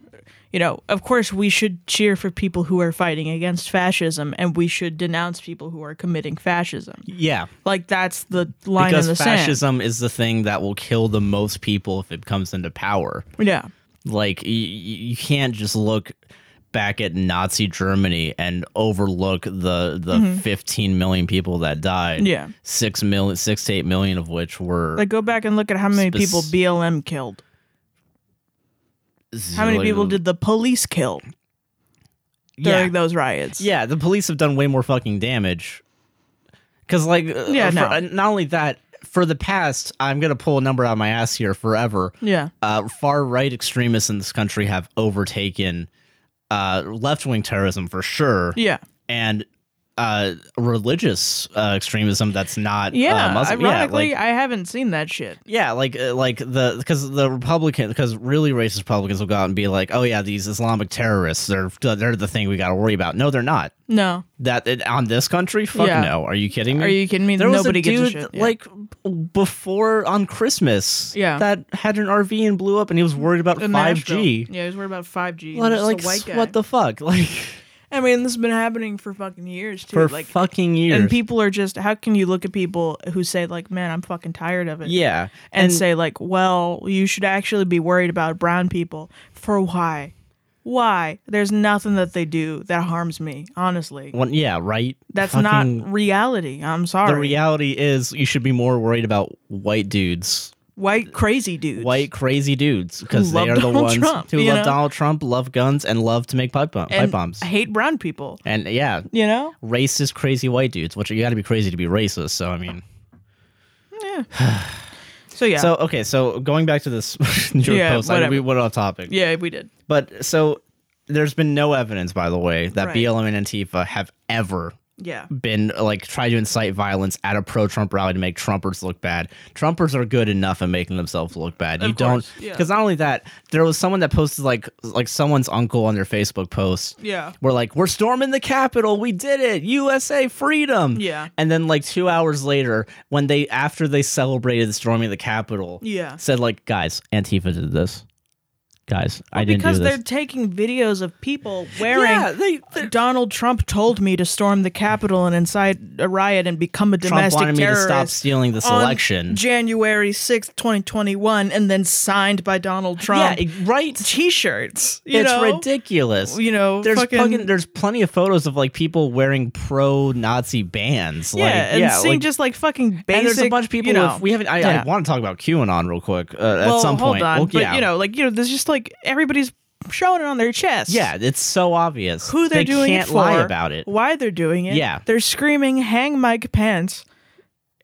[SPEAKER 2] You know, of course we should cheer for people who are fighting against fascism and we should denounce people who are committing fascism.
[SPEAKER 1] Yeah,
[SPEAKER 2] Like that's the line
[SPEAKER 1] because
[SPEAKER 2] in the
[SPEAKER 1] fascism is the thing that will kill the most people if it comes into power.
[SPEAKER 2] sand. Yeah.
[SPEAKER 1] Like you, you can't just look back at Nazi Germany and overlook the the 15 million people that died.
[SPEAKER 2] Mm-hmm. Yeah.
[SPEAKER 1] six million, six to eight million of which were
[SPEAKER 2] Like go back and look at how many
[SPEAKER 1] Spec-
[SPEAKER 2] people BLM killed. How many people did the police kill
[SPEAKER 1] Yeah,
[SPEAKER 2] during those riots?
[SPEAKER 1] yeah. The police have done way more fucking damage. Because like, yeah,
[SPEAKER 2] Yeah, no.
[SPEAKER 1] not only that. For the past, I'm gonna pull a number out of my ass here. Forever,
[SPEAKER 2] Yeah.
[SPEAKER 1] uh, far right extremists in this country have overtaken uh, left wing terrorism for sure,
[SPEAKER 2] Yeah.
[SPEAKER 1] and uh, religious uh, extremism that's not
[SPEAKER 2] Yeah,
[SPEAKER 1] uh, Muslim.
[SPEAKER 2] ironically,
[SPEAKER 1] yeah, like,
[SPEAKER 2] I haven't seen that shit.
[SPEAKER 1] yeah, like uh, like the because the Republican because really racist Republicans will go out and be like, oh yeah, these Islamic terrorists they're they're the thing we got to worry about. No, they're not.
[SPEAKER 2] No,
[SPEAKER 1] That it, on this country, fuck
[SPEAKER 2] Yeah.
[SPEAKER 1] no. Are you kidding me?
[SPEAKER 2] are you kidding me?
[SPEAKER 1] There
[SPEAKER 2] Nobody
[SPEAKER 1] was a dude
[SPEAKER 2] gives a shit. Yeah.
[SPEAKER 1] like b- before on Christmas,
[SPEAKER 2] Yeah.
[SPEAKER 1] that had an RV and blew up, and he was worried about
[SPEAKER 2] In
[SPEAKER 1] five
[SPEAKER 2] Nashville.
[SPEAKER 1] G.
[SPEAKER 2] Yeah, he's worried about five G.
[SPEAKER 1] What like
[SPEAKER 2] white
[SPEAKER 1] s-
[SPEAKER 2] guy.
[SPEAKER 1] what the fuck like
[SPEAKER 2] I mean, this has been happening for fucking years too.
[SPEAKER 1] for
[SPEAKER 2] like,
[SPEAKER 1] fucking years?
[SPEAKER 2] and people are just. How can you look at people who say like, "Man, I'm fucking tired of it,"
[SPEAKER 1] yeah,
[SPEAKER 2] and, say like, "Well, you should actually be worried about brown people." For why? Why? There's nothing that they do that harms me, honestly.
[SPEAKER 1] When, yeah, right.
[SPEAKER 2] That's
[SPEAKER 1] Fucking-
[SPEAKER 2] not reality. I'm sorry.
[SPEAKER 1] The reality is, you should be more worried about white dudes,
[SPEAKER 2] white crazy dudes.
[SPEAKER 1] white crazy dudes, because
[SPEAKER 2] love
[SPEAKER 1] they are the
[SPEAKER 2] Donald
[SPEAKER 1] ones
[SPEAKER 2] Trump,
[SPEAKER 1] who
[SPEAKER 2] you
[SPEAKER 1] love
[SPEAKER 2] know?
[SPEAKER 1] Donald Trump, love guns, and love to make pipe, bomb,
[SPEAKER 2] and
[SPEAKER 1] pipe bombs.
[SPEAKER 2] hate brown people.
[SPEAKER 1] And yeah,
[SPEAKER 2] You know?
[SPEAKER 1] racist, crazy white dudes. Which you got to be crazy to be racist. So I mean,
[SPEAKER 2] So yeah.
[SPEAKER 1] so okay, so going back to this New York
[SPEAKER 2] Yeah,
[SPEAKER 1] Post, I, we
[SPEAKER 2] whatever.
[SPEAKER 1] went off topic.
[SPEAKER 2] yeah, we did.
[SPEAKER 1] But so there's been no evidence, by the way, that
[SPEAKER 2] Right.
[SPEAKER 1] BLM and Antifa have ever
[SPEAKER 2] Yeah.
[SPEAKER 1] been like tried to incite violence at a pro Trump rally to make Trumpers look bad. Trumpers are good enough at making themselves look bad. you
[SPEAKER 2] course,
[SPEAKER 1] don't
[SPEAKER 2] yeah.
[SPEAKER 1] because not only that, there was someone that posted like like someone's uncle on their Facebook post.
[SPEAKER 2] Yeah.
[SPEAKER 1] We're like, we're storming the Capitol. We did it. USA freedom.
[SPEAKER 2] Yeah.
[SPEAKER 1] And then like two hours later, when they after they celebrated storming the Capitol,
[SPEAKER 2] Yeah.
[SPEAKER 1] said like, guys, Antifa did this. Guys, I didn't
[SPEAKER 2] because
[SPEAKER 1] do this.
[SPEAKER 2] they're taking videos of people wearing
[SPEAKER 1] yeah, they, they're-
[SPEAKER 2] Donald Trump told me to storm the Capitol and incite a riot and become a
[SPEAKER 1] Trump
[SPEAKER 2] domestic
[SPEAKER 1] wanted me to
[SPEAKER 2] terrorist.
[SPEAKER 1] stop stealing this
[SPEAKER 2] on
[SPEAKER 1] election.
[SPEAKER 2] January 6th, 2021, and then signed by Donald Trump.
[SPEAKER 1] Yeah, it- right.
[SPEAKER 2] T-shirts. You
[SPEAKER 1] it's
[SPEAKER 2] know?
[SPEAKER 1] ridiculous.
[SPEAKER 2] You know,
[SPEAKER 1] there's
[SPEAKER 2] fucking-
[SPEAKER 1] there's plenty of photos of like people wearing pro Nazi bands.
[SPEAKER 2] Yeah,
[SPEAKER 1] like,
[SPEAKER 2] and
[SPEAKER 1] yeah,
[SPEAKER 2] seeing
[SPEAKER 1] like,
[SPEAKER 2] just like fucking basic.
[SPEAKER 1] and there's a bunch of people.
[SPEAKER 2] You know,
[SPEAKER 1] with, we haven't. I,
[SPEAKER 2] yeah.
[SPEAKER 1] I want to talk about QAnon real quick uh,
[SPEAKER 2] well,
[SPEAKER 1] at some
[SPEAKER 2] hold
[SPEAKER 1] point.
[SPEAKER 2] on,
[SPEAKER 1] Well,
[SPEAKER 2] but
[SPEAKER 1] yeah.
[SPEAKER 2] you know, like you know, there's just like everybody's showing it on their chest.
[SPEAKER 1] yeah, it's so obvious
[SPEAKER 2] who they're
[SPEAKER 1] they
[SPEAKER 2] doing
[SPEAKER 1] Can't
[SPEAKER 2] it for,
[SPEAKER 1] lie about it.
[SPEAKER 2] why they're doing it.
[SPEAKER 1] Yeah.
[SPEAKER 2] they're screaming "Hang Mike Pence,"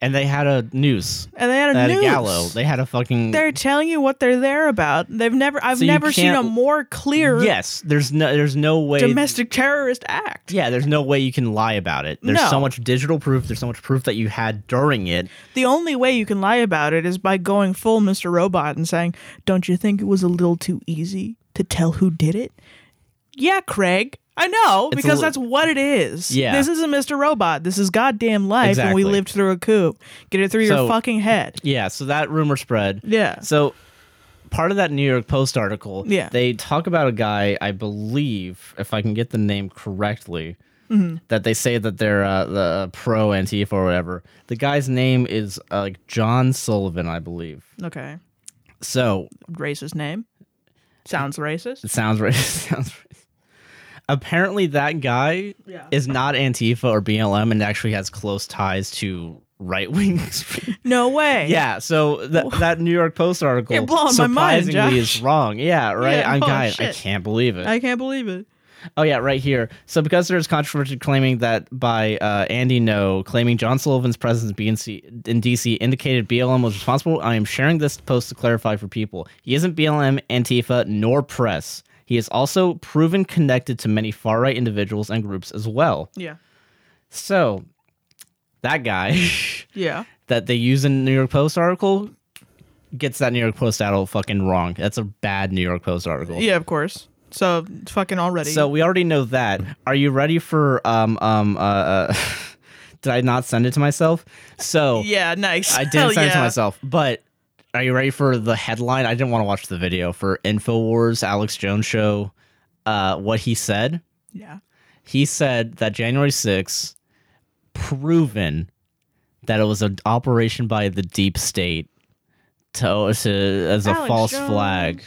[SPEAKER 1] And they had a noose.
[SPEAKER 2] and they had a
[SPEAKER 1] They had
[SPEAKER 2] noose.
[SPEAKER 1] a gallow. They had a fucking.
[SPEAKER 2] they're telling you what they're there about. They've never, I've
[SPEAKER 1] So you
[SPEAKER 2] never seen a
[SPEAKER 1] can't-
[SPEAKER 2] more clear
[SPEAKER 1] yes, there's no there's no way.
[SPEAKER 2] domestic terrorist act.
[SPEAKER 1] yeah, there's no way you can lie about it. There's
[SPEAKER 2] No.
[SPEAKER 1] so much digital proof. There's so much proof that you had during it.
[SPEAKER 2] The only way you can lie about it is by going full Mr. Robot and saying, Don't you think it was a little too easy to tell who did it? Yeah, Craig. I know,
[SPEAKER 1] It's a
[SPEAKER 2] because
[SPEAKER 1] li-
[SPEAKER 2] that's what it is.
[SPEAKER 1] Yeah.
[SPEAKER 2] This isn't Mr. Robot. This is goddamn life, and we
[SPEAKER 1] Exactly.
[SPEAKER 2] lived through a coup. Get it through
[SPEAKER 1] So-
[SPEAKER 2] your fucking head.
[SPEAKER 1] Yeah, so that rumor spread.
[SPEAKER 2] Yeah.
[SPEAKER 1] So part of that New York Post article,
[SPEAKER 2] Yeah.
[SPEAKER 1] they talk about a guy, I believe, if I can get the name correctly,
[SPEAKER 2] Mm-hmm.
[SPEAKER 1] that they say that they're uh, the uh, pro Antifa or whatever. The guy's name is uh, like John Sullivan, I believe.
[SPEAKER 2] Okay.
[SPEAKER 1] So
[SPEAKER 2] Racist name. Sounds racist.
[SPEAKER 1] it sounds right. sounds right. Apparently, that guy
[SPEAKER 2] Yeah.
[SPEAKER 1] is not Antifa or BLM, and actually has close ties to right wing
[SPEAKER 2] No way.
[SPEAKER 1] Yeah, so that that New York Post article
[SPEAKER 2] You're blowing my mind,
[SPEAKER 1] surprisingly
[SPEAKER 2] Josh.
[SPEAKER 1] is wrong. Yeah, right.
[SPEAKER 2] Yeah,
[SPEAKER 1] I'm
[SPEAKER 2] oh,
[SPEAKER 1] guys, I
[SPEAKER 2] shit.
[SPEAKER 1] can't believe it.
[SPEAKER 2] I can't believe it.
[SPEAKER 1] oh yeah, right here. So because there's controversy claiming that by uh, Andy No claiming John Sullivan's presence in BNC in DC indicated BLM was responsible, I am sharing this post to clarify for people. He isn't BLM, Antifa, nor press. He is also proven connected to many far right individuals and groups as well.
[SPEAKER 2] Yeah.
[SPEAKER 1] So that guy
[SPEAKER 2] Yeah.
[SPEAKER 1] that they use in the New York Post article gets that New York Post article fucking wrong. That's a bad New York Post article.
[SPEAKER 2] Yeah, of course. So fucking already.
[SPEAKER 1] So we already know that. Are you ready for um um uh, uh did I not send it to myself? So
[SPEAKER 2] yeah, nice.
[SPEAKER 1] I
[SPEAKER 2] Hell
[SPEAKER 1] didn't send it to
[SPEAKER 2] yeah.
[SPEAKER 1] myself, but are you ready for the headline? I didn't want to watch the video for InfoWars Alex Jones show uh what he said.
[SPEAKER 2] Yeah.
[SPEAKER 1] He said that January 6th proven that it was an operation by the deep state to, to as a
[SPEAKER 2] Alex
[SPEAKER 1] false
[SPEAKER 2] Jones.
[SPEAKER 1] flag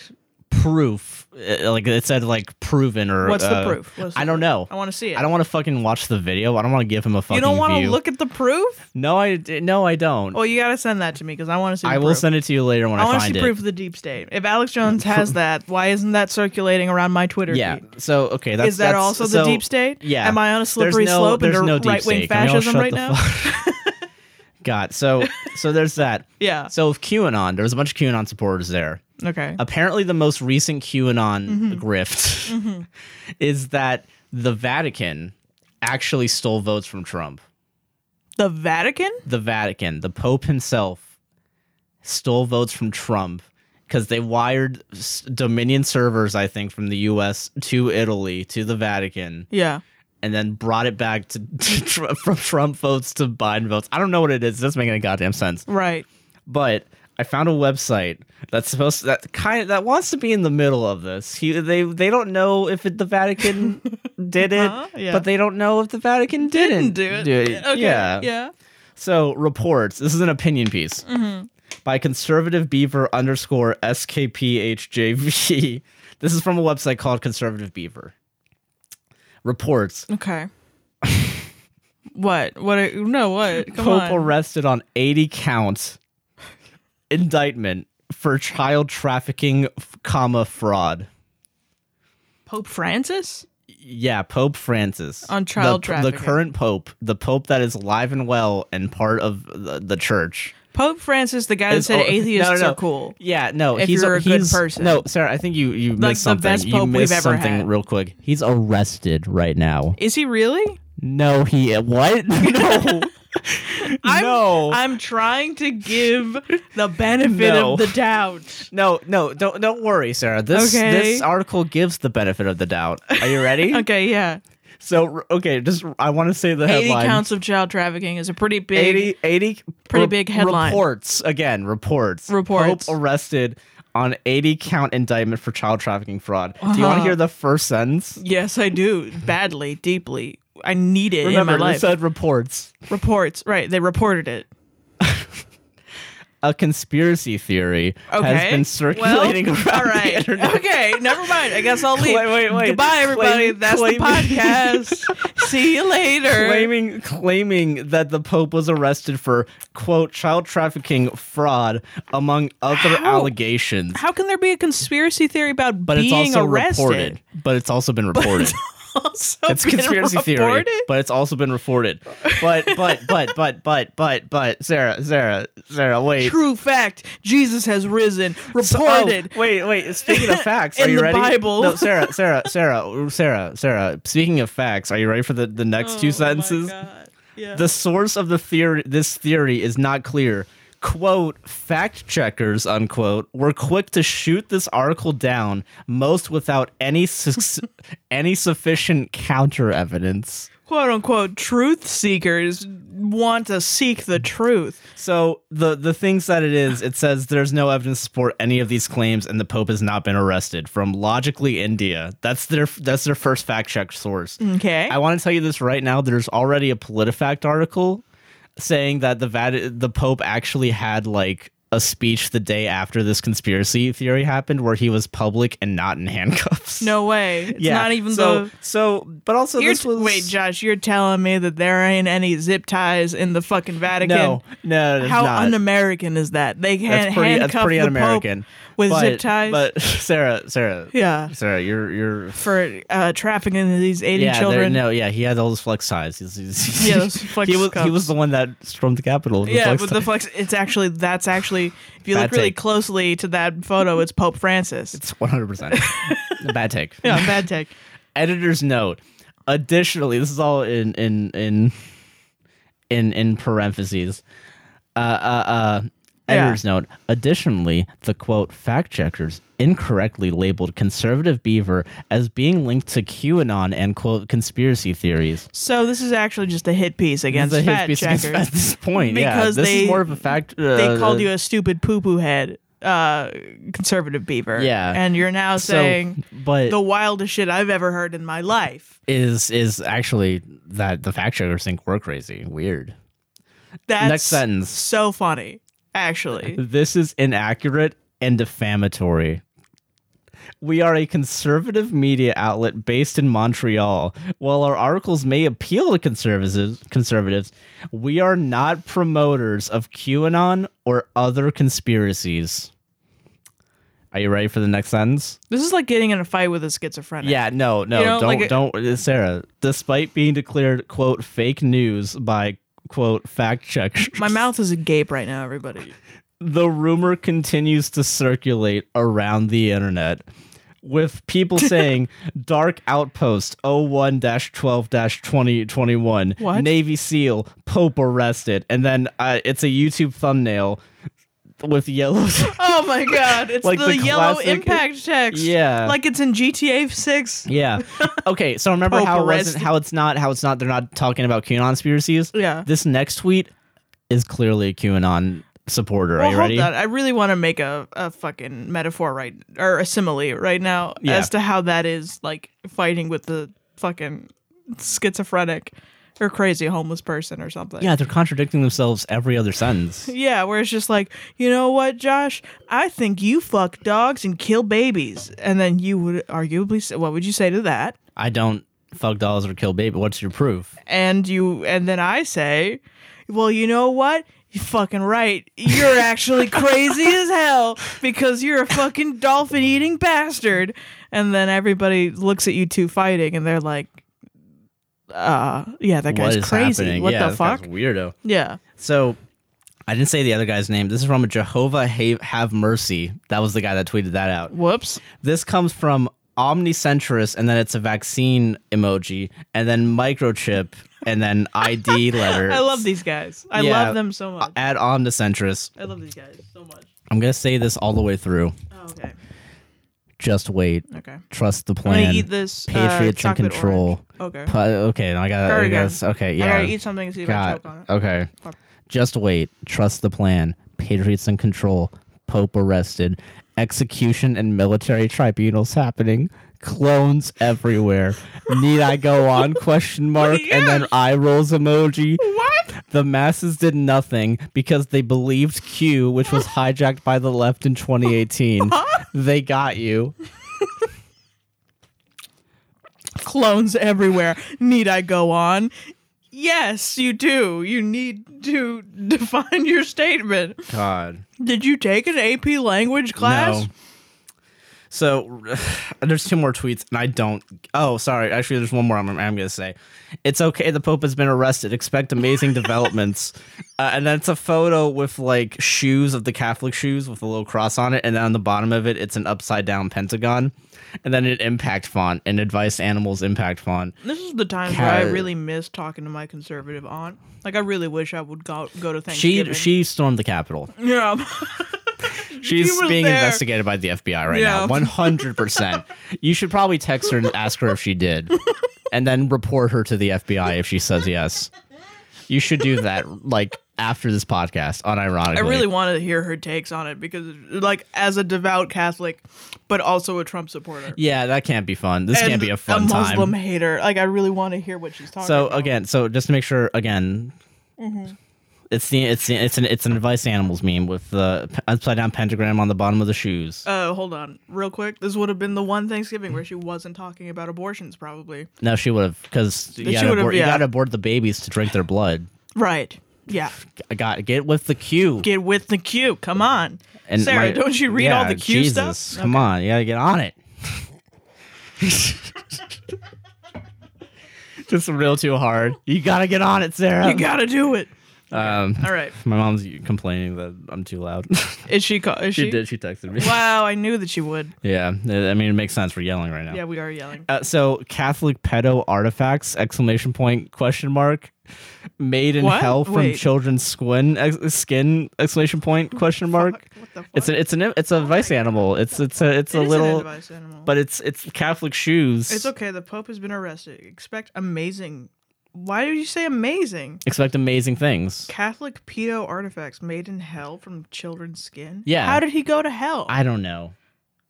[SPEAKER 1] proof uh, like it said like proven or
[SPEAKER 2] What's the
[SPEAKER 1] uh,
[SPEAKER 2] proof? What's the
[SPEAKER 1] I don't
[SPEAKER 2] proof?
[SPEAKER 1] know.
[SPEAKER 2] I want to see it.
[SPEAKER 1] I don't want to fucking watch the video. I don't want to give him a fucking
[SPEAKER 2] You don't
[SPEAKER 1] want to
[SPEAKER 2] look at the proof?
[SPEAKER 1] No, I d- no, I don't.
[SPEAKER 2] Well, you gotta send that to me because I want to see. The
[SPEAKER 1] I will
[SPEAKER 2] proof.
[SPEAKER 1] send it to you later when
[SPEAKER 2] I
[SPEAKER 1] I,
[SPEAKER 2] want to
[SPEAKER 1] find
[SPEAKER 2] see
[SPEAKER 1] it.
[SPEAKER 2] proof of the deep state. If Alex Jones has that, why isn't that circulating around my Twitter?
[SPEAKER 1] Yeah.
[SPEAKER 2] feed?
[SPEAKER 1] So okay, that's
[SPEAKER 2] Is that
[SPEAKER 1] that's-
[SPEAKER 2] also
[SPEAKER 1] so-
[SPEAKER 2] the deep state?
[SPEAKER 1] Yeah.
[SPEAKER 2] Am I on a
[SPEAKER 1] There's
[SPEAKER 2] slippery
[SPEAKER 1] no-
[SPEAKER 2] slope
[SPEAKER 1] there's
[SPEAKER 2] into
[SPEAKER 1] no deep
[SPEAKER 2] right wing
[SPEAKER 1] state. Can we all
[SPEAKER 2] fascism
[SPEAKER 1] shut
[SPEAKER 2] right
[SPEAKER 1] the
[SPEAKER 2] now?
[SPEAKER 1] fuck- God. So so there's that.
[SPEAKER 2] Yeah.
[SPEAKER 1] So with QAnon, there was a bunch of QAnon supporters there.
[SPEAKER 2] Okay.
[SPEAKER 1] Apparently, the most recent QAnon grift is that the Vatican actually stole votes from Trump.
[SPEAKER 2] The Vatican?
[SPEAKER 1] The Vatican, the Pope himself, stole votes from Trump because they wired s- Dominion servers, I think, from the U.S. to Italy to the Vatican,
[SPEAKER 2] Yeah.
[SPEAKER 1] and then brought it back to, to Tr- from Trump votes to Biden votes. I don't know what it is. It doesn't make any goddamn sense
[SPEAKER 2] Right.
[SPEAKER 1] but I found a website that's supposed to, that kind of that wants to be in the middle of this. He, they they don't know if it, the Vatican did it,
[SPEAKER 2] Huh? Uh-huh, Yeah.
[SPEAKER 1] but they don't know if the Vatican didn't,
[SPEAKER 2] Do it.
[SPEAKER 1] do it.
[SPEAKER 2] Okay.
[SPEAKER 1] Yeah.
[SPEAKER 2] Yeah. Mm-hmm.
[SPEAKER 1] So reports. This is an opinion piece. by conservative beaver underscore SKPHJV. E. This is from a website called Conservative Beaver. Reports
[SPEAKER 2] Okay. what? What? Are, no. What? Come
[SPEAKER 1] Pope
[SPEAKER 2] on.
[SPEAKER 1] arrested on 80 counts indictment for child trafficking, f- comma, fraud.
[SPEAKER 2] Pope Francis?
[SPEAKER 1] Yeah, Pope Francis
[SPEAKER 2] On child
[SPEAKER 1] the, the
[SPEAKER 2] trafficking.
[SPEAKER 1] current Pope, the Pope that is alive and well and part of the, the church.
[SPEAKER 2] Pope Francis, the guy that
[SPEAKER 1] Is-
[SPEAKER 2] said
[SPEAKER 1] oh,
[SPEAKER 2] atheists
[SPEAKER 1] no, no, no.
[SPEAKER 2] are cool.
[SPEAKER 1] Yeah, no,
[SPEAKER 2] If
[SPEAKER 1] he's
[SPEAKER 2] you're a good
[SPEAKER 1] he's-
[SPEAKER 2] person.
[SPEAKER 1] No, Sarah, I think you you missed
[SPEAKER 2] the
[SPEAKER 1] something.
[SPEAKER 2] best
[SPEAKER 1] you
[SPEAKER 2] Pope we've
[SPEAKER 1] missed
[SPEAKER 2] ever
[SPEAKER 1] something
[SPEAKER 2] had.
[SPEAKER 1] real quick. He's arrested right now.
[SPEAKER 2] Is he really?
[SPEAKER 1] No, he what? No,
[SPEAKER 2] I'm,
[SPEAKER 1] no,
[SPEAKER 2] I'm trying to give the benefit
[SPEAKER 1] No.
[SPEAKER 2] of the doubt.
[SPEAKER 1] no, no. Don't don't worry, Sarah. This
[SPEAKER 2] Okay.
[SPEAKER 1] this article gives the benefit of the doubt. Are you ready?
[SPEAKER 2] Okay, yeah.
[SPEAKER 1] So okay, just I want to say the
[SPEAKER 2] 80
[SPEAKER 1] headline.
[SPEAKER 2] counts of child trafficking is a pretty big.
[SPEAKER 1] 80, 80
[SPEAKER 2] pretty big headline.
[SPEAKER 1] Reports again, reports.
[SPEAKER 2] Reports.
[SPEAKER 1] Pope arrested on 80 count indictment for child trafficking fraud. Do you want to
[SPEAKER 2] Uh-huh.
[SPEAKER 1] hear the first sentence?
[SPEAKER 2] Yes, I do. Badly, deeply. I need it
[SPEAKER 1] Remember,
[SPEAKER 2] in my
[SPEAKER 1] they
[SPEAKER 2] life.
[SPEAKER 1] said reports.
[SPEAKER 2] Reports. Right. They reported it.
[SPEAKER 1] A conspiracy theory
[SPEAKER 2] Okay.
[SPEAKER 1] has been circulating
[SPEAKER 2] well,
[SPEAKER 1] around
[SPEAKER 2] all right.
[SPEAKER 1] the internet.
[SPEAKER 2] Okay, never mind. I guess I'll leave.
[SPEAKER 1] Wait, wait, wait.
[SPEAKER 2] Goodbye, everybody.
[SPEAKER 1] Claim-
[SPEAKER 2] That's
[SPEAKER 1] claim-
[SPEAKER 2] the podcast. See you later.
[SPEAKER 1] Claiming, claiming that the Pope was arrested for quote child trafficking fraud, among other
[SPEAKER 2] How?
[SPEAKER 1] allegations.
[SPEAKER 2] How can there be a conspiracy theory about
[SPEAKER 1] But
[SPEAKER 2] being
[SPEAKER 1] it's also
[SPEAKER 2] arrested?
[SPEAKER 1] reported. But it's also been reported.
[SPEAKER 2] Also
[SPEAKER 1] it's a
[SPEAKER 2] been
[SPEAKER 1] conspiracy theory,
[SPEAKER 2] reported?
[SPEAKER 1] but it's also been reported. But but but but but but but Sarah Sarah Sarah wait.
[SPEAKER 2] True fact. Jesus has risen.
[SPEAKER 1] So-
[SPEAKER 2] Reported.
[SPEAKER 1] oh, wait wait. Speaking of facts,
[SPEAKER 2] In
[SPEAKER 1] are you
[SPEAKER 2] the
[SPEAKER 1] ready?
[SPEAKER 2] Bible.
[SPEAKER 1] No, Sarah Sarah Sarah Sarah Sarah. Speaking of facts, are you ready for the the next
[SPEAKER 2] Oh
[SPEAKER 1] two sentences?
[SPEAKER 2] Yeah.
[SPEAKER 1] The source of the theory this theory is not clear. Quote, fact checkers, unquote, were quick to shoot this article down, most without any sus- any sufficient counter evidence.
[SPEAKER 2] quote unquote truth seekers want to seek the truth.
[SPEAKER 1] So the the things that it is, it says there's no evidence to support any of these claims, and the Pope has not been arrested. From logically India, that's their that's their first fact check source.
[SPEAKER 2] Okay.
[SPEAKER 1] I want to tell you this right now. There's already a PolitiFact article saying that the Vati- the Pope actually had like a speech the day after this conspiracy theory happened, where he was public and not in handcuffs.
[SPEAKER 2] no way. It's
[SPEAKER 1] yeah.
[SPEAKER 2] not even
[SPEAKER 1] so,
[SPEAKER 2] the
[SPEAKER 1] so. But also,
[SPEAKER 2] You're
[SPEAKER 1] this
[SPEAKER 2] t-
[SPEAKER 1] was
[SPEAKER 2] wait, Josh, you're telling me that there ain't any zip ties in the fucking Vatican?
[SPEAKER 1] no, no, it's
[SPEAKER 2] How
[SPEAKER 1] not.
[SPEAKER 2] un-American is that? They can't
[SPEAKER 1] that's pretty.
[SPEAKER 2] handcuff
[SPEAKER 1] That's pretty
[SPEAKER 2] the
[SPEAKER 1] un-American.
[SPEAKER 2] Pope with
[SPEAKER 1] but,
[SPEAKER 2] zip ties.
[SPEAKER 1] But Sarah, Sarah,
[SPEAKER 2] yeah,
[SPEAKER 1] Sarah, you're you're.
[SPEAKER 2] for uh, trafficking these eighty
[SPEAKER 1] Yeah, there-
[SPEAKER 2] children.
[SPEAKER 1] no, yeah, he had all those flex ties. He's, he's,
[SPEAKER 2] Yeah, those flex
[SPEAKER 1] he was he
[SPEAKER 2] cups.
[SPEAKER 1] was the one that stormed the Capitol. with the
[SPEAKER 2] yeah,
[SPEAKER 1] flex
[SPEAKER 2] but
[SPEAKER 1] tie.
[SPEAKER 2] the flex. It's actually that's actually if you
[SPEAKER 1] Bad
[SPEAKER 2] look really
[SPEAKER 1] take.
[SPEAKER 2] closely to that photo, it's Pope Francis.
[SPEAKER 1] It's 100 percent a bad take.
[SPEAKER 2] yeah, bad take.
[SPEAKER 1] Editor's note. Additionally, this is all in in in in in parentheses. Uh, uh, uh, editor's note. Additionally, the quote fact checkers incorrectly labeled conservative Beaver as being linked to QAnon and quote conspiracy theories.
[SPEAKER 2] So this is actually just a hit piece
[SPEAKER 1] It's
[SPEAKER 2] against
[SPEAKER 1] a hit
[SPEAKER 2] fact
[SPEAKER 1] piece
[SPEAKER 2] checkers.
[SPEAKER 1] at this point,
[SPEAKER 2] Because
[SPEAKER 1] yeah, this
[SPEAKER 2] they-
[SPEAKER 1] is more of a fact. uh,
[SPEAKER 2] they called you a stupid poo poo head, uh, conservative beaver.
[SPEAKER 1] Yeah.
[SPEAKER 2] and you're now saying
[SPEAKER 1] but
[SPEAKER 2] the wildest shit I've ever heard in my life.
[SPEAKER 1] is is actually that the fact checkers think we're crazy, weird.
[SPEAKER 2] That's
[SPEAKER 1] Next sentence.
[SPEAKER 2] so funny, actually.
[SPEAKER 1] This is inaccurate and defamatory. We are a conservative media outlet based in Montreal. While our articles may appeal to conservatives, conservatives, we are not promoters of QAnon or other conspiracies. Are you ready for the next sentence?
[SPEAKER 2] This is like getting in a fight with a schizophrenic.
[SPEAKER 1] Yeah, no, no,
[SPEAKER 2] You know,
[SPEAKER 1] don't,
[SPEAKER 2] like a-
[SPEAKER 1] don't, uh, Sarah. Despite being declared "quote fake news" by "quote fact checkers,"
[SPEAKER 2] My mouth is agape right now, everybody.
[SPEAKER 1] the rumor continues to circulate around the internet with people saying dark outpost 01-12-2021
[SPEAKER 2] What?
[SPEAKER 1] navy seal pope arrested and then uh, it's a youtube thumbnail with yellow
[SPEAKER 2] Oh my god, it's
[SPEAKER 1] Like
[SPEAKER 2] the,
[SPEAKER 1] the
[SPEAKER 2] yellow
[SPEAKER 1] classic-
[SPEAKER 2] impact text.
[SPEAKER 1] yeah
[SPEAKER 2] Like it's in GTA 6.
[SPEAKER 1] yeah okay so remember
[SPEAKER 2] Pope
[SPEAKER 1] how it wasn't
[SPEAKER 2] arrested.
[SPEAKER 1] how it's not how it's not they're not talking about qanon conspiracies
[SPEAKER 2] Yeah.
[SPEAKER 1] this next tweet is clearly a qanon supporter are
[SPEAKER 2] Well,
[SPEAKER 1] you
[SPEAKER 2] hold
[SPEAKER 1] ready
[SPEAKER 2] on. I really want to make a, a fucking metaphor right or a simile right now
[SPEAKER 1] Yeah.
[SPEAKER 2] as to how that is like fighting with the fucking schizophrenic or crazy homeless person or something.
[SPEAKER 1] Yeah, they're contradicting themselves every other sentence.
[SPEAKER 2] Yeah, where it's just like, you know what, Josh? I think you fuck dogs and kill babies. And then you would arguably say, what would you say to that?
[SPEAKER 1] I don't fuck dolls or kill baby. What's your proof?
[SPEAKER 2] And you and then I say, well, you know what? You're fucking right. You're actually crazy as hell because you're a fucking dolphin eating bastard. And then everybody looks at you two fighting and they're like, uh, yeah, that
[SPEAKER 1] what
[SPEAKER 2] guy's
[SPEAKER 1] is
[SPEAKER 2] crazy.
[SPEAKER 1] happening?
[SPEAKER 2] What
[SPEAKER 1] yeah,
[SPEAKER 2] the
[SPEAKER 1] this guy's
[SPEAKER 2] fuck?
[SPEAKER 1] a weirdo.
[SPEAKER 2] Yeah.
[SPEAKER 1] So I didn't say the other guy's name. This is from Jehovah Have, Have Mercy. That was the guy that tweeted that out.
[SPEAKER 2] Whoops.
[SPEAKER 1] This comes from Omnicentris, and then it's a vaccine emoji, and then microchip, and then ID letter.
[SPEAKER 2] I love these guys. I
[SPEAKER 1] Yeah.
[SPEAKER 2] love them so much.
[SPEAKER 1] At Omnicentris.
[SPEAKER 2] I love these guys so much.
[SPEAKER 1] I'm going to say this all the way through.
[SPEAKER 2] Oh, okay.
[SPEAKER 1] Just wait.
[SPEAKER 2] Okay.
[SPEAKER 1] Trust the
[SPEAKER 2] I'm
[SPEAKER 1] plan.
[SPEAKER 2] gonna eat this. uh,
[SPEAKER 1] Patriots in
[SPEAKER 2] chocolate
[SPEAKER 1] control.
[SPEAKER 2] orange. Okay.
[SPEAKER 1] Pu- okay, now I got
[SPEAKER 2] Very
[SPEAKER 1] to
[SPEAKER 2] good.
[SPEAKER 1] guess. Okay,
[SPEAKER 2] I
[SPEAKER 1] yeah.
[SPEAKER 2] gotta eat something and see if I
[SPEAKER 1] God.
[SPEAKER 2] choke on it.
[SPEAKER 1] Okay.
[SPEAKER 2] Okay.
[SPEAKER 1] Just wait. Trust the plan. Patriots in control. Pope arrested. Execution and military tribunals happening. Clones everywhere. Need I go on? Question mark. And then
[SPEAKER 2] Yes.
[SPEAKER 1] eye rolls emoji.
[SPEAKER 2] What?
[SPEAKER 1] The masses did nothing because they believed Q, which was hijacked by the left in 2018. they got you.
[SPEAKER 2] Clones everywhere. Need I go on? Yes, you do. You need to define your statement.
[SPEAKER 1] God.
[SPEAKER 2] Did you take an AP language class?
[SPEAKER 1] No. So there's two more tweets, and I don't. Oh, sorry. Actually, there's one more I'm, I'm going to say. It's okay. The Pope has been arrested. Expect amazing developments. Uh, and then it's a photo with like shoes of the Catholic shoes with a little cross on it. And then on the bottom of it, it's an upside down pentagon. And then an impact font, an advice animals impact font.
[SPEAKER 2] This is the time where I
[SPEAKER 1] Cat-
[SPEAKER 2] really miss talking to my conservative aunt. Like I really wish I would go go to
[SPEAKER 1] She
[SPEAKER 2] Thanksgiving.
[SPEAKER 1] she stormed the Capitol.
[SPEAKER 2] yeah.
[SPEAKER 1] She's
[SPEAKER 2] was
[SPEAKER 1] being
[SPEAKER 2] there.
[SPEAKER 1] investigated by the FBI right
[SPEAKER 2] Yeah.
[SPEAKER 1] now. One hundred percent. You should probably text her and ask her if she did, and then report her to the FBI if she says yes. You should do that like after this podcast, unironically.
[SPEAKER 2] I really wanted to hear her takes on it because, like, as a devout Catholic, but also a Trump supporter.
[SPEAKER 1] yeah, that can't be fun. This can't
[SPEAKER 2] And
[SPEAKER 1] be a fun time.
[SPEAKER 2] Muslim hater. Like, I really want to hear what she's talking.
[SPEAKER 1] So
[SPEAKER 2] about.
[SPEAKER 1] again, so just to make sure again,
[SPEAKER 2] Mm-hmm.
[SPEAKER 1] it's the it's the, it's an it's an advice animals meme with the p- upside down pentagram on the bottom of the shoes.
[SPEAKER 2] uh, hold on, real quick. This would have been the one Thanksgiving where she wasn't talking about abortions, probably.
[SPEAKER 1] no, she would have because you
[SPEAKER 2] She
[SPEAKER 1] got
[SPEAKER 2] would've,
[SPEAKER 1] abort, you
[SPEAKER 2] yeah.
[SPEAKER 1] got to abort the babies to drink their blood.
[SPEAKER 2] Right. Yeah.
[SPEAKER 1] I got get with the cue.
[SPEAKER 2] Get with the cue. Come on,
[SPEAKER 1] And
[SPEAKER 2] Sarah.
[SPEAKER 1] my-
[SPEAKER 2] don't you read all
[SPEAKER 1] yeah,
[SPEAKER 2] the cue
[SPEAKER 1] Jesus,
[SPEAKER 2] stuff?
[SPEAKER 1] Come on, you gotta get on it. Just real too hard. You gotta get on it, Sarah.
[SPEAKER 2] You gotta do it.
[SPEAKER 1] um,
[SPEAKER 2] All right.
[SPEAKER 1] my mom's complaining that I'm too loud.
[SPEAKER 2] Is she? Call- is she?
[SPEAKER 1] she did. She texted me.
[SPEAKER 2] Wow, I knew that she would.
[SPEAKER 1] Yeah, I I mean it makes sense. We're yelling right now.
[SPEAKER 2] Yeah, we are yelling.
[SPEAKER 1] Uh, so Catholic pedo artifacts exclamation point question mark made in
[SPEAKER 2] What?
[SPEAKER 1] hell from
[SPEAKER 2] Wait.
[SPEAKER 1] children's skin ex- skin exclamation point question mark.
[SPEAKER 2] What the fuck?
[SPEAKER 1] It's a it's an it's a vice animal. It's it's a it's
[SPEAKER 2] It
[SPEAKER 1] a
[SPEAKER 2] is an
[SPEAKER 1] little
[SPEAKER 2] advice animal.
[SPEAKER 1] but it's it's Catholic shoes.
[SPEAKER 2] It's okay. The Pope has been arrested. Expect amazing. Why did you say amazing?
[SPEAKER 1] Expect amazing things.
[SPEAKER 2] Catholic pedo artifacts made in hell from children's skin.
[SPEAKER 1] Yeah.
[SPEAKER 2] How did he go to hell?
[SPEAKER 1] I don't know.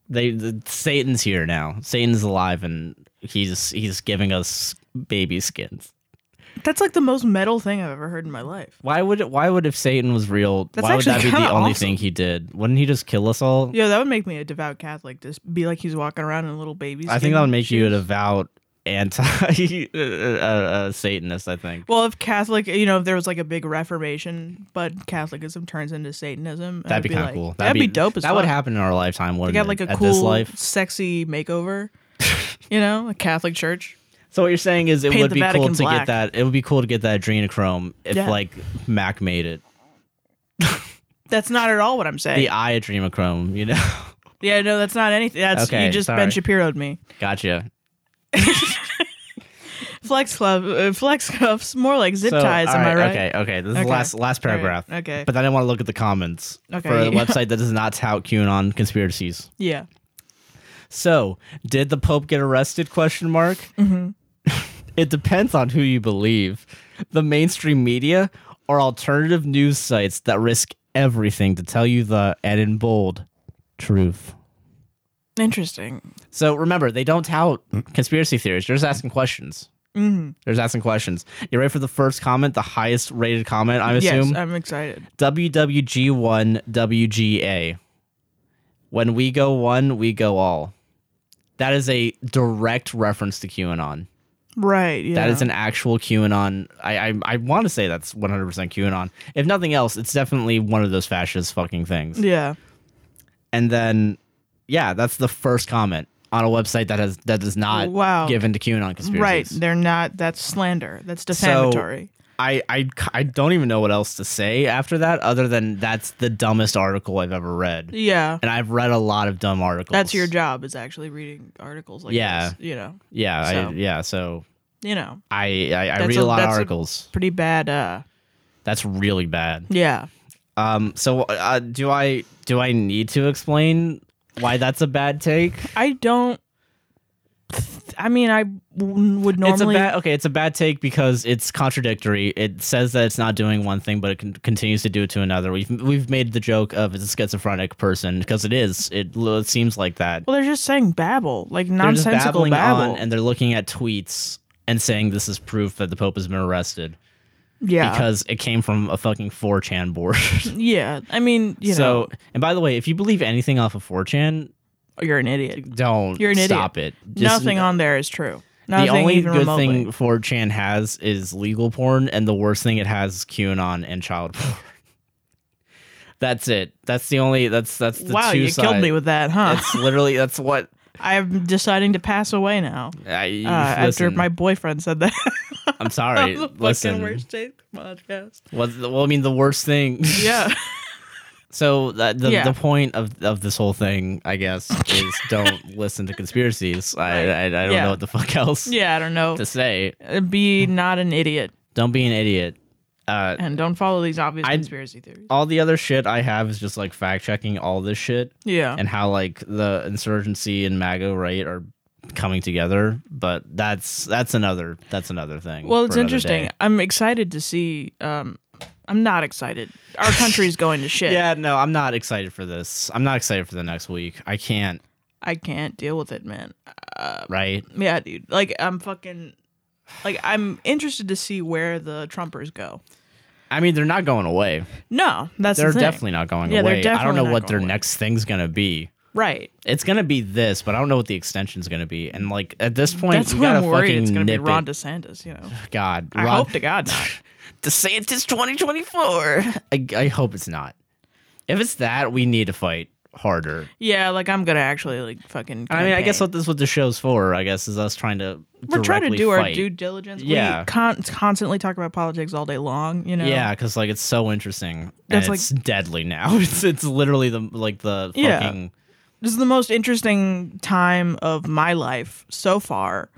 [SPEAKER 1] They the, Satan's here now. Satan's alive and he's he's giving us baby skins.
[SPEAKER 2] That's like the most metal thing I've ever heard in my life.
[SPEAKER 1] Why would why would if Satan was real?
[SPEAKER 2] That's
[SPEAKER 1] why would that
[SPEAKER 2] actually
[SPEAKER 1] be the
[SPEAKER 2] kinda
[SPEAKER 1] only
[SPEAKER 2] awesome.
[SPEAKER 1] thing he did? Wouldn't he just kill us all?
[SPEAKER 2] Yeah, that would make me a devout Catholic. Just be like he's walking around in little baby.
[SPEAKER 1] I think
[SPEAKER 2] skin
[SPEAKER 1] that would make you an
[SPEAKER 2] shoes.
[SPEAKER 1] avowed anti uh, uh, Satanist. I think.
[SPEAKER 2] Well, if Catholic, you know, if there was like a big Reformation, but Catholicism turns into Satanism, I'd
[SPEAKER 1] That'd be, kind of
[SPEAKER 2] like-
[SPEAKER 1] cool.
[SPEAKER 2] That'd, be, dope as
[SPEAKER 1] That
[SPEAKER 2] fuck.
[SPEAKER 1] would happen in our lifetime.
[SPEAKER 2] They
[SPEAKER 1] Wouldn't
[SPEAKER 2] got
[SPEAKER 1] it?
[SPEAKER 2] like a
[SPEAKER 1] At
[SPEAKER 2] cool,
[SPEAKER 1] this life.
[SPEAKER 2] sexy makeover. you know, a Catholic church.
[SPEAKER 1] So what you're saying is it
[SPEAKER 2] Paint
[SPEAKER 1] would
[SPEAKER 2] the
[SPEAKER 1] be cool
[SPEAKER 2] Vatican
[SPEAKER 1] to
[SPEAKER 2] black.
[SPEAKER 1] get that. It would be cool to get that adrenochrome if
[SPEAKER 2] Yeah.
[SPEAKER 1] like Mac made it.
[SPEAKER 2] That's not at all what I'm saying.
[SPEAKER 1] The eye adrenochrome, you know.
[SPEAKER 2] Yeah, no, that's not anything. That's you
[SPEAKER 1] Okay,
[SPEAKER 2] just Ben
[SPEAKER 1] sorry.
[SPEAKER 2] Shapiro'd me.
[SPEAKER 1] gotcha.
[SPEAKER 2] Flex club, uh, flex cuffs, more like zip
[SPEAKER 1] So,
[SPEAKER 2] ties. Am
[SPEAKER 1] all
[SPEAKER 2] I right?
[SPEAKER 1] Okay, okay. This is
[SPEAKER 2] Okay.
[SPEAKER 1] the last last
[SPEAKER 2] All right,
[SPEAKER 1] paragraph.
[SPEAKER 2] Okay.
[SPEAKER 1] But then I want to look at the comments
[SPEAKER 2] Okay.
[SPEAKER 1] for a website that does not tout QAnon conspiracies.
[SPEAKER 2] yeah.
[SPEAKER 1] So, did the Pope get arrested? Question mark.
[SPEAKER 2] Mm-hmm.
[SPEAKER 1] it depends on who you believe. The mainstream media or alternative news sites that risk everything to tell you the and in bold truth.
[SPEAKER 2] Interesting.
[SPEAKER 1] So remember, they don't tout conspiracy theories. They're just asking questions.
[SPEAKER 2] Mm-hmm.
[SPEAKER 1] There's asking questions. You ready for the first comment, the highest rated comment? I assume
[SPEAKER 2] Yes, uh, I'm excited.
[SPEAKER 1] WWG1WGA. When we go one, we go all. That is a direct reference to QAnon.
[SPEAKER 2] Right. Yeah.
[SPEAKER 1] That is an actual QAnon. I I, I want to say that's 100% QAnon. If nothing else, it's definitely one of those fascist fucking things.
[SPEAKER 2] Yeah.
[SPEAKER 1] And then, yeah, that's the first comment on a website that has that does not
[SPEAKER 2] Wow.
[SPEAKER 1] give into QAnon conspiracies.
[SPEAKER 2] Right. They're not. That's slander. That's defamatory.
[SPEAKER 1] I, I I don't even know what else to say after that, other than that's the dumbest article I've ever read.
[SPEAKER 2] yeah.
[SPEAKER 1] and I've read a lot of dumb articles.
[SPEAKER 2] That's your job is actually reading articles like
[SPEAKER 1] Yeah.
[SPEAKER 2] this. You know.
[SPEAKER 1] yeah,
[SPEAKER 2] So.
[SPEAKER 1] I, yeah. So
[SPEAKER 2] You know.
[SPEAKER 1] I I, I
[SPEAKER 2] That's
[SPEAKER 1] read
[SPEAKER 2] a-
[SPEAKER 1] a, lot of
[SPEAKER 2] that's a-
[SPEAKER 1] articles.
[SPEAKER 2] Pretty bad. Uh.
[SPEAKER 1] that's really bad.
[SPEAKER 2] Yeah.
[SPEAKER 1] Um. So uh, do I do I need to explain why that's a bad take?
[SPEAKER 2] I don't. I mean, I w- would normally.
[SPEAKER 1] It's a bad okay. It's a bad take because it's contradictory. It says that it's not doing one thing, but it con- continues to do it to another. We've we've made the joke of it's a schizophrenic person because it is. It, lo- it seems like that.
[SPEAKER 2] well, they're just saying babble, like
[SPEAKER 1] They're just
[SPEAKER 2] nonsensical
[SPEAKER 1] babbling
[SPEAKER 2] babble.
[SPEAKER 1] on, and they're looking at tweets and saying this is proof that the Pope has been arrested.
[SPEAKER 2] yeah.
[SPEAKER 1] because it came from a fucking 4chan board.
[SPEAKER 2] yeah. I mean, you
[SPEAKER 1] so,
[SPEAKER 2] know,
[SPEAKER 1] and by the way, if you believe anything off of 4chan,
[SPEAKER 2] you're an idiot.
[SPEAKER 1] don't
[SPEAKER 2] You're an idiot.
[SPEAKER 1] stop it. Just-
[SPEAKER 2] Nothing on there is true. Nothing
[SPEAKER 1] The only
[SPEAKER 2] even
[SPEAKER 1] good
[SPEAKER 2] remotely.
[SPEAKER 1] thing 4chan has is legal porn, and the worst thing it has is QAnon and child porn. that's it. That's the only. That's that's the
[SPEAKER 2] wow,
[SPEAKER 1] two
[SPEAKER 2] you
[SPEAKER 1] side-
[SPEAKER 2] killed me with that, huh?
[SPEAKER 1] That's literally that's what
[SPEAKER 2] I'm deciding to pass away now.
[SPEAKER 1] I
[SPEAKER 2] Uh, after
[SPEAKER 1] listen,
[SPEAKER 2] my boyfriend said that.
[SPEAKER 1] I'm sorry.
[SPEAKER 2] the fucking
[SPEAKER 1] listen,
[SPEAKER 2] worst take podcast.
[SPEAKER 1] what's the- well, I mean, the worst thing.
[SPEAKER 2] Yeah.
[SPEAKER 1] So that the,
[SPEAKER 2] Yeah.
[SPEAKER 1] the point of, of this whole thing, I guess, is don't listen to conspiracies. I, I, I don't
[SPEAKER 2] Yeah.
[SPEAKER 1] know what the fuck else
[SPEAKER 2] yeah, I don't know.
[SPEAKER 1] to say.
[SPEAKER 2] Uh, Be not an idiot
[SPEAKER 1] Don't be an idiot. Uh,
[SPEAKER 2] and don't follow these obvious
[SPEAKER 1] I-
[SPEAKER 2] conspiracy theories.
[SPEAKER 1] all the other shit I have is just like fact checking all this shit
[SPEAKER 2] Yeah.
[SPEAKER 1] and how like the insurgency and MAGA right are coming together. But that's that's another that's another thing.
[SPEAKER 2] Well,
[SPEAKER 1] for
[SPEAKER 2] it's
[SPEAKER 1] another
[SPEAKER 2] interesting.
[SPEAKER 1] day.
[SPEAKER 2] I'm excited to see. Um, I'm not excited. Our country's going to shit.
[SPEAKER 1] Yeah, no, I'm not excited for this. I'm not excited for the next week. I can't.
[SPEAKER 2] I can't deal with it, man. Uh,
[SPEAKER 1] Right?
[SPEAKER 2] yeah, dude. Like, I'm fucking. Like, I'm interested to see where the Trumpers go.
[SPEAKER 1] I mean, they're not going away.
[SPEAKER 2] No, that's the
[SPEAKER 1] they're
[SPEAKER 2] thing.
[SPEAKER 1] definitely not going
[SPEAKER 2] Yeah, they're
[SPEAKER 1] away. I don't
[SPEAKER 2] definitely
[SPEAKER 1] know
[SPEAKER 2] not
[SPEAKER 1] what their
[SPEAKER 2] going away.
[SPEAKER 1] next thing's gonna be.
[SPEAKER 2] right.
[SPEAKER 1] It's gonna be this, but I don't know what the extension's gonna be. And like at this point,
[SPEAKER 2] That's
[SPEAKER 1] you
[SPEAKER 2] why
[SPEAKER 1] gotta
[SPEAKER 2] I'm worried.
[SPEAKER 1] fucking
[SPEAKER 2] It's gonna be
[SPEAKER 1] nip
[SPEAKER 2] Ron
[SPEAKER 1] it.
[SPEAKER 2] DeSantis. You know,
[SPEAKER 1] God,
[SPEAKER 2] I
[SPEAKER 1] Ron
[SPEAKER 2] hope to God not.
[SPEAKER 1] DeSantis 2024. I, I hope it's not. If it's that, we need to fight harder.
[SPEAKER 2] Yeah, like I'm gonna actually like fucking.
[SPEAKER 1] I mean, I guess
[SPEAKER 2] campaign.
[SPEAKER 1] what this what the show's for, I guess, is us trying to
[SPEAKER 2] we're trying to
[SPEAKER 1] directly
[SPEAKER 2] do our
[SPEAKER 1] fight.
[SPEAKER 2] due diligence.
[SPEAKER 1] Yeah.
[SPEAKER 2] we con- constantly talk about politics all day long. You know.
[SPEAKER 1] Yeah, because like it's so interesting.
[SPEAKER 2] That's,
[SPEAKER 1] and
[SPEAKER 2] like-
[SPEAKER 1] it's deadly now. It's it's literally the like the
[SPEAKER 2] Yeah.
[SPEAKER 1] fucking
[SPEAKER 2] This is the most interesting time of my life so far.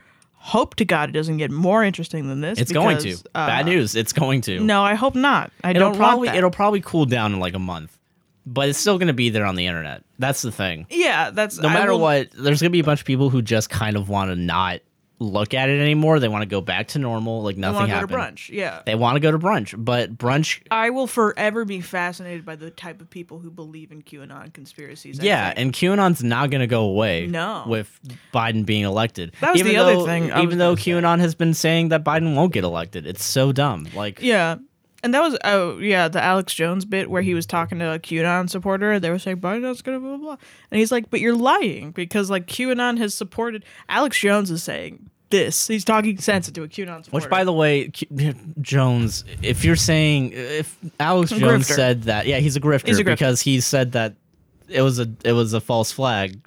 [SPEAKER 2] Hope to God it doesn't get more interesting than this.
[SPEAKER 1] it's going to.
[SPEAKER 2] because, uh,
[SPEAKER 1] Bad news. It's going to.
[SPEAKER 2] No, I hope not. I
[SPEAKER 1] It'll
[SPEAKER 2] don't
[SPEAKER 1] probably
[SPEAKER 2] want that.
[SPEAKER 1] it'll probably cool down in like a month, but it's still gonna be there on the internet. That's the thing.
[SPEAKER 2] yeah, that's
[SPEAKER 1] No
[SPEAKER 2] I
[SPEAKER 1] matter
[SPEAKER 2] will-
[SPEAKER 1] what, there's gonna be a bunch of people who just kind of want to not look at it anymore. They want to go back to normal, like
[SPEAKER 2] I
[SPEAKER 1] nothing
[SPEAKER 2] want to go to
[SPEAKER 1] happened. Eh.
[SPEAKER 2] brunch. Yeah,
[SPEAKER 1] They want to go to brunch, but brunch,
[SPEAKER 2] I will forever be fascinated by the type of people who believe in QAnon conspiracies. I
[SPEAKER 1] yeah,
[SPEAKER 2] think.
[SPEAKER 1] and QAnon's not gonna go away.
[SPEAKER 2] No.
[SPEAKER 1] with Biden being elected.
[SPEAKER 2] That was
[SPEAKER 1] even
[SPEAKER 2] the
[SPEAKER 1] though,
[SPEAKER 2] other thing I was
[SPEAKER 1] Even though
[SPEAKER 2] gonna say.
[SPEAKER 1] QAnon has been saying that Biden won't get elected, it's so dumb. Like,
[SPEAKER 2] Yeah. And that was oh yeah, the Alex Jones bit where he was talking to a QAnon supporter. They were saying Biden's gonna blah blah blah. And he's like, But you're lying because like QAnon has supported Alex Jones is saying this. He's talking sense into a QAnon supporter.
[SPEAKER 1] Which, by the way, Q- Jones, if you're saying if Alex Jones
[SPEAKER 2] grifter.
[SPEAKER 1] said that, yeah, he's a, grifter
[SPEAKER 2] He's a grifter.
[SPEAKER 1] because he said that it was a it was a false flag.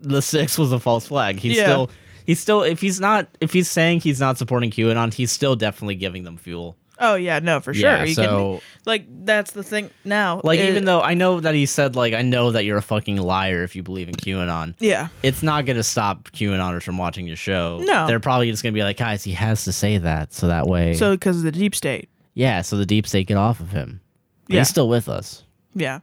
[SPEAKER 1] The six was a false flag. He's
[SPEAKER 2] Yeah.
[SPEAKER 1] still he's still if he's not if he's saying he's not supporting QAnon, he's still definitely giving them fuel.
[SPEAKER 2] Oh yeah, no, for sure.
[SPEAKER 1] Yeah,
[SPEAKER 2] Are you kidding me?
[SPEAKER 1] so-
[SPEAKER 2] like that's the thing now.
[SPEAKER 1] Like
[SPEAKER 2] It-
[SPEAKER 1] even though I know that he said like I know that you're a fucking liar if you believe in QAnon.
[SPEAKER 2] Yeah.
[SPEAKER 1] It's not going to stop QAnoners from watching your show.
[SPEAKER 2] No.
[SPEAKER 1] They're probably just going to be like, guys, he has to say that. So that way.
[SPEAKER 2] So because of the deep state.
[SPEAKER 1] Yeah, so the deep state get off of him. But
[SPEAKER 2] Yeah.
[SPEAKER 1] He's still with us.
[SPEAKER 2] Yeah.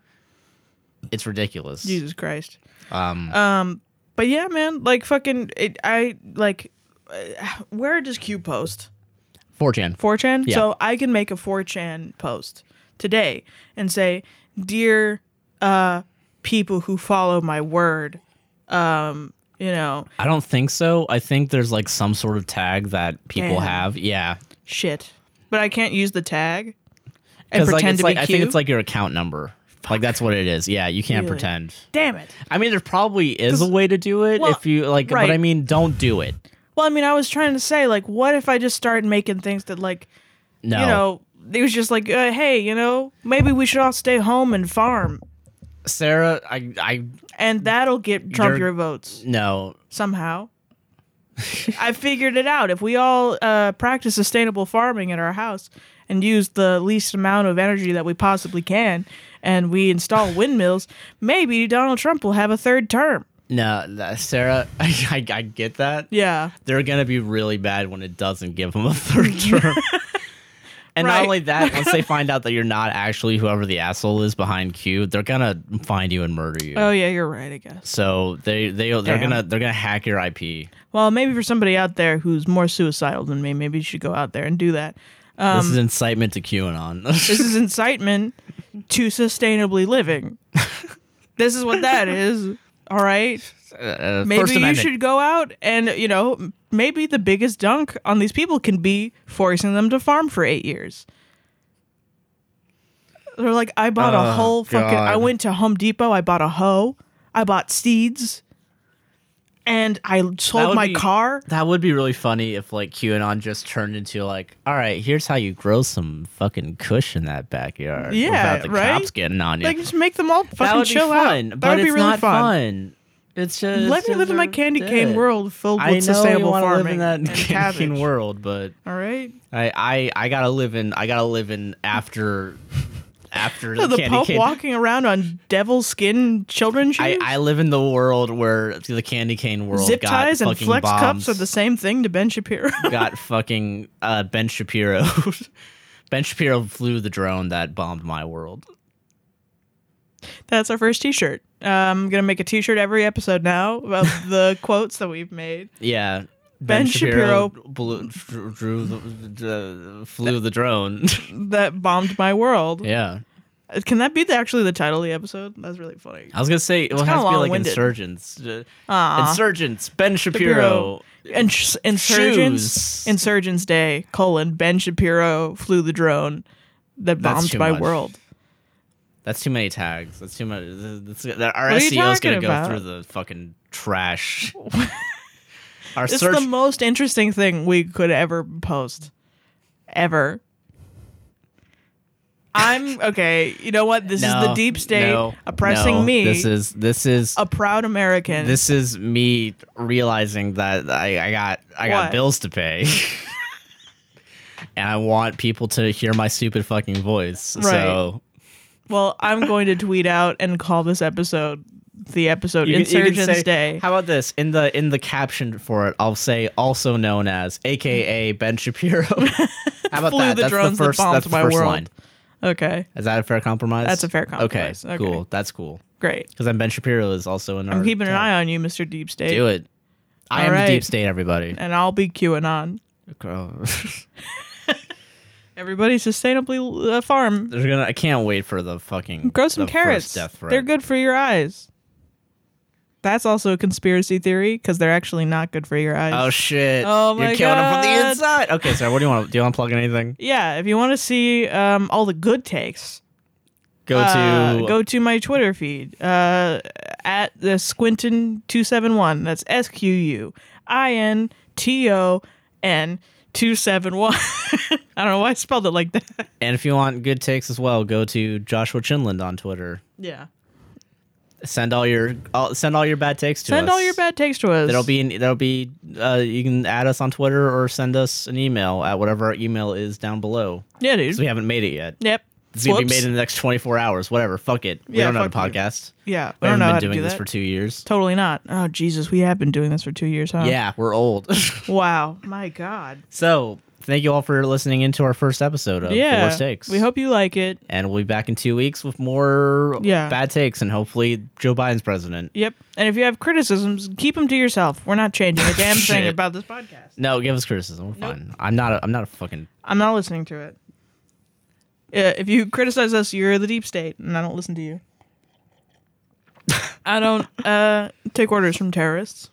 [SPEAKER 1] It's ridiculous.
[SPEAKER 2] Jesus Christ.
[SPEAKER 1] Um,
[SPEAKER 2] Um but yeah, man, like fucking it, I like uh, where does Q post?
[SPEAKER 1] 4chan.
[SPEAKER 2] 4chan.
[SPEAKER 1] Yeah.
[SPEAKER 2] So I can make a 4chan post today and say, "Dear uh people who follow my word, um You know,
[SPEAKER 1] I don't think so. I think there's like some sort of tag that people
[SPEAKER 2] Damn.
[SPEAKER 1] have. Yeah.
[SPEAKER 2] shit. But I can't use the tag and
[SPEAKER 1] like,
[SPEAKER 2] pretend
[SPEAKER 1] it's
[SPEAKER 2] to
[SPEAKER 1] like
[SPEAKER 2] be
[SPEAKER 1] I
[SPEAKER 2] Q.
[SPEAKER 1] think it's like your account number. Like that's what it is. Yeah, you can't
[SPEAKER 2] Really?
[SPEAKER 1] pretend.
[SPEAKER 2] Damn it.
[SPEAKER 1] I mean, there probably is a way to do it
[SPEAKER 2] well,
[SPEAKER 1] if you like,
[SPEAKER 2] right.
[SPEAKER 1] but I mean, don't do it.
[SPEAKER 2] Well, I mean, I was trying to say, like, what if I just started making things that, like,
[SPEAKER 1] No.
[SPEAKER 2] you know, it was just like, uh, hey, you know, maybe we should all stay home and farm,
[SPEAKER 1] Sarah, I, I,
[SPEAKER 2] and that'll get Trump
[SPEAKER 1] You're-
[SPEAKER 2] your votes
[SPEAKER 1] no.
[SPEAKER 2] somehow. I figured it out. If we all uh, practice sustainable farming at our house and use the least amount of energy that we possibly can, and we install windmills, maybe Donald Trump will have a third term.
[SPEAKER 1] No, that- Sarah, I, I, I get that.
[SPEAKER 2] Yeah.
[SPEAKER 1] They're gonna be really bad when it doesn't give them a third term. and
[SPEAKER 2] Right.
[SPEAKER 1] not only that, once they find out that you're not actually whoever the asshole is behind Q, they're gonna find you and murder you.
[SPEAKER 2] Oh yeah, you're right. I guess.
[SPEAKER 1] so they they they're
[SPEAKER 2] Damn.
[SPEAKER 1] gonna they're gonna hack your IP.
[SPEAKER 2] Well, maybe for somebody out there who's more suicidal than me, maybe you should go out there and do that.
[SPEAKER 1] this is incitement to QAnon.
[SPEAKER 2] This Um, is incitement to sustainably living. this is what that is. All right.
[SPEAKER 1] Uh, First
[SPEAKER 2] Maybe you
[SPEAKER 1] Amendment.
[SPEAKER 2] should go out and, you know, m- maybe the biggest dunk on these people can be forcing them to farm for eight years. They're like, I bought a
[SPEAKER 1] Oh,
[SPEAKER 2] whole fucking. I
[SPEAKER 1] God.
[SPEAKER 2] went to Home Depot. I bought a hoe. I bought seeds. And I sold
[SPEAKER 1] would
[SPEAKER 2] my
[SPEAKER 1] be-
[SPEAKER 2] car.
[SPEAKER 1] That would be really funny if like QAnon just turned into like, all right, here's how you grow some fucking kush in that backyard
[SPEAKER 2] Yeah,
[SPEAKER 1] without the
[SPEAKER 2] right?
[SPEAKER 1] cops getting on you.
[SPEAKER 2] Like just make them all
[SPEAKER 1] that
[SPEAKER 2] fucking
[SPEAKER 1] would be
[SPEAKER 2] chill
[SPEAKER 1] fun, but
[SPEAKER 2] out. That would
[SPEAKER 1] it's
[SPEAKER 2] be really
[SPEAKER 1] not
[SPEAKER 2] fun.
[SPEAKER 1] fun. It's just
[SPEAKER 2] Let me live in my
[SPEAKER 1] they're
[SPEAKER 2] candy cane
[SPEAKER 1] dead.
[SPEAKER 2] world filled with
[SPEAKER 1] I know
[SPEAKER 2] sustainable
[SPEAKER 1] you wanna
[SPEAKER 2] farming
[SPEAKER 1] live in that
[SPEAKER 2] and
[SPEAKER 1] candy cane
[SPEAKER 2] cabbage.
[SPEAKER 1] world, but
[SPEAKER 2] All right.
[SPEAKER 1] I, I I gotta live in I gotta live in after after
[SPEAKER 2] So
[SPEAKER 1] the,
[SPEAKER 2] the
[SPEAKER 1] candy
[SPEAKER 2] Pope
[SPEAKER 1] cane.
[SPEAKER 2] walking around on devil skin children
[SPEAKER 1] I,
[SPEAKER 2] shoes,
[SPEAKER 1] I live in the world where the candy cane world
[SPEAKER 2] zip
[SPEAKER 1] got
[SPEAKER 2] ties, and
[SPEAKER 1] fucking
[SPEAKER 2] flex
[SPEAKER 1] bombs.
[SPEAKER 2] cups are the same thing to Ben Shapiro.
[SPEAKER 1] got fucking uh, Ben Shapiro. ben Shapiro flew the drone that bombed my world.
[SPEAKER 2] That's our first T-shirt. Um, I'm gonna make a T-shirt every episode now about the quotes that we've made.
[SPEAKER 1] Yeah.
[SPEAKER 2] Ben
[SPEAKER 1] blew, drew, drew the, uh, flew the drone.
[SPEAKER 2] That bombed my world. Uh,
[SPEAKER 1] yeah.
[SPEAKER 2] Can that be the, actually the title of the episode? That's really funny.
[SPEAKER 1] I was going to say, it has to be
[SPEAKER 2] kinda
[SPEAKER 1] like
[SPEAKER 2] long-winded.
[SPEAKER 1] Insurgents. Uh,
[SPEAKER 2] Aw.
[SPEAKER 1] Insurgents, Ben Shapiro.
[SPEAKER 2] and sh- insurgents
[SPEAKER 1] Shoes.
[SPEAKER 2] insurgents day colon ben shapiro flew the drone that
[SPEAKER 1] That's
[SPEAKER 2] bombed
[SPEAKER 1] too
[SPEAKER 2] my
[SPEAKER 1] much.
[SPEAKER 2] world
[SPEAKER 1] That's too many tags. That's too much. That's, that's- our
[SPEAKER 2] What are you
[SPEAKER 1] SEO is
[SPEAKER 2] talking
[SPEAKER 1] going to go
[SPEAKER 2] about?
[SPEAKER 1] through the fucking trash. our
[SPEAKER 2] it's
[SPEAKER 1] search.
[SPEAKER 2] the most interesting thing we could ever post ever i'm okay you know what this is
[SPEAKER 1] No,
[SPEAKER 2] the deep state
[SPEAKER 1] no,
[SPEAKER 2] oppressing
[SPEAKER 1] no.
[SPEAKER 2] me
[SPEAKER 1] This is, this is,
[SPEAKER 2] a proud american
[SPEAKER 1] This is me realizing that I, I got I
[SPEAKER 2] What?
[SPEAKER 1] got bills to pay. and I want people to hear my stupid fucking voice. So
[SPEAKER 2] well i'm going to tweet out and call this episode the episode insurgents
[SPEAKER 1] say,
[SPEAKER 2] day
[SPEAKER 1] How about this? In the in the caption for it, I'll say also known as AKA Ben Shapiro. how about
[SPEAKER 2] Flew
[SPEAKER 1] that?
[SPEAKER 2] the
[SPEAKER 1] that's the
[SPEAKER 2] drones that
[SPEAKER 1] first
[SPEAKER 2] bombed
[SPEAKER 1] that's the
[SPEAKER 2] my
[SPEAKER 1] first
[SPEAKER 2] world.
[SPEAKER 1] line.
[SPEAKER 2] okay
[SPEAKER 1] Is that a fair compromise?
[SPEAKER 2] That's a fair compromise.
[SPEAKER 1] Okay,
[SPEAKER 2] Okay.
[SPEAKER 1] cool. That's cool.
[SPEAKER 2] great
[SPEAKER 1] Because then Ben Shapiro is also in our
[SPEAKER 2] i'm keeping an eye on you mr deep state
[SPEAKER 1] Do it. I
[SPEAKER 2] All
[SPEAKER 1] am
[SPEAKER 2] right.
[SPEAKER 1] the deep state, everybody.
[SPEAKER 2] and I'll be QAnon. Everybody sustainably uh, farm.
[SPEAKER 1] They're gonna. I can't wait for the fucking
[SPEAKER 2] Grow some
[SPEAKER 1] the first
[SPEAKER 2] carrots.
[SPEAKER 1] death threat.
[SPEAKER 2] They're good for your eyes. That's also a conspiracy theory because they're actually not good for your eyes.
[SPEAKER 1] Oh shit!
[SPEAKER 2] Oh my
[SPEAKER 1] You're killing them from
[SPEAKER 2] God.
[SPEAKER 1] the inside. Okay, sorry. What do you want? Do you want to plug in anything?
[SPEAKER 2] yeah, if you want to see um, all the good takes,
[SPEAKER 1] Go
[SPEAKER 2] uh,
[SPEAKER 1] to
[SPEAKER 2] go to my Twitter feed uh, at the Squinton two seven one. That's S Q U I N T O N two seven one. I don't know why I spelled it like that.
[SPEAKER 1] and if you want good takes as well, go to Joshua Chinland on Twitter.
[SPEAKER 2] Yeah.
[SPEAKER 1] Send all your all, send all your bad takes to
[SPEAKER 2] Send
[SPEAKER 1] us.
[SPEAKER 2] all your bad takes to us.
[SPEAKER 1] There'll be an, there'll be uh, you can add us on Twitter or send us an email at whatever our email is down below.
[SPEAKER 2] yeah, dude.
[SPEAKER 1] 'Cause we haven't made it yet.
[SPEAKER 2] Yep.
[SPEAKER 1] It's gonna
[SPEAKER 2] Whoops.
[SPEAKER 1] be made in the next 24 hours. Whatever. Fuck it. We
[SPEAKER 2] Yeah,
[SPEAKER 1] don't know how to
[SPEAKER 2] fuck you.
[SPEAKER 1] podcast.
[SPEAKER 2] yeah,
[SPEAKER 1] We
[SPEAKER 2] I
[SPEAKER 1] haven't
[SPEAKER 2] don't know
[SPEAKER 1] been
[SPEAKER 2] how to
[SPEAKER 1] doing
[SPEAKER 2] do
[SPEAKER 1] this
[SPEAKER 2] that.
[SPEAKER 1] for two years.
[SPEAKER 2] totally not. Oh Jesus, we have been doing this for two years, huh?
[SPEAKER 1] Yeah, we're old.
[SPEAKER 2] Wow. My God.
[SPEAKER 1] So thank you all for listening into our first episode of
[SPEAKER 2] yeah.
[SPEAKER 1] Four Takes.
[SPEAKER 2] We hope you like it.
[SPEAKER 1] and we'll be back in two weeks with more
[SPEAKER 2] Yeah.
[SPEAKER 1] bad takes and hopefully Joe Biden's president.
[SPEAKER 2] Yep. And if you have criticisms, keep them to yourself. We're not changing a damn thing
[SPEAKER 1] Shit.
[SPEAKER 2] about this podcast.
[SPEAKER 1] No, give us criticism. We're fine. I'm not. A, I'm not a fucking.
[SPEAKER 2] I'm not listening to it. Yeah, if you criticize us, you're the deep state, and I don't listen to you. I don't uh, take orders from terrorists.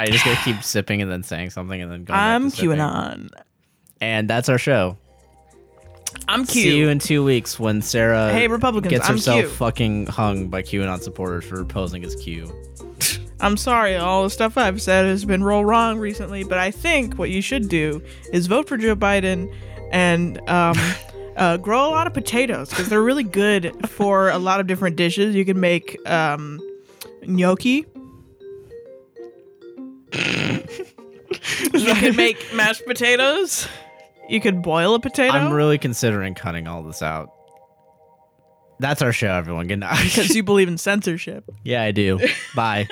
[SPEAKER 1] I just gotta keep sipping and then saying something and then going. back
[SPEAKER 2] I'm
[SPEAKER 1] to sipping.
[SPEAKER 2] QAnon.
[SPEAKER 1] and that's our show.
[SPEAKER 2] I'm Q.
[SPEAKER 1] See you in two weeks when Sarah
[SPEAKER 2] Hey, Republicans,
[SPEAKER 1] gets
[SPEAKER 2] I'm
[SPEAKER 1] herself
[SPEAKER 2] Q.
[SPEAKER 1] fucking hung by QAnon supporters for posing as Q.
[SPEAKER 2] I'm sorry, all the stuff I've said has been roll wrong recently, but I think what you should do is vote for Joe Biden and um, uh, grow a lot of potatoes because they're really good for a lot of different dishes. You can make um, gnocchi. you can make mashed potatoes. You could boil a potato.
[SPEAKER 1] I'm really considering cutting all this out. That's our show, everyone. Good night.
[SPEAKER 2] because you believe in censorship.
[SPEAKER 1] yeah, I do. Bye.